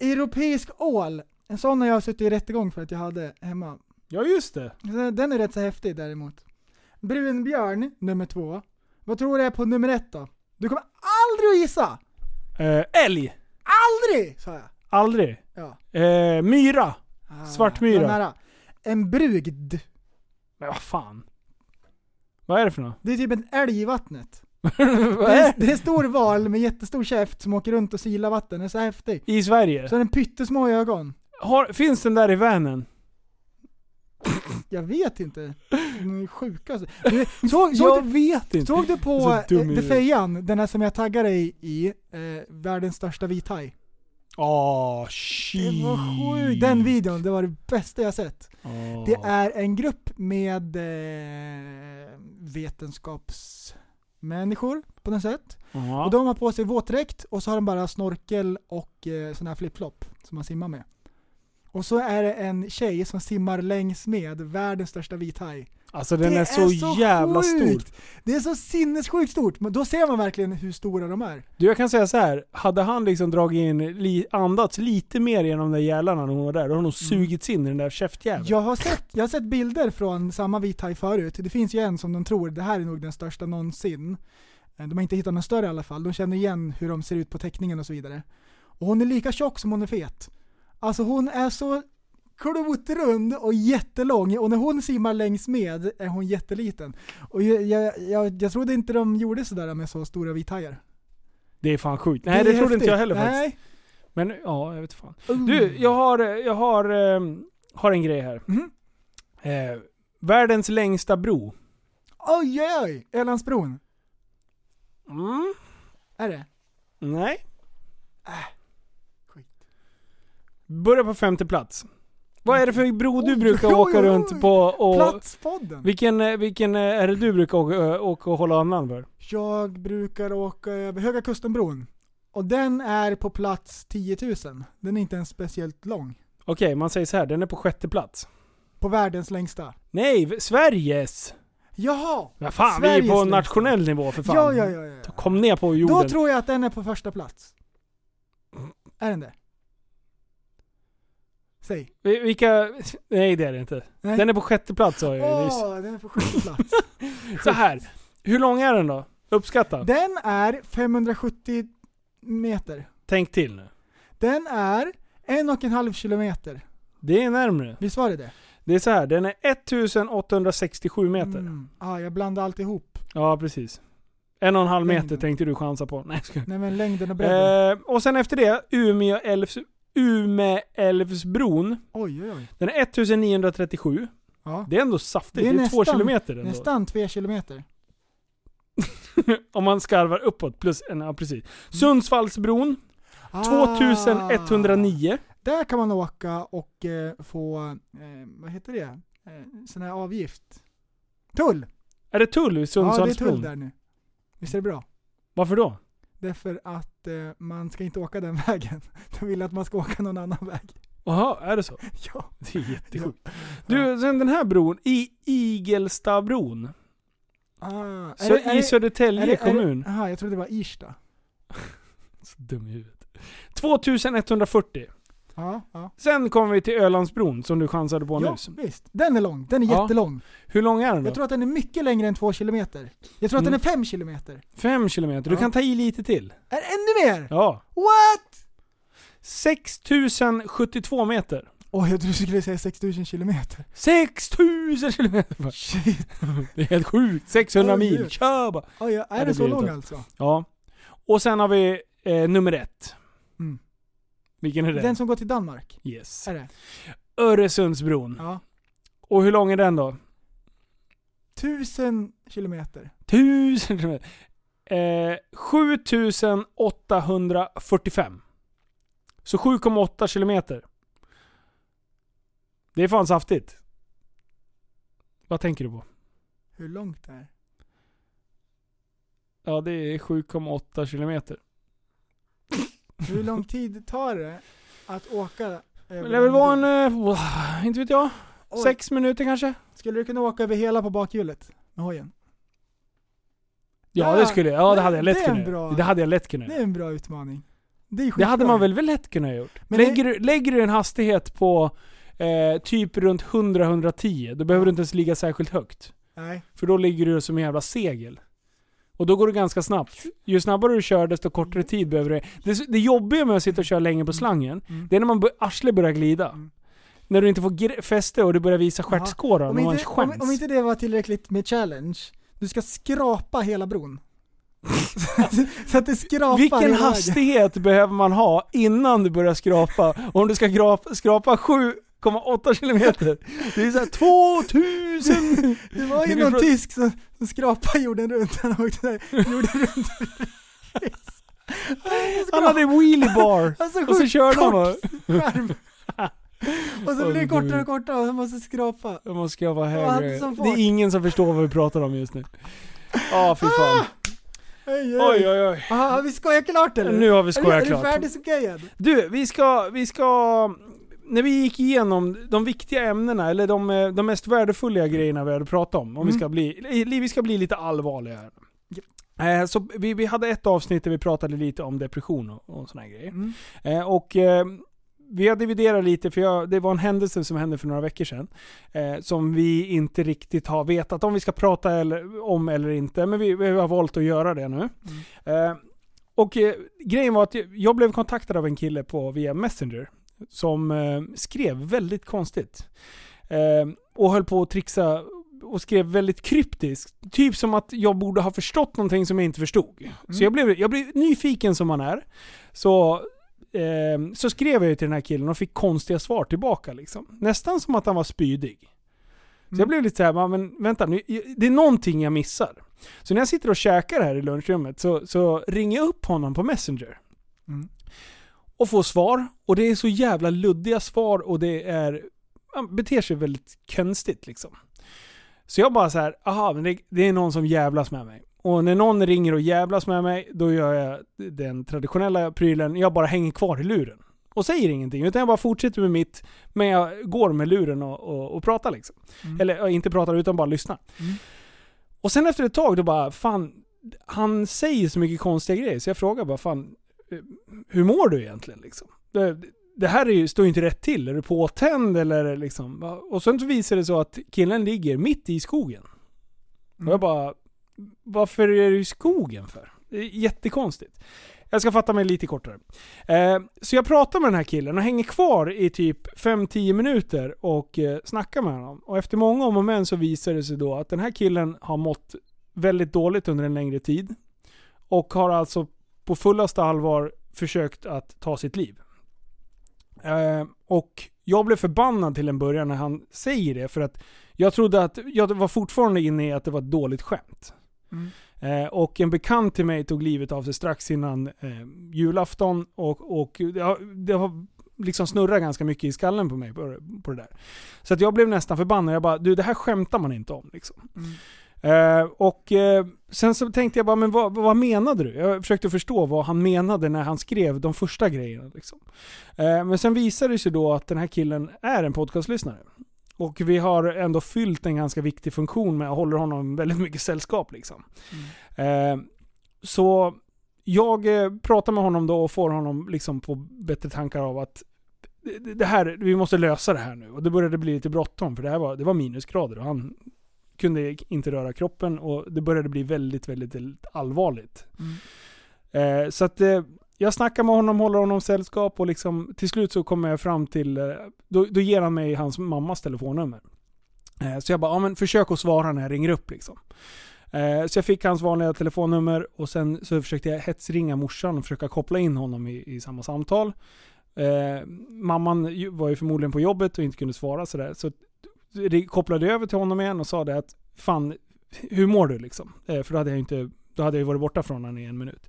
Europeisk ål. En sån har jag suttit i rättegång för att jag hade hemma. Ja just det. Eh, Den är rätt så häftig däremot. Brunbjörn, nummer två. Vad tror du är på nummer ett då? Du kommer aldrig att gissa! Eh, älg. Aldrig! Sa jag. Aldrig. Ja. Eh, myra. Ah, Svartmyra. var nära. En brugd. Men vad fan. Vad är det för något? Det är typ en älg i vattnet. Det Vad är är, det? det är en stor val med jättestor käft som åker runt och silar vatten. Den är så häftig. I Sverige? Så har den pyttesmå ögon. Har, finns den där i Vänern? Jag vet inte. De är sjuka alltså. Du, Såg, såg, jag du, vet inte. såg du på Så dum eh, i The det. Fejan, den här som jag taggade dig i, eh, världens största vithaj? Ah, shit. Det var sjukt, den videon, det var det bästa jag sett. Ah. Det är en grupp med eh, vetenskapsmänniskor på något sätt. Ja. Och de har på sig våtdräkt och så har de bara snorkel och eh, sån här flipflop som man simmar med. Och så är det en tjej som simmar längs med världens största vithaj. Alltså den Det är, så, jävla stor. sjukt. Det är så sinnessjukt stort, men då ser man verkligen hur stora de är. Du jag kan säga så här. hade han liksom dragit in, li, andats lite mer genom de där gälarna när hon var där, då har hon nog Mm. sugits in i den där käftjäveln. Jag har, sett, jag har sett bilder från samma vithaj förut. Det finns ju en som de tror, det här är nog den största någonsin. Eh, De har inte hittat någon större i alla fall. De känner igen hur de ser ut på teckningen och så vidare. Och hon är lika tjock som hon är fet. Alltså hon är så klotrund och jättelång och när hon simmar längs med är hon jätteliten. Och jag, jag, jag, jag trodde inte de gjorde sådär med så stora vithajar. Det är fan sjukt. Nej det, är trodde inte jag häftigt. heller faktiskt. Nej. Men ja, jag vet fan. Mm. Du, jag har, jag har, ehm, har en grej här. Mhm. Eh, världens längsta bro. Oj oj oj! Ölandsbron. Mm. Är det? Nej. Äh. Skit. Börja på femte plats. Vad är det för bro du Oj, brukar oj, åka oj. runt på? Och Platspodden! vilken, eh, vilken eh, är det du brukar åka, eh, åka och hålla andan för? Jag brukar åka över Höga Kustenbron. Och den är på plats 10 000. Den är inte ens speciellt lång. Okej, man säger så här. den är på sjätte plats. På världens längsta. Nej, v- Sveriges! Jaha! Ja, fan, vi Sveriges är på längsta. nationell nivå för fan. Ja, ja, ja. ja. Kom ner på jorden. Då tror jag att den är på första plats. Är den det? Säg. Vi- Vilka... Nej, det är det inte. Nej. Den är på sjätte plats sa jag ju Eh, nyss. Åh, den är på sjätte plats. Så här. Hur lång är den då? Uppskatta. Den är 570 meter. Tänk till nu. Den är en och en halv kilometer. Det är närmre. Visst var det det? Det är så här. den är 1867 meter. Mm. Ah, jag blandade allt ihop. Ja, precis. En och en halv meter Längden. tänkte du chansa på. Nej, jag skojar. Nej men längden och bredden. Eh, och sen efter det, Umeå Älvs, Umeälvsbron. Oj, oj, oj. Den är 1937. Ja. Det är ändå saftigt. Det Det är är, två nästan- kilometer ändå. Nästan tre kilometer. Om man skarvar uppåt plus en, ja precis. Sundsvallsbron, 2109. Ah. Där kan man åka och eh, få, eh, vad heter det, eh, sån här avgift. Tull! Är det tull i Ja, det är tull Sundsvallsbron? där nu. Visst är det bra? Varför då? Därför att eh, man ska inte åka den vägen. De vill att man ska åka någon annan väg. Jaha, är det så? Ja. Det är jättesjukt. Du, sen den här bron, i Igelstavbron. Ah, är Så det- är I det- Södertälje är det- är det- kommun. Jaha, jag trodde det var Irsta. Så dum i huvudet. 2140. Ja, ja. Sen kommer vi till Ölandsbron som du chansade på ja nyss. visst. Den är lång. Den är Ja. jättelång. Hur lång Mm. är den då? Jag tror att den är mycket längre än två kilometer. Jag tror att den är fem kilometer. Fem kilometer. Du Ja. kan ta i lite till. Är det ännu mer? Ja. What? 6072 meter. Åh, jag trodde du skulle säga 6000 kilometer. 6000 kilometer! Shit. Det är helt sjukt. 600 Oj, mil. gud. Kör bara. Oj, ja, är det det så blir lång inte. alltså? Ja. Och sen har vi eh, nummer ett. Mm. Vilken är det? Mm. Den som går till Danmark? Yes. Är det? Öresundsbron. Ja. Och hur lång är den då? Tusen kilometer. 1000 kilometer. Eh, 7845. Så 7,8 kilometer. Det är fan saftigt. Vad tänker du på? Hur långt är det? Ja, det är 7,8 kilometer. Hur lång tid tar det att åka? eh, över Det lär väl vara en... bro? eh, wow, inte vet jag. Oj, Sex minuter kanske? Skulle du kunna åka över hela på bakhjulet med hojen? Ja, Ja, det skulle jag. Ja, det det- hade jag det lätt är en kunnat bra- göra. Det hade jag lätt kunnat Det göra. är en bra utmaning. Det, är Det skitbra. hade man väl väl lätt kunnat gjort. Men lägger, du, lägger du en hastighet på eh, typ runt 100-110, då behöver du inte ens ligga särskilt högt. Nej. För då ligger du som en jävla segel. Och då går det ganska snabbt. Ju snabbare du kör desto kortare tid behöver du. Det, det jobbiga med att sitta och köra länge på slangen, Mm. det är när man bör, arslet börjar glida. Mm. När du inte får gre- fäste och du börjar visa stjärtskåran och Om man har en inte, om, chans. om inte det var tillräckligt med challenge, du ska skrapa hela bron. så, att, så att det skrapar Vilken hela vägen. hastighet behöver man ha innan du börjar skrapa? Om du ska grapa, skrapa sju- 1,8 kilometer. Det är såhär 2000! Det var ju Vi någon pratar- tysk som, som skrapade jorden runt, han åkte där, jorden runt. Han hade wheelie bar. Alltså, Och så sjukt körde han kort bara. skärm. Och så Åh, blir det gud. kortare och kortare och han måste skrapa. Jag måste skrapa han högre. som Det fart. är ingen som förstår vad vi pratar om just nu. Ja, fy fan. Oj, Oj, oj, oj. Aha, har vi skojat klart eller? Nu har vi skojat är du, klart. Är du färdig som gayad? Du, vi ska, vi ska... När vi gick igenom de viktiga ämnena, eller de, eh, de mest värdefulla grejerna vi hade pratat om, om vi, Mm. ska bli, li- vi ska bli lite allvarliga här. Eh, Så vi, vi hade ett avsnitt där vi pratade lite om depression och, och såna här grejer. Mm. Eh, Och eh, vi har dividerat lite, för jag, det var en händelse som hände för några veckor sedan. Eh, som vi inte riktigt har vetat om vi ska prata eller, om eller inte. Men vi, vi har valt att göra det Mm. nu. Eh, och eh, grejen var att jag- jag blev kontaktad av en kille på, via Messenger. Som eh, skrev väldigt konstigt. Eh, och höll på att trixa och skrev väldigt kryptiskt. Typ som att jag borde ha förstått någonting som jag inte förstod. Så jag blev, jag blev nyfiken som man är. Så Ehm, så skrev jag ju till den här killen och fick konstiga svar tillbaka liksom. Nästan som att han var spydig. Så jag blev lite såhär, "Va, men vänta nu, det är någonting jag missar. Så när jag sitter och käkar här i lunchrummet så, så ringer jag upp honom på Messenger. Mm. Och får svar. Och det är så jävla luddiga svar och det är, han beter sig väldigt konstigt liksom. Så jag bara så här, aha men det, det är någon som jävlas med mig. Och när någon ringer och jävlas med mig, då gör jag den traditionella prylen, jag bara hänger kvar i luren. Och säger ingenting, utan jag bara fortsätter med mitt, men jag går med luren och, och, och pratar liksom. Eller ja, inte pratar utan bara lyssnar. Och sen efter ett tag då bara, fan, han säger så mycket konstiga grejer så jag frågar bara, fan, eh, hur mår du egentligen liksom? Det, det här är ju, står ju inte rätt till, är du påtänd eller liksom? va? Och sen så visar det så att killen ligger mitt i skogen. Och jag bara, varför är du i skogen för? Det är jättekonstigt. Jag ska fatta mig lite kortare. Eh, så jag pratar med den här killen och hänger kvar i typ 5-10 minuter och eh, snackar med honom. Och efter många om och men så visar det sig då att den här killen har mått väldigt dåligt under en längre tid. Och har alltså på fullaste allvar försökt att ta sitt liv. Eh, och jag blev förbannad till en början när han säger det för att jag trodde att, jag var fortfarande inne i att det var ett dåligt skämt. Eh, och en bekant till mig tog livet av sig strax innan eh, julafton och, och det, har, det har liksom snurrat ganska mycket i skallen på mig på, på det där. Så att jag blev nästan förbannad. Jag bara, du det här skämtar man inte om liksom. Eh, och eh, sen så tänkte jag bara, men vad, vad menade du? Jag försökte förstå vad han menade när han skrev de första grejerna. Liksom. Eh, men sen visade det sig då att den här killen är en podcastlyssnare. Och vi har ändå fyllt en ganska viktig funktion med att hålla honom väldigt mycket sällskap. Liksom. Eh, så jag eh, pratar med honom då och får honom liksom på bättre tankar av att det- det här, vi måste lösa det här nu. Och det började bli lite bråttom för det här var, det var minusgrader och han kunde inte röra kroppen och det började bli väldigt, väldigt allvarligt. Eh, så att eh, jag snackar med honom, håller honom sällskap och liksom, till slut så kommer jag fram till, eh, då, då ger han mig hans mammas telefonnummer. Eh, så jag bara, ja men försök att svara när jag ringer upp liksom. Eh, så jag fick hans vanliga telefonnummer och sen så försökte jag hetsringa morsan och försöka koppla in honom i, i samma samtal. Eh, mamman ju- var ju förmodligen på jobbet och inte kunde svara sådär. Så ri- kopplade jag över till honom igen och sa det att fan, hur mår du liksom? Eh, för då hade jag ju inte, då hade jag ju varit borta från honom i en minut.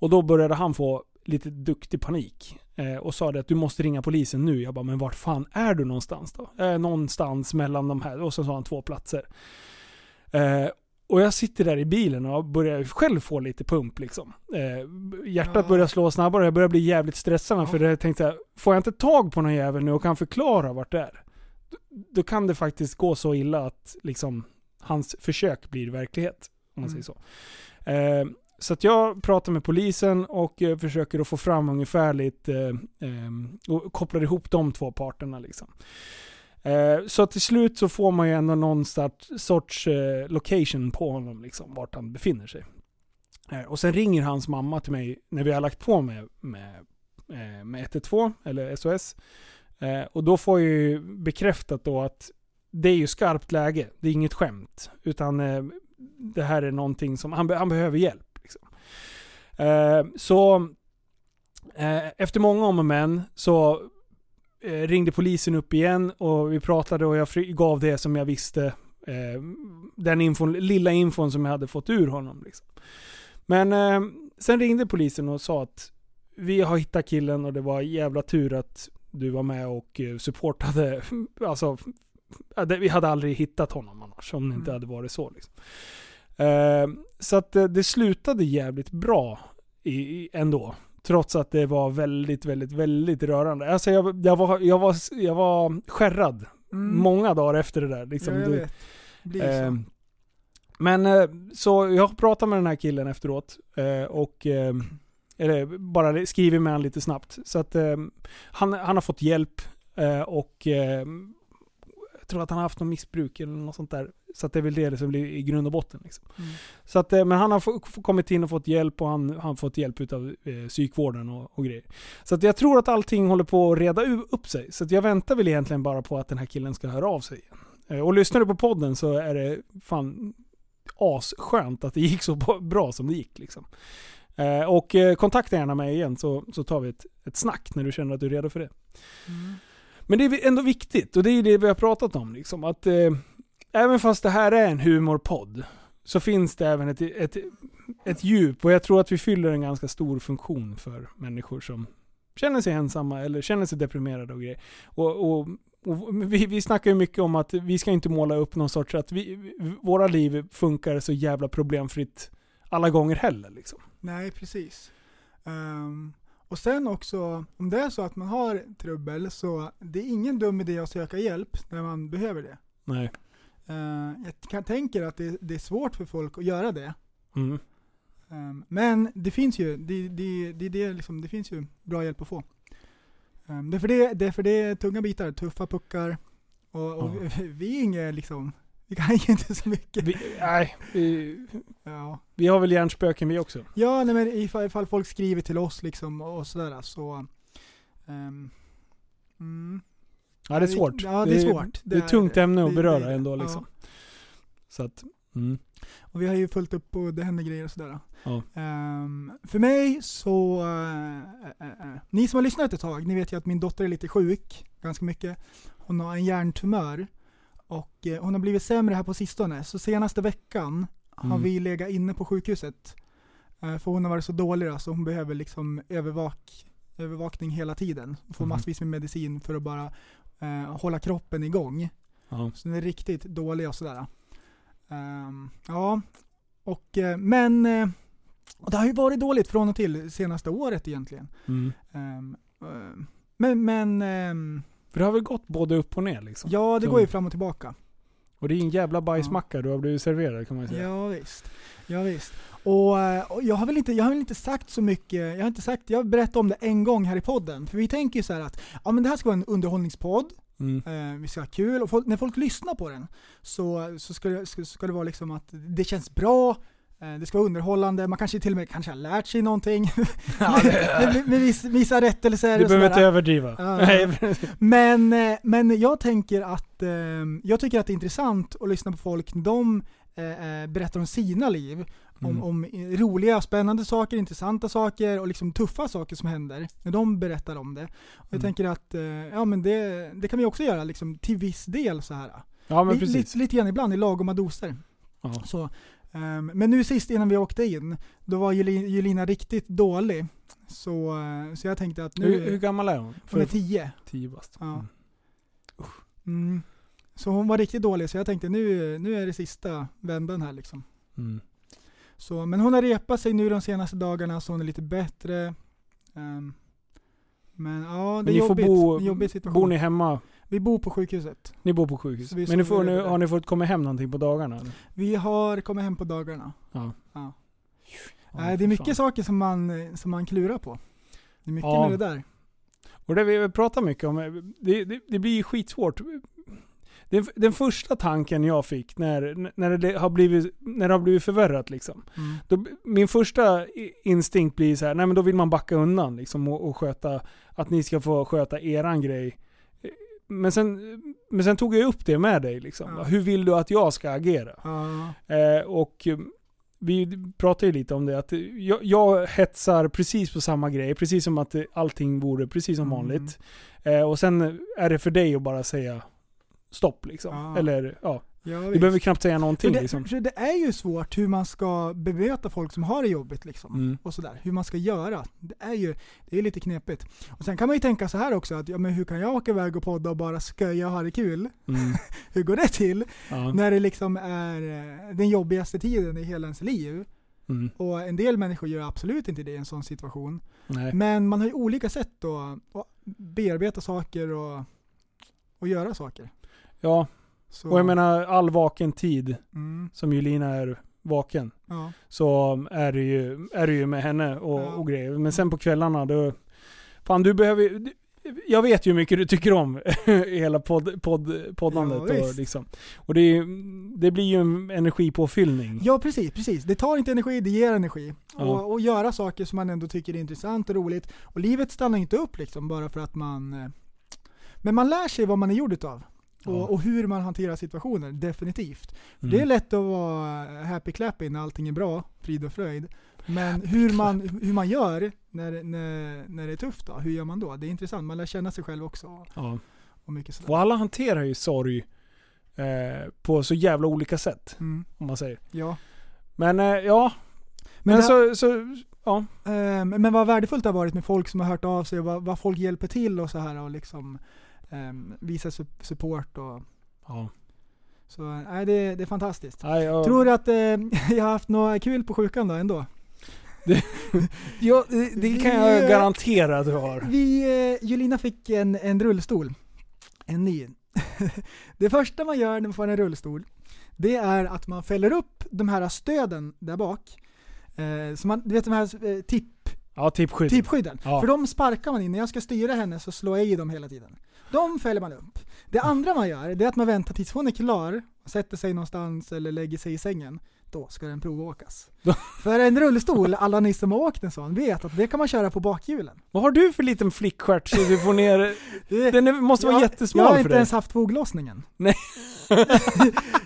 Och då började han få lite duktig panik. Eh, och sa det att du måste ringa polisen nu. Jag bara, men vart fan är du någonstans då? Eh, någonstans mellan de här. Och så sa han två platser. Eh, och jag sitter där i bilen och börjar själv få lite pump liksom. Eh, hjärtat Ja. börjar slå snabbare jag börjar bli jävligt stressad. För jag tänkte jag, får jag inte tag på någon jävel nu och kan förklara vart det är. Då, då kan det faktiskt gå så illa att liksom hans försök blir verklighet. Om man Mm. säger så. Eh, så att jag pratar med polisen och eh, försöker att få fram ungefärligt eh, eh, och kopplar ihop de två parterna liksom. Eh, så till slut så får man ju ändå någon start, sorts eh, location på honom liksom, vart han befinner sig. Eh, och sen ringer hans mamma till mig när vi har lagt på med, med, eh, med 112 eller SOS. Eh, och då får jag ju bekräftat då att det är ju skarpt läge, det är inget skämt. Utan eh, det här är någonting som, han, be, han behöver hjälp. Liksom. Eh, så eh, efter många om och men så eh, ringde polisen upp igen och vi pratade och jag fri- gav det som jag visste. Eh, den infon, lilla infon som jag hade fått ur honom. Liksom. Men eh, sen ringde polisen och sa att vi har hittat killen och det var jävla tur att du var med och eh, supportade. Alltså, ja, det- vi hade aldrig hittat honom annars om det inte Mm. hade varit så. Liksom. Eh, så att eh, det slutade jävligt bra i, i, ändå. Trots att det var väldigt, väldigt, väldigt rörande. Alltså jag, jag, var, jag, var, jag var skärrad Mm. många dagar efter det där. Liksom. ja, jag Du- vet. Blir så. Ehm, Men eh, så jag pratade med den här killen efteråt eh, och eh, eller bara skriver med han lite snabbt. Så att eh, han, han har fått hjälp eh, och eh, jag tror att han har haft något missbruk eller något sånt där. Så att det är väl det som blir i grund och botten. Liksom. Mm. Så att, eh, men han har få- få- kommit in och fått hjälp och han han har fått hjälp utav eh, psykvården och, och grejer. Så att jag tror att allting håller på att reda u- upp sig. Så att jag väntar väl egentligen bara på att den här killen ska höra av sig. Eh, Och lyssnar du på podden så är det fan asskönt att det gick så b- bra som det gick. Liksom. Eh, Och eh, kontakta gärna mig igen så, så tar vi ett, ett snack när du känner att du är redo för det. Mm. Men det är ändå viktigt och det är ju det vi har pratat om. Liksom, att eh, Även fast det här är en humorpodd så finns det även ett, ett, ett djup och jag tror att vi fyller en ganska stor funktion för människor som känner sig ensamma eller känner sig deprimerade och grejer. Och, och, och vi, vi snackar ju mycket om att vi ska inte måla upp någon sorts att vi, våra liv funkar så jävla problemfritt alla gånger heller. Liksom. Nej, precis. Ehm, och sen också, om det är så att man har trubbel så det är ingen dum idé att söka hjälp när man behöver det. Nej. Ehm, jag kan, tänker att det, det är svårt för folk att göra det. Mm. Ehm, men det finns ju, det, det, det, det, är liksom, det finns ju bra hjälp att få. Um, därför, det, därför det är tunga bitar, tuffa puckar. Och, och Ja. vi, vi är inget liksom, vi kan ju inte så mycket. Vi, nej, vi, Ja. vi har väl hjärnspöken vi också. Ja, nej, men ifall, ifall folk skriver till oss liksom och sådär så... ehm, mm, Ja, det är svårt. Ja, det är svårt. Det är ett tungt ämne att det- beröra det- ändå ja. liksom. Så att, mm. Och vi har ju följt upp och det händer grejer och sådär. Ja. Ehm, för mig så... eh, eh, eh, ni som har lyssnat ett tag, ni vet ju att min dotter är lite sjuk, ganska mycket. Hon har en hjärntumör. Och eh, hon har blivit sämre här på sistone, så senaste veckan har Mm. vi legat inne på sjukhuset. Eh, för hon har varit så dålig då, så hon behöver liksom övervak övervakning hela tiden. Och får Mhm. massvis med medicin för att bara eh, hålla kroppen igång. Ja. Så den är riktigt dålig och sådär. Ehm, ja, och eh, men eh, och det har ju varit dåligt från och till senaste året egentligen. Mm. Ehm, ehm, men men ehm, För det har väl gått både upp och ner liksom. ja, det Så- går ju fram och tillbaka. Och det är en jävla bajsmacka du har blivit serverad kan man ju säga. Ja, visst. Ja, visst. Och, eh, och jag, har väl inte, jag har väl inte sagt så mycket, jag har inte sagt, jag berättade om det en gång här i podden. För vi tänker ju så här att, ja men det här ska vara en underhållningspodd, Mm. Eh, vi ska ha kul och folk, när folk lyssnar på den så, så ska, det, ska, ska det vara liksom att det känns bra, eh, det ska vara underhållande, man kanske till och med kanske har lärt sig någonting. med, med, med viss, vissa rättelser Du och behöver inte sådär. överdriva. Ja. Nej, Men, eh, men jag tänker att, eh, jag tycker att det är intressant att lyssna på folk när de eh, eh, berättar om sina liv. Mm. Om, om eh, roliga, spännande saker, intressanta saker och liksom tuffa saker som händer. När de berättar om det. Och jag Mm. tänker att eh, ja, men det, det kan vi också göra liksom, till viss del så här. ja men Li- precis. Lite, lite grann ibland i lagoma doser. Ja. Så, ehm, men nu sist innan vi åkte in, då var Juli- Julina riktigt dålig. Så, eh, så jag tänkte att Hur, hur nu, gammal är hon? hon är För tio. tio bast. Ja. Mm. Mm. Så hon var riktigt dålig så jag tänkte nu, nu är det sista vändan här liksom. Mm. Så, men hon har repat sig nu de senaste dagarna så hon är lite bättre. Ehm, men ja, det Men är ni får jobbigt. bo, en jobbig situation. bor ni hemma? Vi bor på sjukhuset. Ni bor på sjukhus? Så vi Men ni får, sover nu, över där. har ni fått komma hem någonting på dagarna? eller? Vi har kommit hem på dagarna. Ja. Ja. Ja, Nej, det för är mycket fan. saker som man, som man klurar på. Det är mycket Ja. med det där. Och det vi pratar mycket om, är- det, det, det blir ju skitsvårt. Den, den första tanken jag fick när, när, det har blivit, när det har blivit förvärrat liksom. Mm. Då, min första i- instinkt blir så här, nej men då vill man backa undan liksom och, och sköta, att ni ska få sköta eran grej. Eh, Men sen, men sen tog jag upp det med dig liksom. Ja. Hur vill du att jag ska agera? Ja. Eh, och vi pratar ju lite om det, att jag, jag hetsar precis på samma grej, precis som att allting vore precis som Mm. vanligt. Eh, och sen är det för dig att bara säga stopp liksom. Ja. Eller ja, Ah. Ja, du visst. behöver knappt säga för någonting det, liksom. för det är ju svårt hur man ska bemöta folk som har det jobbigt liksom. Mm. och sådär. Hur man ska göra. Det är ju det är lite knepigt. Och sen kan man ju tänka så här också att ja, men hur kan jag åka iväg och podda och bara sköja och ha det kul? Mm. Hur går det till? Ja. När det liksom är eh, den jobbigaste tiden i hela ens liv. Mm. Och en del människor gör absolut inte det i en sån situation. Nej. Men man har ju olika sätt då att bearbeta saker och, och göra saker. ja, Så, och jag menar all vaken tid mm, som ju Lina är vaken. ja. så är det ju, är det ju med henne och, Ja. och grejer. Men sen på kvällarna då... Fan du behöver ju- du- Jag vet ju hur mycket du tycker om i hela podd, podd, poddandet. Ja, och, visst. liksom. och det, är ju, det blir ju en energipåfyllning. Ja precis, precis. Det tar inte energi, det ger energi. Ja. Och, och göra saker som man ändå tycker är intressant och roligt. Och livet stannar inte upp liksom bara för att man... eh, Men man lär sig vad man är gjord utav. Och, Ja. och hur man hanterar situationer, definitivt. Mm. Det är lätt att vara happy-clappy när allting är bra, frid och fröjd. Men hur man, hur man gör när, när, när det är tufft då, hur gör man då? Det är intressant, man lär känna sig själv också. ja. Och mycket sådär. Och alla hanterar ju sorg eh, på så jävla olika sätt. Mm, Om man säger. ja. Men eh, ja, men, det- så, så... Ja. Eh, men vad värdefullt det har varit med folk som har hört av sig och vad, vad folk hjälper till och så här och liksom um, visar sup- support och ja. så. Nej, det, det är fantastiskt. Nej, jag, Tror du att eh, jag har haft något kul på sjukan då ändå? Ja, det, det kan jag garantera att du har. eh, Vi, eh, Julina fick en, en rullstol. En ny. det första man gör när man får en rullstol, det är att man fäller upp de här stöden där bak. Eh, så man, du vet de här eh, tipp Ja, typ tippskydd. Typskydden. Ja. Typ För de sparkar man in. När jag ska styra henne så slår jag i dem hela tiden. De fäller man upp. Det andra man gör, det är att man väntar tills hon är klar, och sätter sig någonstans eller lägger sig i sängen. Då ska den provåkas. för en rullstol, alla ni som har åkt en sån vet att det kan man köra på bakhjulen. Vad har du för liten flickstjärt så du får ner... Det- Den är, måste vara jag, jättesmal Jag har för inte dig. ens haft foglossningen. Nej.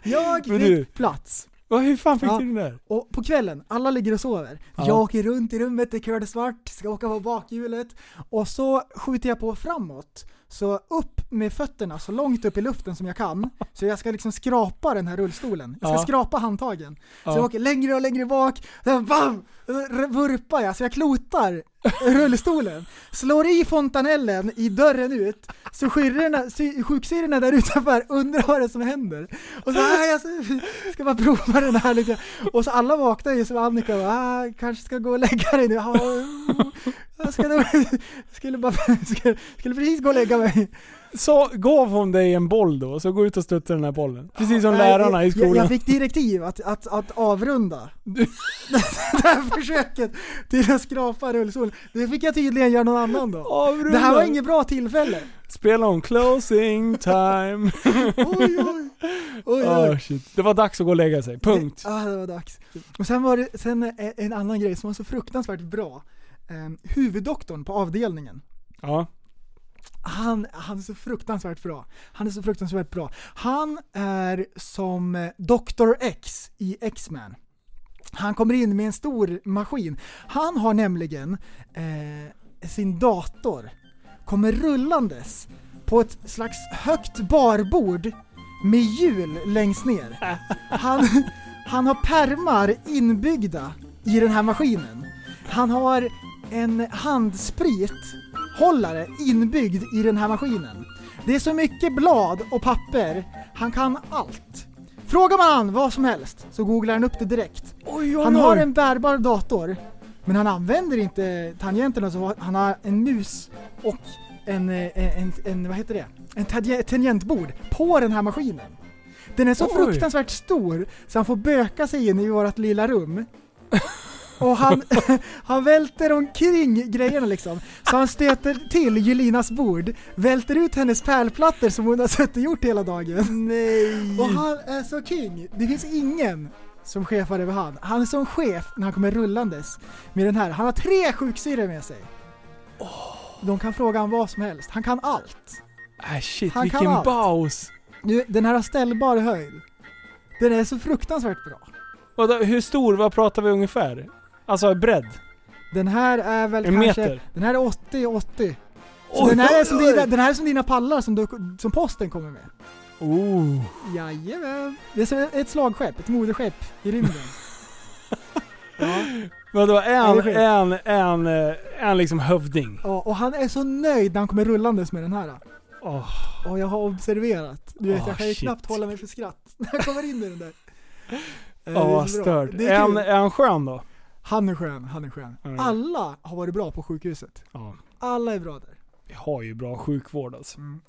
jag Men fick du- plats. Va, hur fan fick Ja. du den där? Och på kvällen, alla ligger och sover. Ja. Jag åker runt i rummet, det är kolsvart, ska åka på bakhjulet. Och så skjuter jag på framåt. Så upp med fötterna så långt upp i luften som jag kan. Så jag ska liksom skrapa den här rullstolen. Jag ska Ja. skrapa handtagen. Så Ja. jag åker längre och längre bak. Sen bam! r- Vurpar jag, så jag klotar rullstolen. Slår i fontanellen i dörren ut. Så skyrrorna- sy- sjuksyrrorna där utanför undrar vad det är som händer. Och så här, jag ska- ska bara prova den här lite. Och så alla vaknar ju, så Annika bara, ah, kanske ska gå och lägga dig nu. Ah, Jag ska nog, skulle, bara, skulle, skulle precis gå och lägga mig. Så gav hon dig en boll då, så gå ut och studsa den här bollen. Precis som Nej, lärarna i skolan. Jag, jag fick direktiv att, att, att avrunda det här försöket till att skrapa rullstolen. Det fick jag tydligen göra någon annan dag. Avrunda. Det här var inget bra tillfälle. Spela om closing time. Oj, oj, oj, Ah oj. shit. Det var dags att gå och lägga sig. Punkt. Det, ah, det var dags. Och sen var det sen eh, en annan grej som var så fruktansvärt bra. Ehm, huvuddoktorn på avdelningen. Ja. Han, han är så fruktansvärt bra. Han är så fruktansvärt bra. Han är som eh, Dr. X i X-Men. Han kommer in med en stor maskin. Han har nämligen eh, sin dator kommer rullandes på ett slags högt barbord med hjul längst ner. Han, han har permar inbyggda i den här maskinen. Han har en handsprithållare inbyggd i den här maskinen. Det är så mycket blad och papper, han kan allt. Frågar man han vad som helst så googlar han upp det direkt. Oj, oj, Han har oj. en bärbar dator, men han använder inte tangenterna så han har en mus och en, eh, en, en vad heter det? En tange- tangentbord på den här maskinen. Den är så Oj. fruktansvärt stor så han får böka sig in i vårt lilla rum. Och han, han välter omkring grejerna liksom. Så han stöter till Julinas bord, välter ut hennes pärlplattor som hon har suttit och gjort hela dagen. Nej! Och han är så king. Det finns ingen som chefar över han. Han är som chef när han kommer rullandes med den här. Han har tre sjuksyrror med sig. De kan fråga honom vad som helst. Han kan allt. Ah shit, Han kan vilken allt. paus. Du, den här har ställbar höjd. Den är så fruktansvärt bra. Vadå, hur stor, vad pratar vi ungefär? Alltså bredd? Den här är väl En kanske... meter. Den här är 80-80. Så Oj, den, här är som oj, dina, oj. den här är som dina pallar som, du, som posten kommer med. Oh. Jajamän. Det är som ett slagskepp, ett moderskepp i rymden. ja. Vadå, är han, det är skit. är han, är han, eh, är han liksom hövding? ja, och han är så nöjd när han kommer rullandes med den här. Åh. Och jag har observerat. Du vet, Ah, jag kan ju shit. Ah, knappt hålla mig för skratt när jag kommer in i den där. Eh, det Ja, är vad så bra. störd. Det Är, är han- kul. är han skön då? Han är skön, han är skön. Mm. Alla har varit bra på sjukhuset. Ja. Alla är bra där. Vi har ju bra sjukvård alltså. Mm.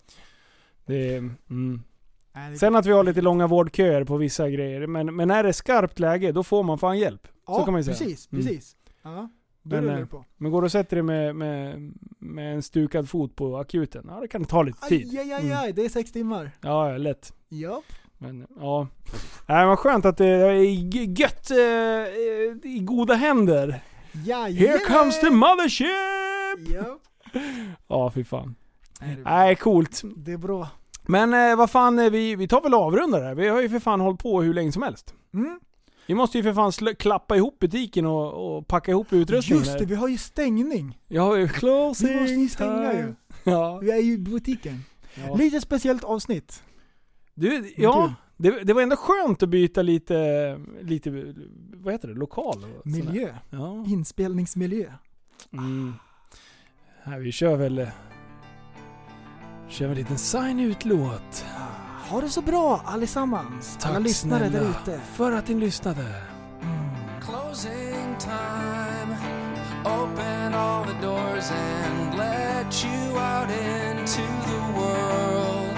Det är, mm. Nej, det är Sen att vi har lite långa vårdköer på vissa grejer, men, men är det skarpt läge då får man fan hjälp. Ja, så kan man ju säga. precis, Mm. precis. Ja, då Men, rullar eh, det på. Men går du och sätter dig med, med, med en stukad fot på akuten, ja det kan ta lite tid. Aj, aj, aj, Mm. aj, det är sex timmar. Ja, ja, lätt. Japp. Men ja. Nej men skönt att det är i- gött eh, eh, i goda händer. Here Jajamän. comes the mothership! Japp. Ja fy fan. Nej, det är bra. Nej coolt. Det är bra. Men eh, vad fan, eh, vi, vi tar väl och avrundar det här. Vi har ju för fan hållit på hur länge som helst. Mm. Vi måste ju för fan slö- klappa ihop butiken och, och packa ihop utrustningen. Just det, här. vi har ju stängning. Jag har ju closing Vi måste ju stänga time. ju. Ja. Vi är ju i butiken. ja. Lite speciellt avsnitt. Du, kul. ja. Det, det var ändå skönt att byta lite, lite, vad heter det, lokal? och sådär. Miljö. Ja. Inspelningsmiljö. Mm. Här, vi kör väl... Kör en liten sign-ut-låt. Ha det så bra allesammans. Tack Alla lyssnare snälla där ute. för att ni lyssnade. Closing time. Open all the doors and let you out into the world.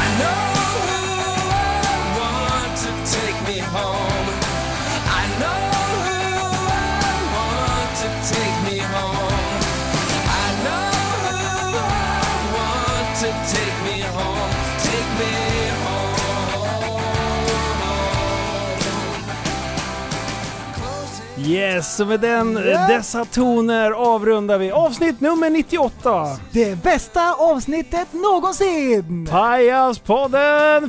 I know who I want to take me home. I know who I want to take me home. I know who I want to take me home. Take me home. Closing. Yes, och med den, dessa toner avrundar vi avsnitt nummer 98. Det bästa avsnittet någonsin! Pajaspodden 4.0!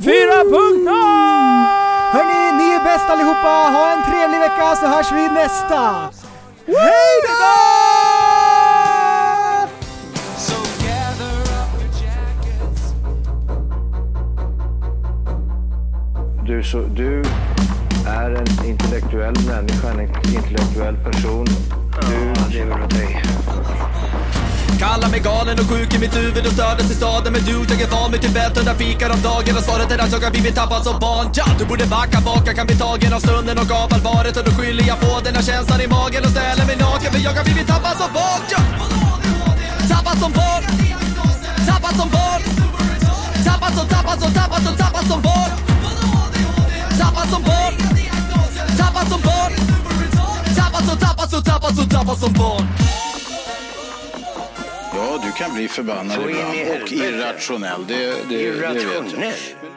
Hörni, ni är bäst allihopa! Ha en trevlig vecka så hörs vi nästa! Hej då! So gather up your jackets. Du, så, du är en intellektuell människa, en intellektuell person. Du lever av dig. Kallar mig galen och sjuk i mitt huvud och stördes i staden Men du, jag är van vid Tibet och där fikar om dagen Och svaret är att jag har blivit tappad som barn ja, Du borde backa bak, jag kan bli tagen av stunden och av allvaret Och då skyller jag på den här känslan i magen och ställer mig naken För jag har blivit tappad som barn ja. Tappad som barn Tappad som barn Tappad som, tappad som, tappad som, tappad som barn Tappad som barn Tappad som barn Tappad som, tappad som, tappad som, tappad som barn Ja, du kan bli förbannad Så in i ibland och helvete. irrationell. Det, det, det vet jag. Irrationell.